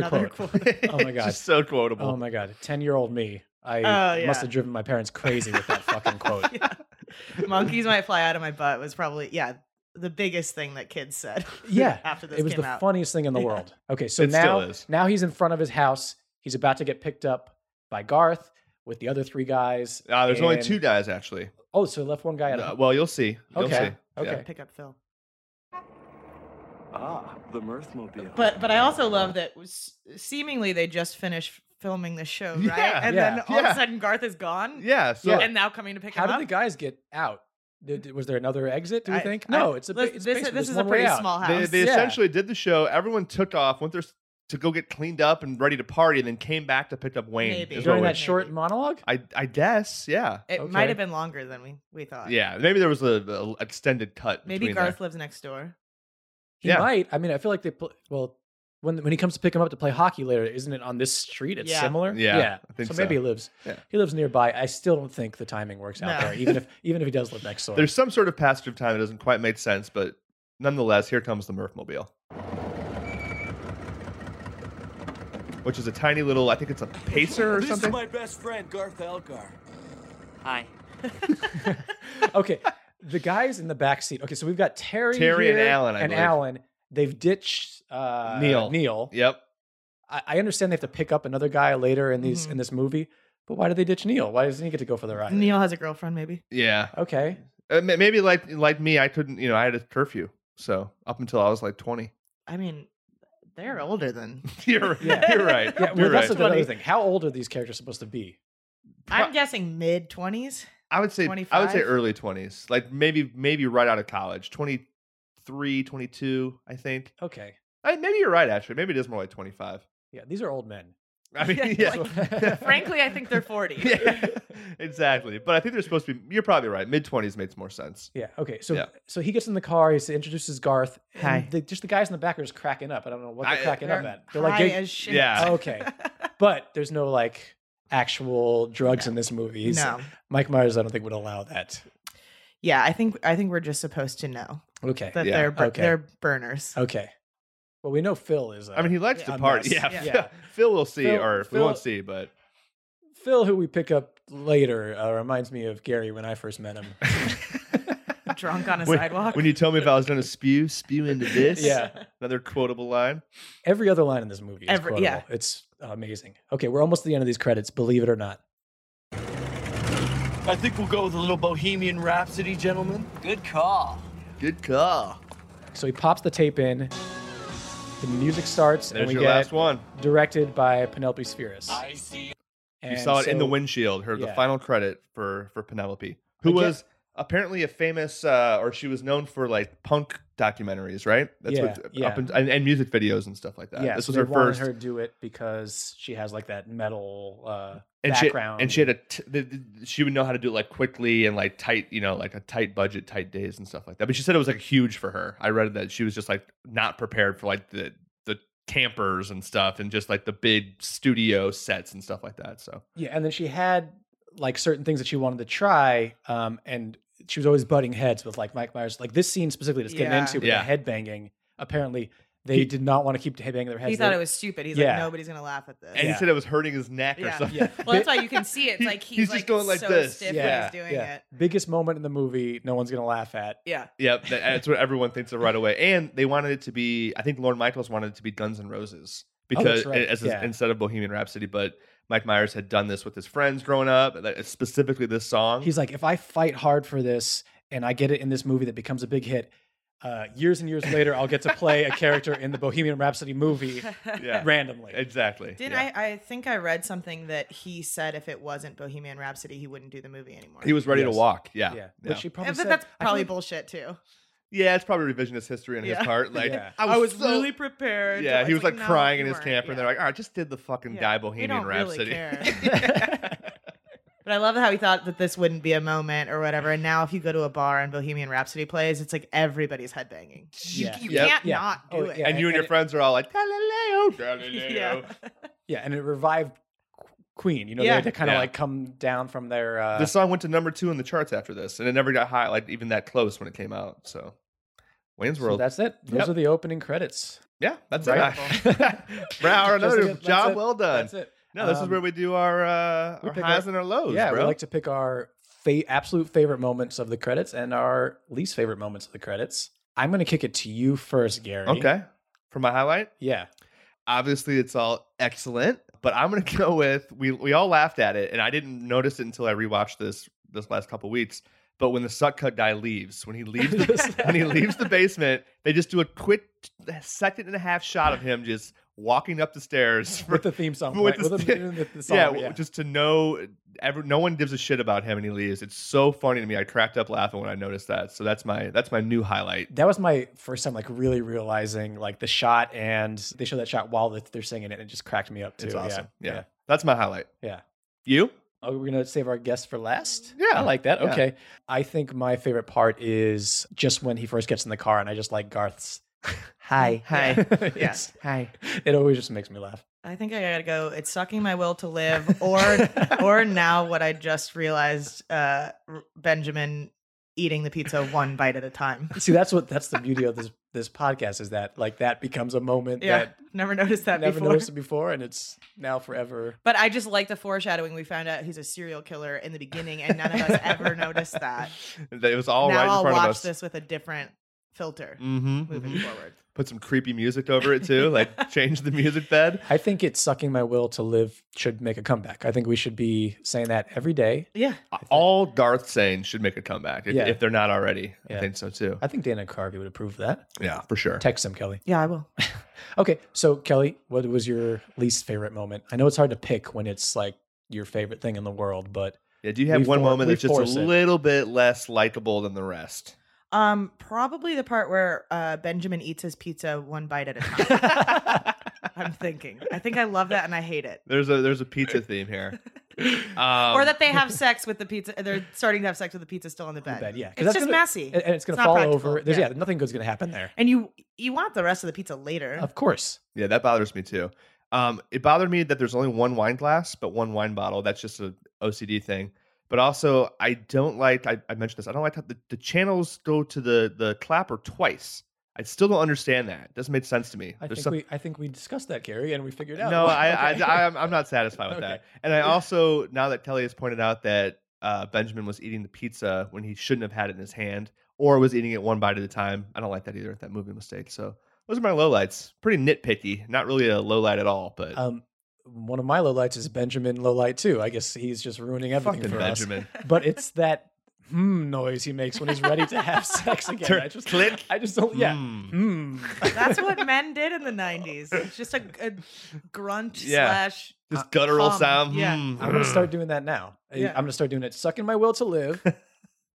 [SPEAKER 1] Another
[SPEAKER 5] quote.
[SPEAKER 1] quote.
[SPEAKER 5] Oh my god.
[SPEAKER 2] Just so quotable.
[SPEAKER 5] Oh my god. Ten year old me. I
[SPEAKER 1] Oh,
[SPEAKER 5] must
[SPEAKER 1] yeah.
[SPEAKER 5] have driven my parents crazy with that fucking quote.
[SPEAKER 1] Monkeys might fly out of my butt was probably, yeah, the biggest thing that kids said.
[SPEAKER 5] Yeah.
[SPEAKER 1] After this
[SPEAKER 5] it was
[SPEAKER 1] came
[SPEAKER 5] the
[SPEAKER 1] out.
[SPEAKER 5] funniest thing in the world. Okay, so
[SPEAKER 2] It still
[SPEAKER 5] now
[SPEAKER 2] is.
[SPEAKER 5] now he's in front of his house. He's about to get picked up by Garth with the other three guys.
[SPEAKER 2] Uh, there's only
[SPEAKER 5] and-
[SPEAKER 2] two guys actually.
[SPEAKER 5] Oh, so he left one guy out.
[SPEAKER 2] Uh,
[SPEAKER 5] of
[SPEAKER 2] well, you'll see. You'll
[SPEAKER 5] Okay.
[SPEAKER 2] see.
[SPEAKER 5] Okay.
[SPEAKER 1] Pick up Phil.
[SPEAKER 8] Ah, the Mirthmobile.
[SPEAKER 1] But but I also love that was, seemingly they just finished filming the show, right?
[SPEAKER 2] Yeah.
[SPEAKER 1] and then
[SPEAKER 2] Yeah.
[SPEAKER 1] all
[SPEAKER 2] Yeah.
[SPEAKER 1] of a sudden Garth is gone.
[SPEAKER 2] Yeah. So
[SPEAKER 5] Yeah.
[SPEAKER 1] And now coming to pick
[SPEAKER 5] How
[SPEAKER 1] him
[SPEAKER 5] did
[SPEAKER 1] up.
[SPEAKER 5] the guys get out? Did, did- was there another exit? Do we
[SPEAKER 1] I-
[SPEAKER 5] think?
[SPEAKER 1] I-
[SPEAKER 5] No, it's a
[SPEAKER 1] Lis-
[SPEAKER 5] big. It's
[SPEAKER 1] this, this
[SPEAKER 5] basement. There's
[SPEAKER 1] is a
[SPEAKER 5] one
[SPEAKER 1] pretty
[SPEAKER 5] way out.
[SPEAKER 1] small
[SPEAKER 2] they,
[SPEAKER 1] house.
[SPEAKER 2] they
[SPEAKER 5] Yeah.
[SPEAKER 2] essentially did the show. Everyone took off, went there s- to go get cleaned up and ready to party, and then came back to pick up Wayne.
[SPEAKER 1] Maybe.
[SPEAKER 2] is what
[SPEAKER 5] During
[SPEAKER 2] we-
[SPEAKER 5] that short
[SPEAKER 1] Maybe.
[SPEAKER 5] monologue.
[SPEAKER 2] I I guess. Yeah.
[SPEAKER 1] it
[SPEAKER 5] okay.
[SPEAKER 1] might have been longer than we, we
[SPEAKER 5] Uh,
[SPEAKER 1] thought.
[SPEAKER 2] Yeah. Maybe there was a, a extended cut.
[SPEAKER 1] Maybe
[SPEAKER 2] between there.
[SPEAKER 1] Garth lives next door.
[SPEAKER 5] He
[SPEAKER 2] Yeah.
[SPEAKER 5] might. I mean, I feel like they pl- well when when he comes to pick him up to play hockey later, isn't it on this street? It's
[SPEAKER 1] Yeah.
[SPEAKER 5] similar.
[SPEAKER 2] Yeah, I think
[SPEAKER 5] so maybe
[SPEAKER 2] so.
[SPEAKER 5] he lives.
[SPEAKER 2] Yeah.
[SPEAKER 5] He lives nearby. I still don't think the timing works out
[SPEAKER 1] No.
[SPEAKER 5] there, even if even if he does live next door.
[SPEAKER 2] There's some sort of passage of time that doesn't quite make sense, but nonetheless, here comes the Murphmobile. Which is a tiny little, I think it's a pacer or
[SPEAKER 8] this
[SPEAKER 2] something.
[SPEAKER 8] is my best friend, Garth Elgar.
[SPEAKER 9] Hi.
[SPEAKER 5] okay. The guys in the back seat. Okay, so we've got Terry,
[SPEAKER 2] Terry and
[SPEAKER 5] here
[SPEAKER 2] Alan, I
[SPEAKER 5] and
[SPEAKER 2] believe.
[SPEAKER 5] Alan. They've ditched uh,
[SPEAKER 2] Neil.
[SPEAKER 5] Neil.
[SPEAKER 2] Yep.
[SPEAKER 5] I, I understand they have to pick up another guy later in these
[SPEAKER 1] Mhm.
[SPEAKER 5] in this movie, but why did they ditch Neil? Why doesn't he get to go for the ride?
[SPEAKER 1] Neil has a girlfriend, maybe.
[SPEAKER 2] Yeah.
[SPEAKER 5] Okay.
[SPEAKER 2] Uh, ma- maybe like like me, I couldn't. You know, I had a curfew, so up until I was like 20.
[SPEAKER 1] I mean, they're
[SPEAKER 2] Mm.
[SPEAKER 1] older than
[SPEAKER 2] you're,
[SPEAKER 5] Yeah.
[SPEAKER 2] you're right.
[SPEAKER 5] Yeah, well,
[SPEAKER 2] you're
[SPEAKER 5] that's
[SPEAKER 2] right.
[SPEAKER 5] the another thing. How old are these characters supposed to be?
[SPEAKER 1] I'm guessing mid twenties.
[SPEAKER 2] I would say I would
[SPEAKER 1] 25?
[SPEAKER 2] say early 20s, like maybe maybe right out of college, 23, 22, I think.
[SPEAKER 5] Okay.
[SPEAKER 2] I, maybe you're right, actually. Maybe it is more like 25.
[SPEAKER 5] Yeah, these are old men.
[SPEAKER 2] I mean,
[SPEAKER 1] Yeah,
[SPEAKER 2] yeah.
[SPEAKER 5] like,
[SPEAKER 1] Frankly, I think they're forty.
[SPEAKER 2] yeah, exactly. But I think they're supposed to be. You're probably right. Mid twenties makes more sense.
[SPEAKER 5] Yeah. Okay. So
[SPEAKER 2] Yeah.
[SPEAKER 5] so he gets in the car. He s- introduces Garth. and
[SPEAKER 1] Hi.
[SPEAKER 5] The, just the guys in the back are just cracking up. I don't know what they're
[SPEAKER 2] I- uh,
[SPEAKER 5] cracking up
[SPEAKER 1] They're
[SPEAKER 5] at. They're like,
[SPEAKER 1] high
[SPEAKER 5] they-
[SPEAKER 1] as shit.
[SPEAKER 2] Yeah.
[SPEAKER 5] okay, but there's no like actual drugs in this movie. He's-
[SPEAKER 1] no.
[SPEAKER 5] Mike Myers, I don't think would allow that.
[SPEAKER 1] Yeah, I think I think we're just supposed to know
[SPEAKER 5] Okay.
[SPEAKER 1] that
[SPEAKER 2] Yeah.
[SPEAKER 1] they're bur-
[SPEAKER 5] Okay.
[SPEAKER 1] they're burners.
[SPEAKER 5] okay. Well, we know Phil is. uh,
[SPEAKER 2] I mean, he likes
[SPEAKER 5] Yeah,
[SPEAKER 2] to party.
[SPEAKER 5] a mess.
[SPEAKER 2] Yeah,
[SPEAKER 5] Yeah.
[SPEAKER 2] Phil- Phil will see,
[SPEAKER 5] Phil-
[SPEAKER 2] or we
[SPEAKER 5] Phil-
[SPEAKER 2] won't see, but
[SPEAKER 5] Phil, who we pick up later, uh, reminds me of Gary when I first met him.
[SPEAKER 1] Drunk on a
[SPEAKER 2] when,
[SPEAKER 1] sidewalk.
[SPEAKER 2] when you told me if I was going to spew, spew into this.
[SPEAKER 5] Yeah.
[SPEAKER 2] another quotable line.
[SPEAKER 5] Every other line in this movie is
[SPEAKER 1] Every-
[SPEAKER 5] quotable.
[SPEAKER 1] yeah.
[SPEAKER 5] It's amazing. Okay, we're almost at the end of these credits. Believe it or not.
[SPEAKER 8] I think we'll go with a little Bohemian Rhapsody, gentlemen.
[SPEAKER 9] Good call.
[SPEAKER 2] Good call.
[SPEAKER 5] So he pops the tape in. The music starts,
[SPEAKER 2] There's
[SPEAKER 5] and we
[SPEAKER 2] your
[SPEAKER 5] get
[SPEAKER 2] last one.
[SPEAKER 5] directed by Penelope Spheris.
[SPEAKER 8] I see.
[SPEAKER 2] You
[SPEAKER 5] And
[SPEAKER 2] saw it in the
[SPEAKER 5] so-
[SPEAKER 2] windshield. Her
[SPEAKER 5] yeah.
[SPEAKER 2] the final credit for for Penelope, who
[SPEAKER 5] Again-
[SPEAKER 2] was apparently a famous, uh, or she was known for like punk documentaries, right? That's
[SPEAKER 5] Yeah,
[SPEAKER 2] what
[SPEAKER 5] yeah.
[SPEAKER 2] up in, and, and music videos and stuff like that.
[SPEAKER 5] Yeah,
[SPEAKER 2] this
[SPEAKER 5] so
[SPEAKER 2] was
[SPEAKER 5] they
[SPEAKER 2] her
[SPEAKER 5] wanted
[SPEAKER 2] first.
[SPEAKER 5] her to do it because she has like that metal uh,
[SPEAKER 2] and she,
[SPEAKER 5] background.
[SPEAKER 2] and she had a t- the, the- she would know how to do it like quickly and like tight you know like a tight budget tight days and stuff like that but she said it was like huge for her i read that she was just like not prepared for like the the campers and stuff and just like the big studio sets and stuff like that so
[SPEAKER 5] yeah, and then she had like certain things that she wanted to try, um, and she was always butting heads with like Mike Myers. Like this scene specifically, just getting
[SPEAKER 1] Yeah.
[SPEAKER 5] into with
[SPEAKER 2] Yeah.
[SPEAKER 5] the head banging. Apparently, They did not want to keep banging their heads.
[SPEAKER 1] He thought
[SPEAKER 5] They-
[SPEAKER 1] it was stupid. He's
[SPEAKER 5] Yeah.
[SPEAKER 1] like, nobody's gonna laugh at this.
[SPEAKER 2] And he
[SPEAKER 5] Yeah.
[SPEAKER 2] said it was hurting his neck or
[SPEAKER 1] Yeah.
[SPEAKER 2] something.
[SPEAKER 5] Yeah.
[SPEAKER 1] Well, that's why you can see it. It's
[SPEAKER 2] He-
[SPEAKER 1] like he's,
[SPEAKER 2] he's just
[SPEAKER 1] like
[SPEAKER 2] going like
[SPEAKER 1] so
[SPEAKER 2] this.
[SPEAKER 1] stiff when
[SPEAKER 5] Yeah,
[SPEAKER 1] he's doing
[SPEAKER 5] yeah.
[SPEAKER 1] it.
[SPEAKER 5] Biggest moment in the movie, no one's gonna laugh at.
[SPEAKER 1] Yeah.
[SPEAKER 2] Yep, that- that's what everyone thinks of right away. And they wanted it to be, I think Lorne Michaels wanted it to be Guns N' Roses
[SPEAKER 5] Oh, that's
[SPEAKER 2] because
[SPEAKER 5] right,
[SPEAKER 2] as,
[SPEAKER 5] yeah.
[SPEAKER 2] instead of Bohemian Rhapsody, but Mike Myers had done this with his friends growing up, like, specifically this song.
[SPEAKER 5] He's like, if I fight hard for this and I get it in this movie that becomes a big hit, uh, years and years later, I'll get to play a character in the Bohemian Rhapsody movie
[SPEAKER 2] yeah,
[SPEAKER 5] randomly.
[SPEAKER 2] exactly.
[SPEAKER 1] Did
[SPEAKER 2] yeah.
[SPEAKER 1] I? I think I read something that he said if it wasn't Bohemian Rhapsody, he wouldn't do the movie anymore.
[SPEAKER 2] He was ready
[SPEAKER 5] Yes.
[SPEAKER 2] to walk. Yeah.
[SPEAKER 5] Yeah,
[SPEAKER 2] Yeah.
[SPEAKER 5] which she probably
[SPEAKER 1] but
[SPEAKER 5] said-
[SPEAKER 1] that's
[SPEAKER 5] I feel
[SPEAKER 1] probably
[SPEAKER 5] like-
[SPEAKER 1] bullshit too.
[SPEAKER 2] Yeah, it's probably revisionist history on
[SPEAKER 1] Yeah.
[SPEAKER 2] his part. Like,
[SPEAKER 5] Yeah.
[SPEAKER 1] I was
[SPEAKER 2] so-
[SPEAKER 1] really prepared. to-
[SPEAKER 2] Yeah, he
[SPEAKER 1] it's
[SPEAKER 2] was like,
[SPEAKER 1] no,
[SPEAKER 2] crying
[SPEAKER 1] you
[SPEAKER 2] in his
[SPEAKER 1] weren't.
[SPEAKER 2] camper, and
[SPEAKER 1] Yeah.
[SPEAKER 2] they're like, "All right, just did the fucking
[SPEAKER 1] Yeah.
[SPEAKER 2] guy
[SPEAKER 1] We
[SPEAKER 2] Bohemian
[SPEAKER 1] don't really
[SPEAKER 2] Rhapsody."
[SPEAKER 1] care. But I love how he thought that this wouldn't be a moment or whatever. And now, if you go to a bar and Bohemian Rhapsody plays, it's like everybody's headbanging. You,
[SPEAKER 5] Yeah.
[SPEAKER 1] you
[SPEAKER 2] Yep.
[SPEAKER 1] can't
[SPEAKER 5] Yeah.
[SPEAKER 1] not do
[SPEAKER 5] Oh,
[SPEAKER 1] it.
[SPEAKER 5] yeah.
[SPEAKER 2] and you and
[SPEAKER 5] and
[SPEAKER 2] your
[SPEAKER 5] it-
[SPEAKER 2] friends are all like, "Galileo, Galileo."
[SPEAKER 5] Yeah, and it revived Qu- Queen. You know,
[SPEAKER 1] Yeah.
[SPEAKER 5] they had to kind of
[SPEAKER 2] Yeah.
[SPEAKER 5] like come down from their. Uh,
[SPEAKER 2] This song went to number two in the charts after this, and it never got high, like even that close when it came out. So, Wayne's
[SPEAKER 5] so
[SPEAKER 2] World.
[SPEAKER 5] that's it. Those
[SPEAKER 2] Yep.
[SPEAKER 5] are the opening credits.
[SPEAKER 2] yeah, that's
[SPEAKER 5] Right.
[SPEAKER 2] it. Brow,
[SPEAKER 5] Just
[SPEAKER 2] another
[SPEAKER 5] again, that's
[SPEAKER 2] job
[SPEAKER 5] it.
[SPEAKER 2] well done.
[SPEAKER 5] That's it.
[SPEAKER 2] No, this is
[SPEAKER 5] Um,
[SPEAKER 2] where we do our uh,
[SPEAKER 5] we
[SPEAKER 2] our
[SPEAKER 5] pick
[SPEAKER 2] highs
[SPEAKER 5] our-
[SPEAKER 2] and our lows,
[SPEAKER 5] yeah, we
[SPEAKER 2] bro.
[SPEAKER 5] like to pick our fa- absolute favorite moments of the credits and our least favorite moments of the credits. I'm going to kick it to you first, Gary.
[SPEAKER 2] okay, for my highlight,
[SPEAKER 5] Yeah.
[SPEAKER 2] obviously it's all excellent but i'm gonna go with we we all laughed at it and i didn't notice it until i rewatched this this last couple weeks but when the suck cut guy leaves when he leaves the, when he leaves the basement they just do a quick second and a half shot of him just walking up the stairs for
[SPEAKER 5] With the theme song.
[SPEAKER 2] With
[SPEAKER 5] play-
[SPEAKER 2] the
[SPEAKER 5] with
[SPEAKER 2] sti-
[SPEAKER 5] the, with the song,
[SPEAKER 2] yeah, w- just to know every, no one gives a shit about him and he leaves it's so funny to me i cracked up laughing when i noticed that so that's my that's my new highlight
[SPEAKER 5] that was my first time like really realizing like the shot and they show that shot while th- they're singing it and it just cracked me up too.
[SPEAKER 2] it's
[SPEAKER 5] Yeah,
[SPEAKER 2] awesome yeah, that's my highlight
[SPEAKER 5] Yeah.
[SPEAKER 2] you
[SPEAKER 5] Oh, we're gonna save our guest for last.
[SPEAKER 2] Yeah.
[SPEAKER 5] I like that.
[SPEAKER 2] Yeah.
[SPEAKER 5] Okay, I think my favorite part is just when he first gets in the car, and I just like Garth's hi,
[SPEAKER 1] Hi.
[SPEAKER 5] yes,
[SPEAKER 1] Hi.
[SPEAKER 5] it always just makes me laugh.
[SPEAKER 1] I think I gotta go. It's sucking my will to live, or or now what I just realized. Uh, R- Benjamin eating the pizza one bite at a time.
[SPEAKER 5] See, that's what that's the beauty of this this podcast is that like that becomes a moment
[SPEAKER 1] Yeah,
[SPEAKER 5] that
[SPEAKER 1] never noticed that
[SPEAKER 5] never
[SPEAKER 1] before.
[SPEAKER 5] noticed it before, and it's now forever.
[SPEAKER 1] But I just like the foreshadowing. We found out he's a serial killer in the beginning, and none of us ever noticed that.
[SPEAKER 2] it was all right
[SPEAKER 1] now
[SPEAKER 2] in
[SPEAKER 1] I'll
[SPEAKER 2] front
[SPEAKER 1] watch
[SPEAKER 2] of us
[SPEAKER 1] this with a different filter
[SPEAKER 2] Mhm,
[SPEAKER 1] moving
[SPEAKER 2] mhm.
[SPEAKER 1] forward.
[SPEAKER 2] put some creepy music over it too, like change the music bed.
[SPEAKER 5] I think it's sucking my will to live should make a comeback. I think we should be saying that every day.
[SPEAKER 1] Yeah,
[SPEAKER 2] All Garth Sanes should make a comeback if,
[SPEAKER 5] Yeah.
[SPEAKER 2] if they're not already.
[SPEAKER 5] Yeah.
[SPEAKER 2] I think so too.
[SPEAKER 5] I think Dana Carvey would approve of that.
[SPEAKER 2] Yeah, for sure.
[SPEAKER 5] Text him, Kelly.
[SPEAKER 1] yeah, I will.
[SPEAKER 5] Okay, so Kelly, what was your least favorite moment? I know it's hard to pick when it's like your favorite thing in the world, but
[SPEAKER 2] Yeah, do you
[SPEAKER 5] We
[SPEAKER 2] have one
[SPEAKER 5] for-
[SPEAKER 2] moment
[SPEAKER 5] we
[SPEAKER 2] that's just a
[SPEAKER 5] force it.
[SPEAKER 2] little bit less likable than the rest?
[SPEAKER 1] Um, probably the part where uh, Benjamin eats his pizza one bite at a time. I'm thinking. I think I love that, and I hate it.
[SPEAKER 2] There's a there's a pizza theme here. Um,
[SPEAKER 1] or that they have sex with the pizza. They're starting to have sex with the pizza still on the bed.
[SPEAKER 5] bed, yeah,
[SPEAKER 1] it's
[SPEAKER 5] 'cause that's
[SPEAKER 1] just
[SPEAKER 5] gonna-
[SPEAKER 1] messy.
[SPEAKER 5] and and it's gonna
[SPEAKER 1] not
[SPEAKER 5] fall
[SPEAKER 1] practical,
[SPEAKER 5] over. There's yeah.
[SPEAKER 1] yeah.
[SPEAKER 5] nothing good's gonna happen there.
[SPEAKER 1] and you you want the rest of the pizza later.
[SPEAKER 5] Of course,
[SPEAKER 2] yeah, that bothers me too. Um, it bothered me that there's only one wine glass, but one wine bottle. That's just a OCD thing. But also, I don't like. I, I mentioned this. I don't like how the, the channels go to the the clapper twice. I still don't understand that. It doesn't make sense to me.
[SPEAKER 5] I
[SPEAKER 2] There's
[SPEAKER 5] think
[SPEAKER 2] some-
[SPEAKER 5] we I think we discussed that, Gary, and we figured out.
[SPEAKER 2] No, I,
[SPEAKER 5] Okay.
[SPEAKER 2] I, I, I'm, I'm not satisfied with
[SPEAKER 5] Okay.
[SPEAKER 2] that. And I also, now that Kelly has pointed out that uh, Benjamin was eating the pizza when he shouldn't have had it in his hand or was eating it one bite at a time, I don't like that either. That movie mistake. So those are my lowlights. Pretty nitpicky. Not really a low light at all, but
[SPEAKER 5] Um, one of my lowlights is Benjamin Lowlight too. I guess he's just ruining everything
[SPEAKER 2] fucking
[SPEAKER 5] for
[SPEAKER 2] Benjamin.
[SPEAKER 5] us. But it's that hmm noise he makes when he's ready to have sex again. I just
[SPEAKER 2] Click.
[SPEAKER 5] I just don't. Oh, Yeah.
[SPEAKER 2] Mm.
[SPEAKER 5] Hmm.
[SPEAKER 1] That's what men did in the '90s. It's just a, a grunt
[SPEAKER 2] Yeah.
[SPEAKER 1] slash.
[SPEAKER 2] This guttural
[SPEAKER 1] hum.
[SPEAKER 2] sound.
[SPEAKER 1] Yeah.
[SPEAKER 2] mm.
[SPEAKER 5] uh, I'm gonna start doing that now. I-
[SPEAKER 1] Yeah.
[SPEAKER 5] I'm gonna start doing it, sucking my will to live,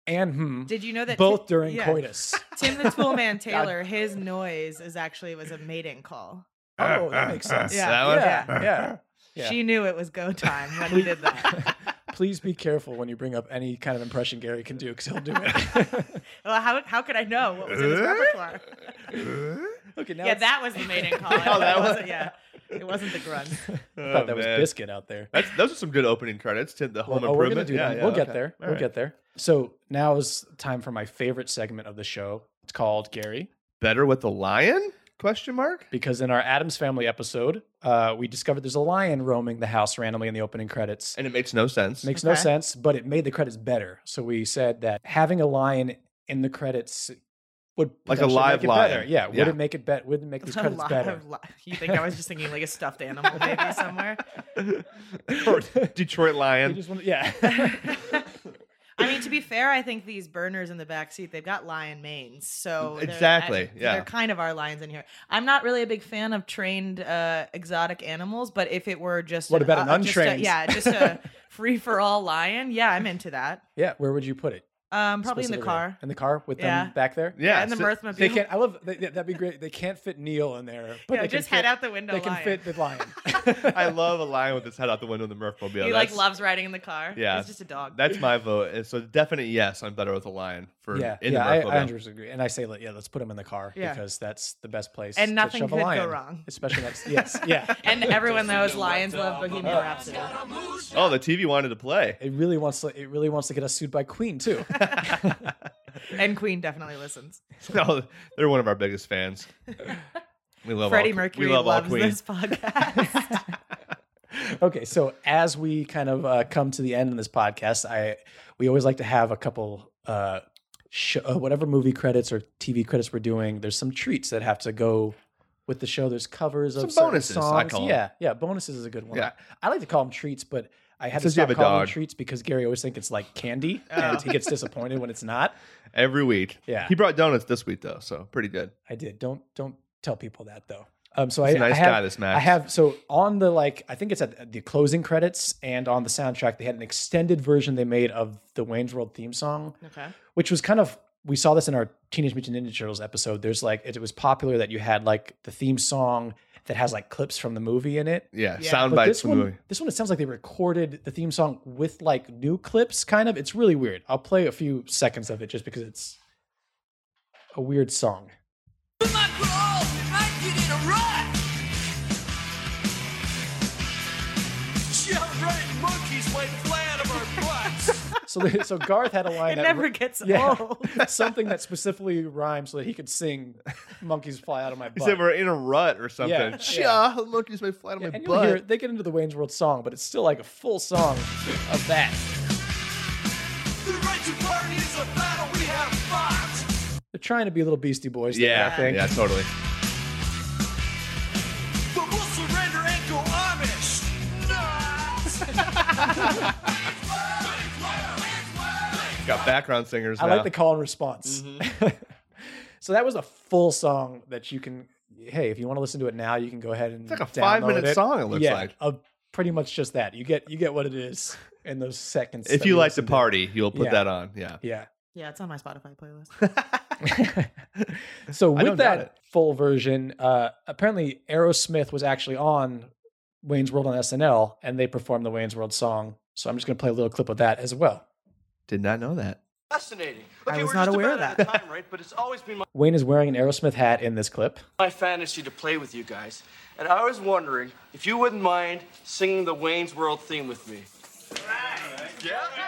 [SPEAKER 5] and hmm,
[SPEAKER 1] Did you know that Ti-
[SPEAKER 5] both during
[SPEAKER 1] yeah.
[SPEAKER 5] coitus.
[SPEAKER 1] Tim the Toolman Taylor, his noise is actually was a mating call.
[SPEAKER 5] Oh, that makes sense.
[SPEAKER 1] Yeah.
[SPEAKER 2] That one?
[SPEAKER 5] Yeah, yeah. Yeah.
[SPEAKER 1] She knew it was go time when he did that.
[SPEAKER 5] Please be careful when you bring up any kind of impression Gary can do, because he'll do it.
[SPEAKER 1] well, how how could I know what was in his repertoire?
[SPEAKER 5] okay, now
[SPEAKER 1] yeah,
[SPEAKER 5] it's-
[SPEAKER 1] that was the mating call.
[SPEAKER 2] Oh, that
[SPEAKER 1] it
[SPEAKER 2] was-
[SPEAKER 1] wasn't, yeah, it wasn't the grunt.
[SPEAKER 5] I thought that was
[SPEAKER 2] Oh, man.
[SPEAKER 5] biscuit out there.
[SPEAKER 2] That's, those are some good opening credits to the home
[SPEAKER 5] Well, oh, we're gonna
[SPEAKER 2] improvement.
[SPEAKER 5] do
[SPEAKER 2] yeah,
[SPEAKER 5] that.
[SPEAKER 2] yeah,
[SPEAKER 5] we'll get
[SPEAKER 2] okay.
[SPEAKER 5] there.
[SPEAKER 2] All
[SPEAKER 5] we'll
[SPEAKER 2] right.
[SPEAKER 5] get there. So now is time for my favorite segment of the show. It's called Gary.
[SPEAKER 2] Better with the lion? Question mark?
[SPEAKER 5] because in our Adams Family episode, uh, we discovered there's a lion roaming the house randomly in the opening credits.
[SPEAKER 2] And it makes no sense.
[SPEAKER 5] Makes no
[SPEAKER 1] Okay.
[SPEAKER 5] sense, but it made the credits better. So we said that having a lion in the credits would
[SPEAKER 2] Like a
[SPEAKER 5] potentially
[SPEAKER 2] live
[SPEAKER 5] make it
[SPEAKER 2] lion.
[SPEAKER 5] better.
[SPEAKER 2] Yeah.
[SPEAKER 5] Yeah, would it make it better? Would it make these
[SPEAKER 1] A
[SPEAKER 5] credits
[SPEAKER 1] lot
[SPEAKER 5] better?
[SPEAKER 1] of li- you think I was just thinking like a stuffed animal maybe somewhere?
[SPEAKER 2] Detroit
[SPEAKER 5] They
[SPEAKER 2] Lion.
[SPEAKER 5] just wanna- yeah.
[SPEAKER 1] I mean, to be fair, I think these burners in the back seat, they've got lion manes. So they're-
[SPEAKER 2] Exactly,
[SPEAKER 1] I-
[SPEAKER 2] yeah.
[SPEAKER 1] They're kind of our lions in here. I'm not really a big fan of trained uh, exotic animals, but if it were just.
[SPEAKER 5] What about an
[SPEAKER 1] uh, just a-
[SPEAKER 5] untrained?
[SPEAKER 1] yeah, just a free for all lion. Yeah, I'm into that.
[SPEAKER 5] yeah, where would you put it?
[SPEAKER 1] Um, Probably in the
[SPEAKER 5] specifically?
[SPEAKER 1] car.
[SPEAKER 5] In the car with
[SPEAKER 1] Yeah.
[SPEAKER 5] them back there?
[SPEAKER 2] Yeah.
[SPEAKER 1] and the
[SPEAKER 2] so-
[SPEAKER 1] Mirthmobile.
[SPEAKER 5] They can't. I love. They, that'd be great. They can't fit Neil in there, but
[SPEAKER 1] yeah,
[SPEAKER 5] they can
[SPEAKER 1] just head
[SPEAKER 5] fit-
[SPEAKER 1] out the window.
[SPEAKER 5] They can
[SPEAKER 1] lion.
[SPEAKER 5] fit the lion.
[SPEAKER 2] I love a lion with his head out the window in the Murphmobile.
[SPEAKER 1] He like
[SPEAKER 2] That's-
[SPEAKER 1] loves riding in the car.
[SPEAKER 2] Yeah.
[SPEAKER 1] he's just a dog.
[SPEAKER 2] That's my vote. And so definite yes, I'm better with a lion for
[SPEAKER 5] yeah,
[SPEAKER 2] in
[SPEAKER 5] yeah.
[SPEAKER 2] the
[SPEAKER 5] I,
[SPEAKER 2] Murphmobile.
[SPEAKER 5] I agree, and I say, let- yeah, let's put him in the car
[SPEAKER 1] Yeah.
[SPEAKER 5] because that's the best place.
[SPEAKER 1] And
[SPEAKER 5] to
[SPEAKER 1] nothing
[SPEAKER 5] shove a
[SPEAKER 1] could go
[SPEAKER 5] lion.
[SPEAKER 1] wrong.
[SPEAKER 5] especially next. Yes, yeah.
[SPEAKER 1] and everyone knows lions love Bohemian Rhapsody.
[SPEAKER 2] oh, the TV wanted to play.
[SPEAKER 5] It really wants to. It really wants to get us sued by Queen too.
[SPEAKER 1] And Queen definitely listens.
[SPEAKER 2] No, they're one of our biggest fans. We love
[SPEAKER 1] Freddie
[SPEAKER 2] all,
[SPEAKER 1] Mercury
[SPEAKER 2] We love all
[SPEAKER 1] loves
[SPEAKER 2] Queen.
[SPEAKER 1] this podcast.
[SPEAKER 5] okay, so as we kind of uh, come to the end of this podcast, I we always like to have a couple. Uh, Show, uh, whatever movie credits or TV credits we're doing, there's some treats that have to go with the show. There's covers
[SPEAKER 2] Some
[SPEAKER 5] of certain
[SPEAKER 2] bonuses, I
[SPEAKER 5] songs.
[SPEAKER 2] call 'em.
[SPEAKER 5] yeah, yeah, bonuses is a good one.
[SPEAKER 2] Yeah.
[SPEAKER 5] I, I like to call them treats, but I had to
[SPEAKER 2] Since you
[SPEAKER 5] stop
[SPEAKER 2] have a
[SPEAKER 5] calling 'em
[SPEAKER 2] dog.
[SPEAKER 5] treats because Gary always thinks it's like candy, and he gets disappointed when it's not.
[SPEAKER 2] Every week.
[SPEAKER 5] Yeah.
[SPEAKER 2] He brought donuts this week though, so pretty good.
[SPEAKER 5] I did. Don't don't tell people that though. Um, so I,
[SPEAKER 2] He's a
[SPEAKER 5] I
[SPEAKER 2] nice
[SPEAKER 5] have,
[SPEAKER 2] guy, this Max.
[SPEAKER 5] I have so on the like I think it's at the closing credits and on the soundtrack they had an extended version they made of the Wayne's World theme song,
[SPEAKER 1] okay.
[SPEAKER 5] which was kind of we saw this in our Teenage Mutant Ninja Turtles episode. There's like it, was popular that you had like the theme song that has like clips from the movie in it.
[SPEAKER 2] Yeah.
[SPEAKER 1] Yeah.
[SPEAKER 2] Sound
[SPEAKER 5] But
[SPEAKER 2] bites
[SPEAKER 5] this
[SPEAKER 2] from the
[SPEAKER 5] one,
[SPEAKER 2] movie.
[SPEAKER 5] this one, it sounds like they recorded the theme song with like new clips, kind of. It's really weird. I'll play a few seconds of it just because it's a weird song.
[SPEAKER 7] With my crawl, I get in a rut.
[SPEAKER 8] Yeah, right. Monkeys lay flat on our butts.
[SPEAKER 5] So, they- so Garth had a line
[SPEAKER 1] It
[SPEAKER 5] that
[SPEAKER 1] never
[SPEAKER 5] ri-
[SPEAKER 1] gets
[SPEAKER 5] yeah,
[SPEAKER 1] old.
[SPEAKER 5] something that specifically rhymes so that he could sing "Monkeys Fly Out of My
[SPEAKER 2] He
[SPEAKER 5] Butt."
[SPEAKER 2] said we're in a rut or something.
[SPEAKER 5] Yeah.
[SPEAKER 2] Yeah, the monkeys may fly on
[SPEAKER 5] Yeah,
[SPEAKER 2] my
[SPEAKER 5] and you'll
[SPEAKER 2] butt.
[SPEAKER 5] hear- they get into the Wayne's World song, but it's still like a full song of that.
[SPEAKER 8] The right to party is a battle we have fought.
[SPEAKER 5] They're trying to be little Beastie Boys. there,
[SPEAKER 2] yeah,
[SPEAKER 5] I think.
[SPEAKER 2] yeah, totally.
[SPEAKER 8] The will surrender and go Amish. Nuts.
[SPEAKER 2] Got background singers.
[SPEAKER 5] I
[SPEAKER 2] now.
[SPEAKER 5] like the call and response.
[SPEAKER 2] Mm-hmm.
[SPEAKER 5] so that was a full song that you can. Hey, if you want to listen to it now, you can go ahead and. It's
[SPEAKER 2] like a five-minute song, it looks
[SPEAKER 5] yeah,
[SPEAKER 2] like.
[SPEAKER 5] a- pretty much just that. You get you get what it is in those seconds.
[SPEAKER 2] If
[SPEAKER 5] that
[SPEAKER 2] you
[SPEAKER 5] we
[SPEAKER 2] like to
[SPEAKER 5] listened to.
[SPEAKER 2] party, you'll put
[SPEAKER 5] Yeah.
[SPEAKER 2] that on. Yeah.
[SPEAKER 5] yeah.
[SPEAKER 1] Yeah, it's on my Spotify playlist.
[SPEAKER 5] so
[SPEAKER 2] I don't
[SPEAKER 5] with
[SPEAKER 2] doubt
[SPEAKER 5] that
[SPEAKER 2] it.
[SPEAKER 5] full version, uh, apparently Aerosmith was actually on Wayne's World on SNL, and they performed the Wayne's World song. So I'm just going to play a little clip of that as well.
[SPEAKER 2] Did not know that.
[SPEAKER 8] Fascinating.
[SPEAKER 1] I
[SPEAKER 8] Okay,
[SPEAKER 1] was
[SPEAKER 8] we're
[SPEAKER 1] not
[SPEAKER 8] just
[SPEAKER 1] aware
[SPEAKER 8] about
[SPEAKER 1] of
[SPEAKER 8] out Time, right? But it's always been my,
[SPEAKER 5] Wayne is wearing an Aerosmith hat in this clip.
[SPEAKER 8] my fantasy to play with you guys, and I was wondering if you wouldn't mind singing the Wayne's World theme with me.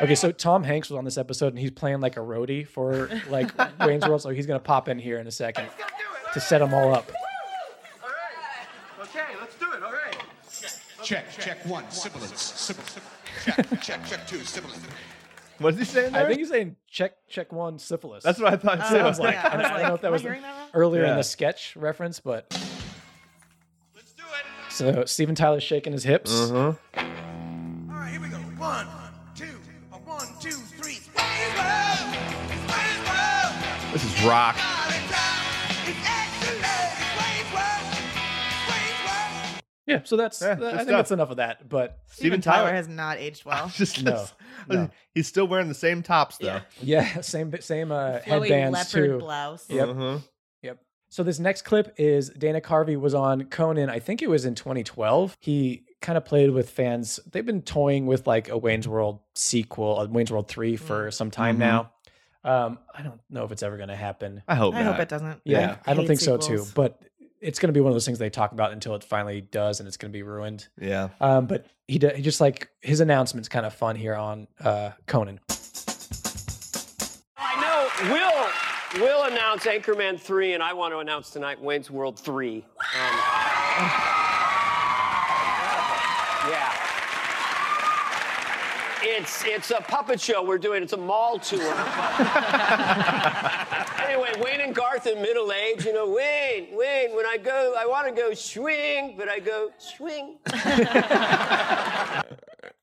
[SPEAKER 5] Okay, so Tom Hanks was on this episode, and he's playing like a roadie for like Wayne's World. So he's going to pop in here in a second to set them all up.
[SPEAKER 8] All right. Okay, let's do it. All right.
[SPEAKER 11] Check, check one, sibilance, sibilance. Check, check, check two, sibilance.
[SPEAKER 2] What did he say in there?
[SPEAKER 5] I think he's saying check check one syphilis.
[SPEAKER 2] That's what I thought. too.
[SPEAKER 1] Oh,
[SPEAKER 2] I was like,
[SPEAKER 1] yeah.
[SPEAKER 5] And I, don't know if that
[SPEAKER 1] am I
[SPEAKER 5] was
[SPEAKER 1] hearing that wrong?
[SPEAKER 5] earlier in
[SPEAKER 2] Yeah.
[SPEAKER 5] the sketch reference, but
[SPEAKER 8] Let's do it.
[SPEAKER 5] so Steven Tyler's shaking his hips.
[SPEAKER 2] uh-huh.
[SPEAKER 11] All right, here we go. One, two, a one, two, three.
[SPEAKER 2] This is rock.
[SPEAKER 5] Yeah, so that's
[SPEAKER 2] Yeah,
[SPEAKER 5] that-
[SPEAKER 2] good
[SPEAKER 5] I think
[SPEAKER 2] stuff.
[SPEAKER 5] that's enough of that. But
[SPEAKER 1] Steven Tyler has not aged well.
[SPEAKER 2] Just
[SPEAKER 5] No, no.
[SPEAKER 2] He's still wearing the same tops though.
[SPEAKER 1] Yeah.
[SPEAKER 5] yeah, same same uh,
[SPEAKER 1] Flowy
[SPEAKER 5] headbands
[SPEAKER 1] leopard
[SPEAKER 5] too.
[SPEAKER 1] blouse.
[SPEAKER 5] Yep.
[SPEAKER 2] Uh-huh.
[SPEAKER 5] So this next clip is Dana Carvey was on Conan. I think it was in 2012. He kind of played with fans. They've been toying with like a Wayne's World sequel, a Wayne's World three for
[SPEAKER 1] Mm.
[SPEAKER 5] some time
[SPEAKER 2] Mhm.
[SPEAKER 5] now. Um, I don't know if it's ever going to happen.
[SPEAKER 2] I hope.
[SPEAKER 1] I hope
[SPEAKER 2] not.
[SPEAKER 1] it doesn't.
[SPEAKER 5] Yeah,
[SPEAKER 2] Yeah.
[SPEAKER 5] I don't
[SPEAKER 1] hate
[SPEAKER 5] think so too.
[SPEAKER 1] sequels.
[SPEAKER 5] But it's going to be one of those things they talk about until it finally does, and it's going to be ruined.
[SPEAKER 2] Yeah.
[SPEAKER 5] Um, but he, d- he just like his announcement's kind of fun here on uh, Conan.
[SPEAKER 9] I know Will We'll announce Anchorman 3, and I want to announce tonight Wayne's World 3. Um, yeah. It's, it's a puppet show we're doing. It's a mall tour. anyway, Wayne and Garth in middle age, you know, Wayne, Wayne, when I go, I want to go swing, but I go swing.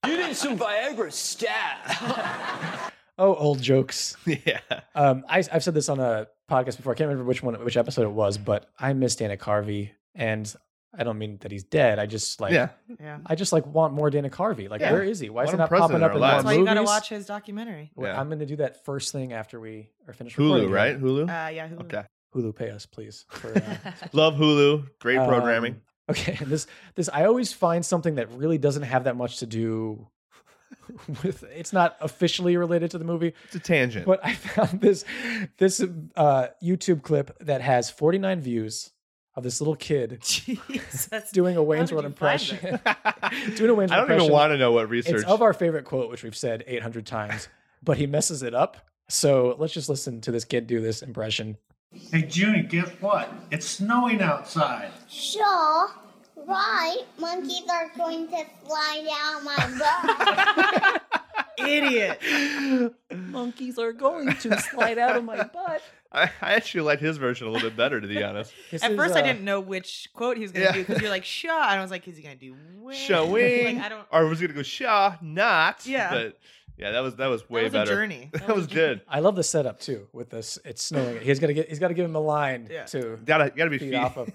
[SPEAKER 9] you did some Viagra stab.
[SPEAKER 5] Oh, old jokes.
[SPEAKER 2] Yeah.
[SPEAKER 5] Um, I, I've said this on a podcast before. I can't remember which one, which episode it was, but I missed Dana Carvey, and I don't mean that he's dead. I just like,
[SPEAKER 2] Yeah.
[SPEAKER 1] Yeah.
[SPEAKER 5] I just like want more Dana Carvey. Like,
[SPEAKER 2] Yeah.
[SPEAKER 5] where is he? Why is
[SPEAKER 2] Want
[SPEAKER 5] he
[SPEAKER 2] him
[SPEAKER 5] not
[SPEAKER 2] present
[SPEAKER 5] popping
[SPEAKER 2] in
[SPEAKER 5] up
[SPEAKER 2] our
[SPEAKER 5] in
[SPEAKER 2] lives.
[SPEAKER 5] more
[SPEAKER 1] That's why you gotta
[SPEAKER 5] movies?
[SPEAKER 1] watch his documentary.
[SPEAKER 5] Well,
[SPEAKER 2] Yeah.
[SPEAKER 5] I'm going to do that first thing after we are finished. recording
[SPEAKER 2] Hulu,
[SPEAKER 5] here.
[SPEAKER 2] right? Hulu.
[SPEAKER 1] Uh, yeah. Hulu.
[SPEAKER 2] Mm-hmm. okay.
[SPEAKER 5] Hulu, pay us, please. for, uh,
[SPEAKER 2] Love Hulu. Great programming.
[SPEAKER 5] Um, okay, and this this I always find something that really doesn't have that much to do with. It's not officially related to the movie,
[SPEAKER 2] it's a tangent.
[SPEAKER 5] but I found this this uh, YouTube clip that has 49 views of this little kid
[SPEAKER 1] Jesus.
[SPEAKER 5] doing a Wayne's
[SPEAKER 1] did
[SPEAKER 5] World
[SPEAKER 1] you find that?
[SPEAKER 5] impression. doing a Wayne's World
[SPEAKER 2] I don't even
[SPEAKER 5] impression.
[SPEAKER 2] want to know what research.
[SPEAKER 5] It's of our favorite quote, which we've said 800 times, but he messes it up. So let's just listen to this kid do this impression.
[SPEAKER 12] Hey, Junie, guess what? It's snowing outside.
[SPEAKER 13] Sure. Right. Monkeys are going to fly down my butt.
[SPEAKER 1] Idiot.
[SPEAKER 5] Monkeys are going to slide out of my butt.
[SPEAKER 2] I, I actually like his version a little bit better, to be honest.
[SPEAKER 1] At first,
[SPEAKER 5] uh,
[SPEAKER 1] I didn't know which quote he was gonna
[SPEAKER 2] Yeah.
[SPEAKER 1] do because you're like Shaw, and I was like, is he gonna do Wayne?
[SPEAKER 2] Showing,
[SPEAKER 1] Like, I don't.
[SPEAKER 2] or was he gonna go Shaw? Not.
[SPEAKER 1] Yeah.
[SPEAKER 2] But yeah, that was that was way
[SPEAKER 1] was a
[SPEAKER 2] better.
[SPEAKER 1] journey.
[SPEAKER 2] That, was good.
[SPEAKER 5] I love the setup too with this. It's snowing. He's gonna get. He's got to give him a line
[SPEAKER 1] Yeah.
[SPEAKER 5] to
[SPEAKER 2] Gotta gotta be
[SPEAKER 5] feed
[SPEAKER 2] feet.
[SPEAKER 5] off of.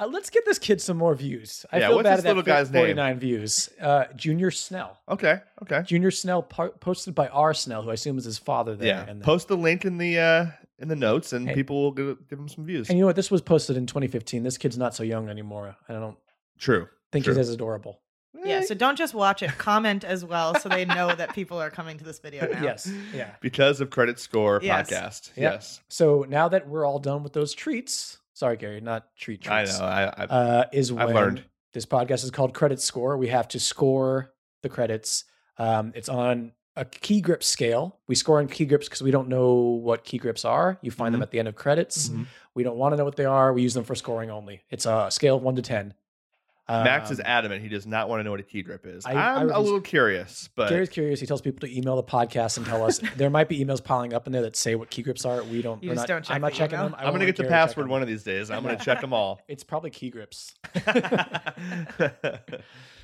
[SPEAKER 5] Uh, let's get this kid some more views. I
[SPEAKER 2] Yeah,
[SPEAKER 5] feel
[SPEAKER 2] what's
[SPEAKER 5] bad
[SPEAKER 2] this
[SPEAKER 5] at that
[SPEAKER 2] little guy's name?
[SPEAKER 5] 49 views. Uh, Junior Snell.
[SPEAKER 2] Okay. Okay.
[SPEAKER 5] Junior Snell po- posted by R. Snell, who I assume is his father there.
[SPEAKER 2] Yeah.
[SPEAKER 5] And,
[SPEAKER 2] Post the link in the uh in the notes, and
[SPEAKER 5] Hey.
[SPEAKER 2] people will give, give him some views.
[SPEAKER 5] and you know what? This was posted in 2015. This kid's not so young anymore. I don't
[SPEAKER 2] True.
[SPEAKER 5] think
[SPEAKER 2] True.
[SPEAKER 5] he's as adorable. Eh.
[SPEAKER 1] Yeah. So don't just watch it. Comment as well, so they know that people are coming to this video now.
[SPEAKER 5] Yes. Yeah.
[SPEAKER 2] Because of Credit Score
[SPEAKER 1] Yes.
[SPEAKER 2] podcast.
[SPEAKER 5] Yeah.
[SPEAKER 2] Yes.
[SPEAKER 5] So now that we're all done with those treats, sorry, Gary, not treat
[SPEAKER 2] I
[SPEAKER 5] treats.
[SPEAKER 2] know. I, I
[SPEAKER 5] uh, is when
[SPEAKER 2] I've learned.
[SPEAKER 5] this podcast is called Credit Score. We have to score the credits. Um, it's on a key grip scale. We score on key grips because we don't know what key grips are. You find them
[SPEAKER 2] Mhm.
[SPEAKER 5] at the end of credits.
[SPEAKER 2] Mhm.
[SPEAKER 5] We don't want to know what they are. We use them for scoring only. It's a scale of one to ten.
[SPEAKER 2] Max is
[SPEAKER 5] Um,
[SPEAKER 2] adamant. He does not want to know what a key drip is.
[SPEAKER 5] I-
[SPEAKER 2] I,
[SPEAKER 5] I
[SPEAKER 2] am a
[SPEAKER 5] was-
[SPEAKER 2] little curious, but
[SPEAKER 5] Gary's curious. He tells people to email the podcast and tell us there might be emails piling up in there that say what key grips are. We don't.
[SPEAKER 1] You
[SPEAKER 5] we're
[SPEAKER 1] just
[SPEAKER 5] not,
[SPEAKER 1] don't check
[SPEAKER 5] I'm not
[SPEAKER 1] the
[SPEAKER 5] checking
[SPEAKER 1] email?
[SPEAKER 5] them. I
[SPEAKER 2] I'm
[SPEAKER 5] won't
[SPEAKER 2] gonna get
[SPEAKER 5] let
[SPEAKER 2] the
[SPEAKER 5] Gary check
[SPEAKER 2] password
[SPEAKER 5] them.
[SPEAKER 2] one of these days. I'm gonna check them all.
[SPEAKER 5] It's probably key grips.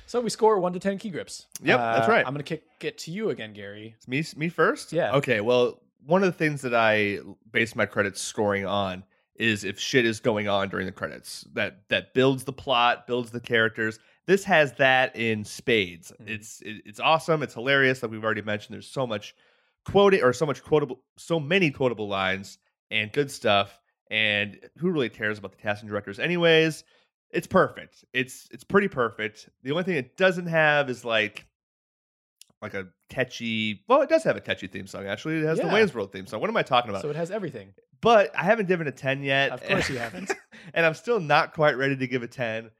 [SPEAKER 5] So we score one to ten key grips. Uh,
[SPEAKER 2] Yep, that's right.
[SPEAKER 5] I'm gonna kick it to you again, Gary.
[SPEAKER 2] me me first
[SPEAKER 5] Yeah.
[SPEAKER 2] okay well one of the things that i base my credits scoring on is if shit is going on during the credits that that builds the plot builds the characters this has that in spades
[SPEAKER 5] Hmm.
[SPEAKER 2] it's it, it's awesome it's hilarious like we've already mentioned there's so much quoted or so much quotable so many quotable lines and good stuff and who really cares about the casting directors anyways it's perfect it's it's pretty perfect the only thing it doesn't have is like like a catchy well it does have a catchy theme song actually it has
[SPEAKER 5] Yeah.
[SPEAKER 2] the wayne's world theme song what am i talking about
[SPEAKER 5] So it has everything.
[SPEAKER 2] but i haven't given a 10 yet
[SPEAKER 5] Of course you haven't.
[SPEAKER 2] and i'm still not quite ready to give a 10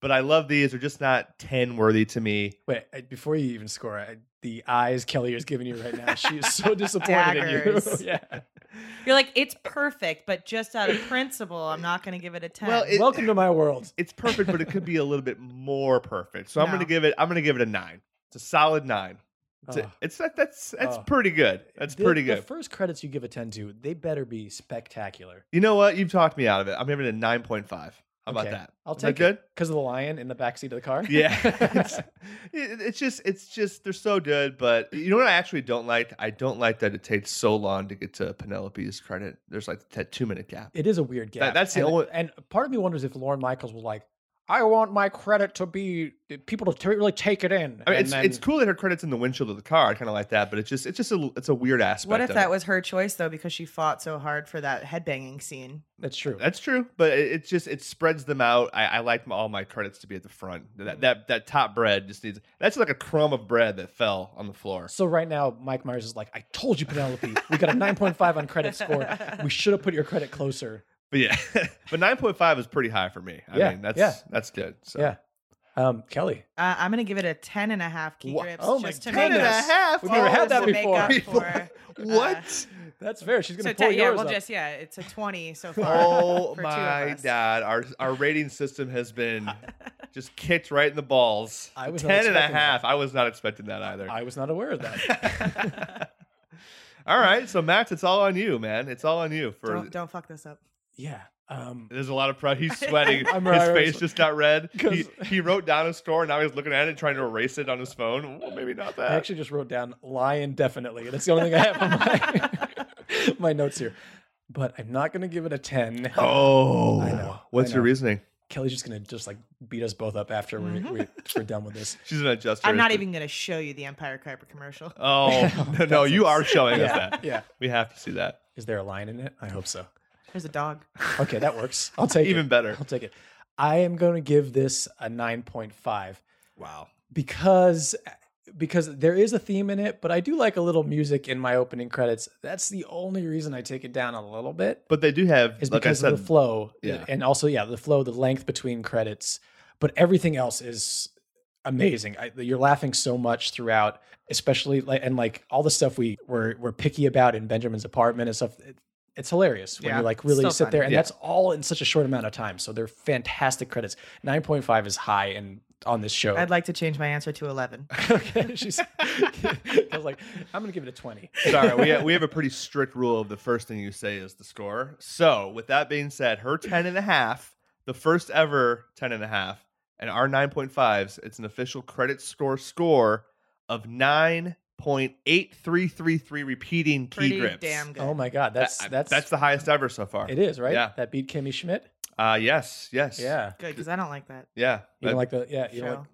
[SPEAKER 2] but i love these they're just not 10 worthy to me
[SPEAKER 5] Wait, I- before you even score, I, the eyes Kelly is giving you right now, she is so disappointed in you.
[SPEAKER 1] Daggers.
[SPEAKER 5] yeah.
[SPEAKER 1] You're like, it's perfect, but just out of principle, I'm not gonna give it a ten.
[SPEAKER 2] Well, it-
[SPEAKER 5] Welcome to my world.
[SPEAKER 2] it's perfect but it could be a little bit more perfect so i'm
[SPEAKER 1] No.
[SPEAKER 2] gonna give it i'm gonna give it a 9 it's a solid 9 it's,
[SPEAKER 5] Oh.
[SPEAKER 2] a, it's that that's that's
[SPEAKER 5] Oh.
[SPEAKER 2] pretty good that's
[SPEAKER 5] The-
[SPEAKER 2] pretty
[SPEAKER 5] The
[SPEAKER 2] good
[SPEAKER 5] first credits you give a 10 to, they better be spectacular.
[SPEAKER 2] you know what you've talked me out of it i'm giving it a 9.5 how about
[SPEAKER 5] Okay,
[SPEAKER 2] that
[SPEAKER 5] I'll
[SPEAKER 2] Is
[SPEAKER 5] take
[SPEAKER 2] that good
[SPEAKER 5] Because of the lion in the backseat of the car?
[SPEAKER 2] Yeah, it's, it- it's just it's just they're so good. But you know what I actually don't like? I don't like that it takes so long to get to Penelope's credit. There's like that two minute gap.
[SPEAKER 5] it is a weird gap.
[SPEAKER 2] that's the
[SPEAKER 5] and,
[SPEAKER 2] only-
[SPEAKER 5] And part of me wonders if Lauren Michaels was like, I want my credit to be people to really take it in.
[SPEAKER 2] I mean,
[SPEAKER 5] and
[SPEAKER 2] it's it's
[SPEAKER 5] then-
[SPEAKER 2] cool that her credits in the windshield of the car. I kind of like that, but it's just it's just a it's a weird aspect.
[SPEAKER 1] what if
[SPEAKER 2] of
[SPEAKER 1] that
[SPEAKER 2] it.
[SPEAKER 1] was her choice though, because she fought so hard for that headbanging scene?
[SPEAKER 5] That's true.
[SPEAKER 2] That's true, but it, it just it spreads them out. I, I like my, all my credits to be at the front.
[SPEAKER 1] Mm.
[SPEAKER 2] That that that top bread just needs. That's like a crumb of bread that fell on the floor.
[SPEAKER 5] So right now, Mike Myers is like, I told you, Penelope, we got a 9.5 on credit score. We should have put your credit closer.
[SPEAKER 2] But yeah, but nine point five is pretty high for me. I
[SPEAKER 5] Yeah,
[SPEAKER 2] mean, that's
[SPEAKER 5] yeah.
[SPEAKER 2] that's good. So.
[SPEAKER 5] Yeah. Um, Kelly.
[SPEAKER 1] Uh, I'm gonna give it a ten and a half key
[SPEAKER 2] Wha-
[SPEAKER 1] grips
[SPEAKER 5] oh my
[SPEAKER 1] just to
[SPEAKER 5] goodness.
[SPEAKER 1] make
[SPEAKER 5] Ten
[SPEAKER 1] up
[SPEAKER 5] and a
[SPEAKER 2] half?
[SPEAKER 5] We've never had
[SPEAKER 1] just
[SPEAKER 5] that
[SPEAKER 1] to make up for,
[SPEAKER 5] before.
[SPEAKER 1] uh,
[SPEAKER 2] What?
[SPEAKER 5] That's fair. She's
[SPEAKER 1] So
[SPEAKER 5] gonna
[SPEAKER 1] ten-
[SPEAKER 5] pull
[SPEAKER 1] yeah,
[SPEAKER 5] yours
[SPEAKER 1] well,
[SPEAKER 5] up.
[SPEAKER 1] just yeah, it's a twenty so far.
[SPEAKER 2] Oh
[SPEAKER 1] for two of
[SPEAKER 2] my
[SPEAKER 1] us.
[SPEAKER 2] god, our our rating system has been just kicked right in the balls.
[SPEAKER 5] I was not
[SPEAKER 2] ten and a
[SPEAKER 5] expecting
[SPEAKER 2] half. I was not expecting that either.
[SPEAKER 5] I was not aware of that.
[SPEAKER 2] all right, so Max, it's all on you, man. It's all on you for
[SPEAKER 1] Don't, don't fuck this up.
[SPEAKER 5] yeah. Um,
[SPEAKER 2] There's a lot of pride. He's sweating.
[SPEAKER 5] I'm
[SPEAKER 2] his
[SPEAKER 5] right,
[SPEAKER 2] face
[SPEAKER 5] right.
[SPEAKER 2] just got red. He,
[SPEAKER 5] 'Cause-
[SPEAKER 2] he wrote down a score. Now he's looking at it, trying to erase it on his phone. Well, maybe not that.
[SPEAKER 5] I actually just wrote down lie indefinitely. That's the only thing I have on my, my notes here. But I'm not gonna give it a ten.
[SPEAKER 2] oh,
[SPEAKER 5] I know,
[SPEAKER 2] what's
[SPEAKER 5] I
[SPEAKER 2] your
[SPEAKER 5] know.
[SPEAKER 2] reasoning?
[SPEAKER 5] Kelly's just gonna just like beat us both up after we're, we're,
[SPEAKER 1] Mm-hmm.
[SPEAKER 5] we're done with this.
[SPEAKER 2] She's an adjuster.
[SPEAKER 1] I'm not
[SPEAKER 2] It's-
[SPEAKER 1] even gonna show you the Empire Carper commercial.
[SPEAKER 2] Oh no, no, you are showing us
[SPEAKER 5] Yeah,
[SPEAKER 2] that.
[SPEAKER 5] yeah.
[SPEAKER 2] we have to see that.
[SPEAKER 5] Is there a line in it? I hope so.
[SPEAKER 1] There's a dog.
[SPEAKER 5] Okay, that works. I'll take it.
[SPEAKER 2] Even better.
[SPEAKER 5] I'll take it. I am going to give this a 9.5
[SPEAKER 2] Wow.
[SPEAKER 5] because because there is a theme in it, but I do like a little music in my opening credits. That's the only reason I take it down a little bit
[SPEAKER 2] But they do have,
[SPEAKER 5] is
[SPEAKER 2] like
[SPEAKER 5] because
[SPEAKER 2] I said,
[SPEAKER 5] of the flow.
[SPEAKER 2] yeah.
[SPEAKER 5] And also, yeah, the flow, the length between credits, but everything else is amazing. I, you're laughing so much throughout, especially like and like all the stuff we were were picky about in Benjamin's apartment and stuff. It- it's hilarious when
[SPEAKER 1] Yeah,
[SPEAKER 5] you like
[SPEAKER 1] it's
[SPEAKER 5] really
[SPEAKER 1] still
[SPEAKER 5] sit
[SPEAKER 1] fun.
[SPEAKER 5] there, and
[SPEAKER 1] Yeah.
[SPEAKER 5] that's all in such a short amount of time. So they're fantastic credits. Nine point five is high and on this show.
[SPEAKER 1] I'd like to change my answer to eleven.
[SPEAKER 5] okay, she's. I was like, I'm gonna give it a twenty.
[SPEAKER 2] Sorry, we have, we have a pretty strict rule of the first thing you say is the score. So, with that being said, her 10 and a half, the first ever 10 and a half, and our 9.5s, it's an official credit score score of 9.8333 repeating key
[SPEAKER 1] Pretty
[SPEAKER 2] grips.
[SPEAKER 1] damn good.
[SPEAKER 5] Oh my god, that's that's
[SPEAKER 2] That's the highest ever so far.
[SPEAKER 5] it is right.
[SPEAKER 2] Yeah.
[SPEAKER 5] that beat Kimmy Schmidt.
[SPEAKER 2] Uh, yes, yes.
[SPEAKER 5] Yeah,
[SPEAKER 1] Good, because I don't like that.
[SPEAKER 2] Yeah. That-
[SPEAKER 5] You don't like the yeah. You don't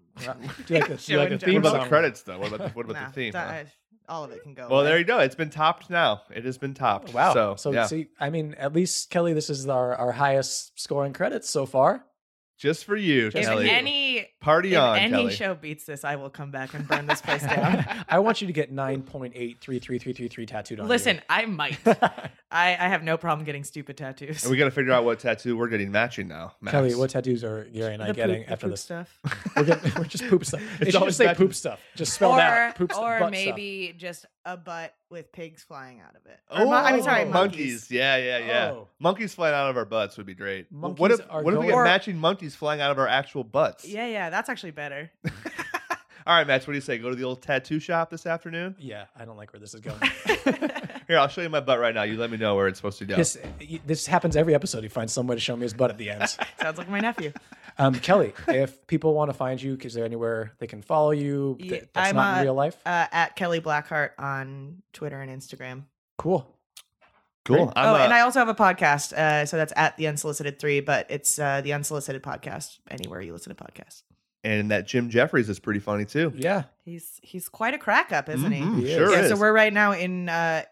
[SPEAKER 5] like. Do you like the, do
[SPEAKER 1] Show
[SPEAKER 5] you like the
[SPEAKER 1] and
[SPEAKER 5] theme
[SPEAKER 2] what about
[SPEAKER 5] song?
[SPEAKER 2] the credits though? What about the, what about
[SPEAKER 1] Nah,
[SPEAKER 2] the theme?
[SPEAKER 1] don't-
[SPEAKER 2] huh?
[SPEAKER 1] I- all of it can go.
[SPEAKER 2] Well,
[SPEAKER 1] away.
[SPEAKER 2] there you go. It's been topped now. It has been topped.
[SPEAKER 5] Oh, Wow.
[SPEAKER 2] So,
[SPEAKER 5] So,
[SPEAKER 2] yeah.
[SPEAKER 5] see, I mean, at least Kelly, this is our, our highest scoring credits so far.
[SPEAKER 2] just for you,
[SPEAKER 5] Just
[SPEAKER 1] If
[SPEAKER 2] Kelly.
[SPEAKER 1] any
[SPEAKER 2] Party
[SPEAKER 1] if
[SPEAKER 2] on,
[SPEAKER 1] any
[SPEAKER 2] Kelly.
[SPEAKER 1] show beats this, I will come back and burn this place down.
[SPEAKER 5] I want you to get nine point eight three three three three three tattooed on. you.
[SPEAKER 1] Listen, I might. I, I have no problem getting stupid tattoos.
[SPEAKER 2] And we got to figure out what tattoo we're getting matching now. Max.
[SPEAKER 5] Kelly, what tattoos are Gary and I
[SPEAKER 1] The
[SPEAKER 5] getting
[SPEAKER 1] poop- the
[SPEAKER 5] after
[SPEAKER 1] poop
[SPEAKER 5] this?
[SPEAKER 1] stuff.
[SPEAKER 5] We're, getting, we're just poop stuff. It
[SPEAKER 2] It's
[SPEAKER 5] should
[SPEAKER 2] always
[SPEAKER 5] just say
[SPEAKER 2] bad-
[SPEAKER 5] poop stuff. Just spelled
[SPEAKER 1] or
[SPEAKER 5] out. Poop stuff,
[SPEAKER 1] or
[SPEAKER 5] butt
[SPEAKER 1] maybe just a butt with pigs flying out of it. Or mon- I mean, sorry,
[SPEAKER 2] Oh,
[SPEAKER 1] monkeys.
[SPEAKER 2] Yeah, yeah, yeah.
[SPEAKER 5] Oh.
[SPEAKER 2] Monkeys flying out of our butts would be great. W- what if
[SPEAKER 5] Monkeys are
[SPEAKER 2] what if we get
[SPEAKER 5] going-
[SPEAKER 2] matching monkeys flying out of our actual butts?
[SPEAKER 1] Yeah, yeah, that's actually better.
[SPEAKER 2] All right, Max, what do you say? Go to the old tattoo shop this afternoon.
[SPEAKER 5] stuff. Yeah, I don't like where this is going.
[SPEAKER 2] Here, I'll show you my butt right now. You let me know where it's supposed to go.
[SPEAKER 5] This this happens every episode. He finds some way to show me his butt at the end.
[SPEAKER 1] Sounds like my nephew.
[SPEAKER 5] Um, Kelly, if people want to find you, is there anywhere they can follow you
[SPEAKER 1] Yeah,
[SPEAKER 5] that- that's not
[SPEAKER 1] uh,
[SPEAKER 5] in real life?
[SPEAKER 1] Uh, at Kelly Blackheart on Twitter and Instagram.
[SPEAKER 5] Cool.
[SPEAKER 2] cool.
[SPEAKER 5] great.
[SPEAKER 2] I'm,
[SPEAKER 1] oh,
[SPEAKER 2] uh,
[SPEAKER 1] and I also have a podcast. Uh, so that's at the Unsolicited Three, but it's uh, the Unsolicited Podcast anywhere you listen to podcasts.
[SPEAKER 2] and that Jim Jeffries is pretty funny too.
[SPEAKER 5] Yeah.
[SPEAKER 1] He's he's quite a crack up, isn't he?
[SPEAKER 2] Mhm,
[SPEAKER 5] He
[SPEAKER 2] Sure
[SPEAKER 1] yeah,
[SPEAKER 2] is.
[SPEAKER 1] so we're right now in uh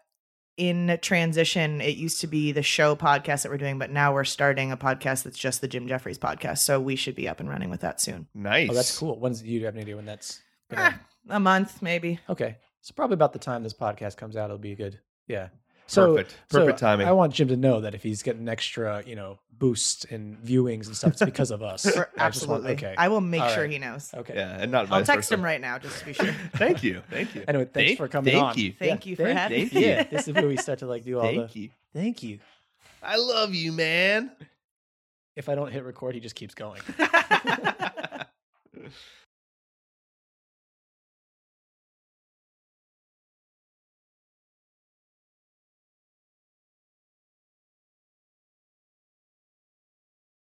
[SPEAKER 1] in transition. It used to be the show podcast that we're doing, but now we're starting a podcast that's just the Jim Jeffries podcast. So we should be up and running with that soon.
[SPEAKER 2] nice.
[SPEAKER 5] Oh, that's cool. When's you have any idea when that's? gonna-
[SPEAKER 1] Ah, a month maybe.
[SPEAKER 5] Okay, so probably about the time this podcast comes out, it'll be good. Yeah. So,
[SPEAKER 2] Perfect. Perfect
[SPEAKER 5] so
[SPEAKER 2] timing.
[SPEAKER 5] I want Jim to know that if he's getting an extra, you know, boost in viewings and stuff, it's because of us.
[SPEAKER 1] We're-
[SPEAKER 5] I just want-
[SPEAKER 1] absolutely.
[SPEAKER 5] okay.
[SPEAKER 1] I will make
[SPEAKER 5] All
[SPEAKER 1] sure
[SPEAKER 5] right.
[SPEAKER 1] he knows.
[SPEAKER 5] Okay.
[SPEAKER 2] Yeah, and not
[SPEAKER 1] I'll
[SPEAKER 2] vice
[SPEAKER 1] text
[SPEAKER 2] versa.
[SPEAKER 1] him right now just to be sure.
[SPEAKER 2] Thank you. Thank you.
[SPEAKER 5] Anyway, thanks
[SPEAKER 2] Thank-
[SPEAKER 5] for coming
[SPEAKER 2] thank
[SPEAKER 5] on.
[SPEAKER 2] you.
[SPEAKER 1] Thank you for having
[SPEAKER 2] thank
[SPEAKER 1] me.
[SPEAKER 2] you.
[SPEAKER 5] Yeah, this is where we start to like do all
[SPEAKER 2] Thank
[SPEAKER 5] the.
[SPEAKER 2] you.
[SPEAKER 5] Thank you.
[SPEAKER 2] I love you, man.
[SPEAKER 5] If I don't hit record, he just keeps going.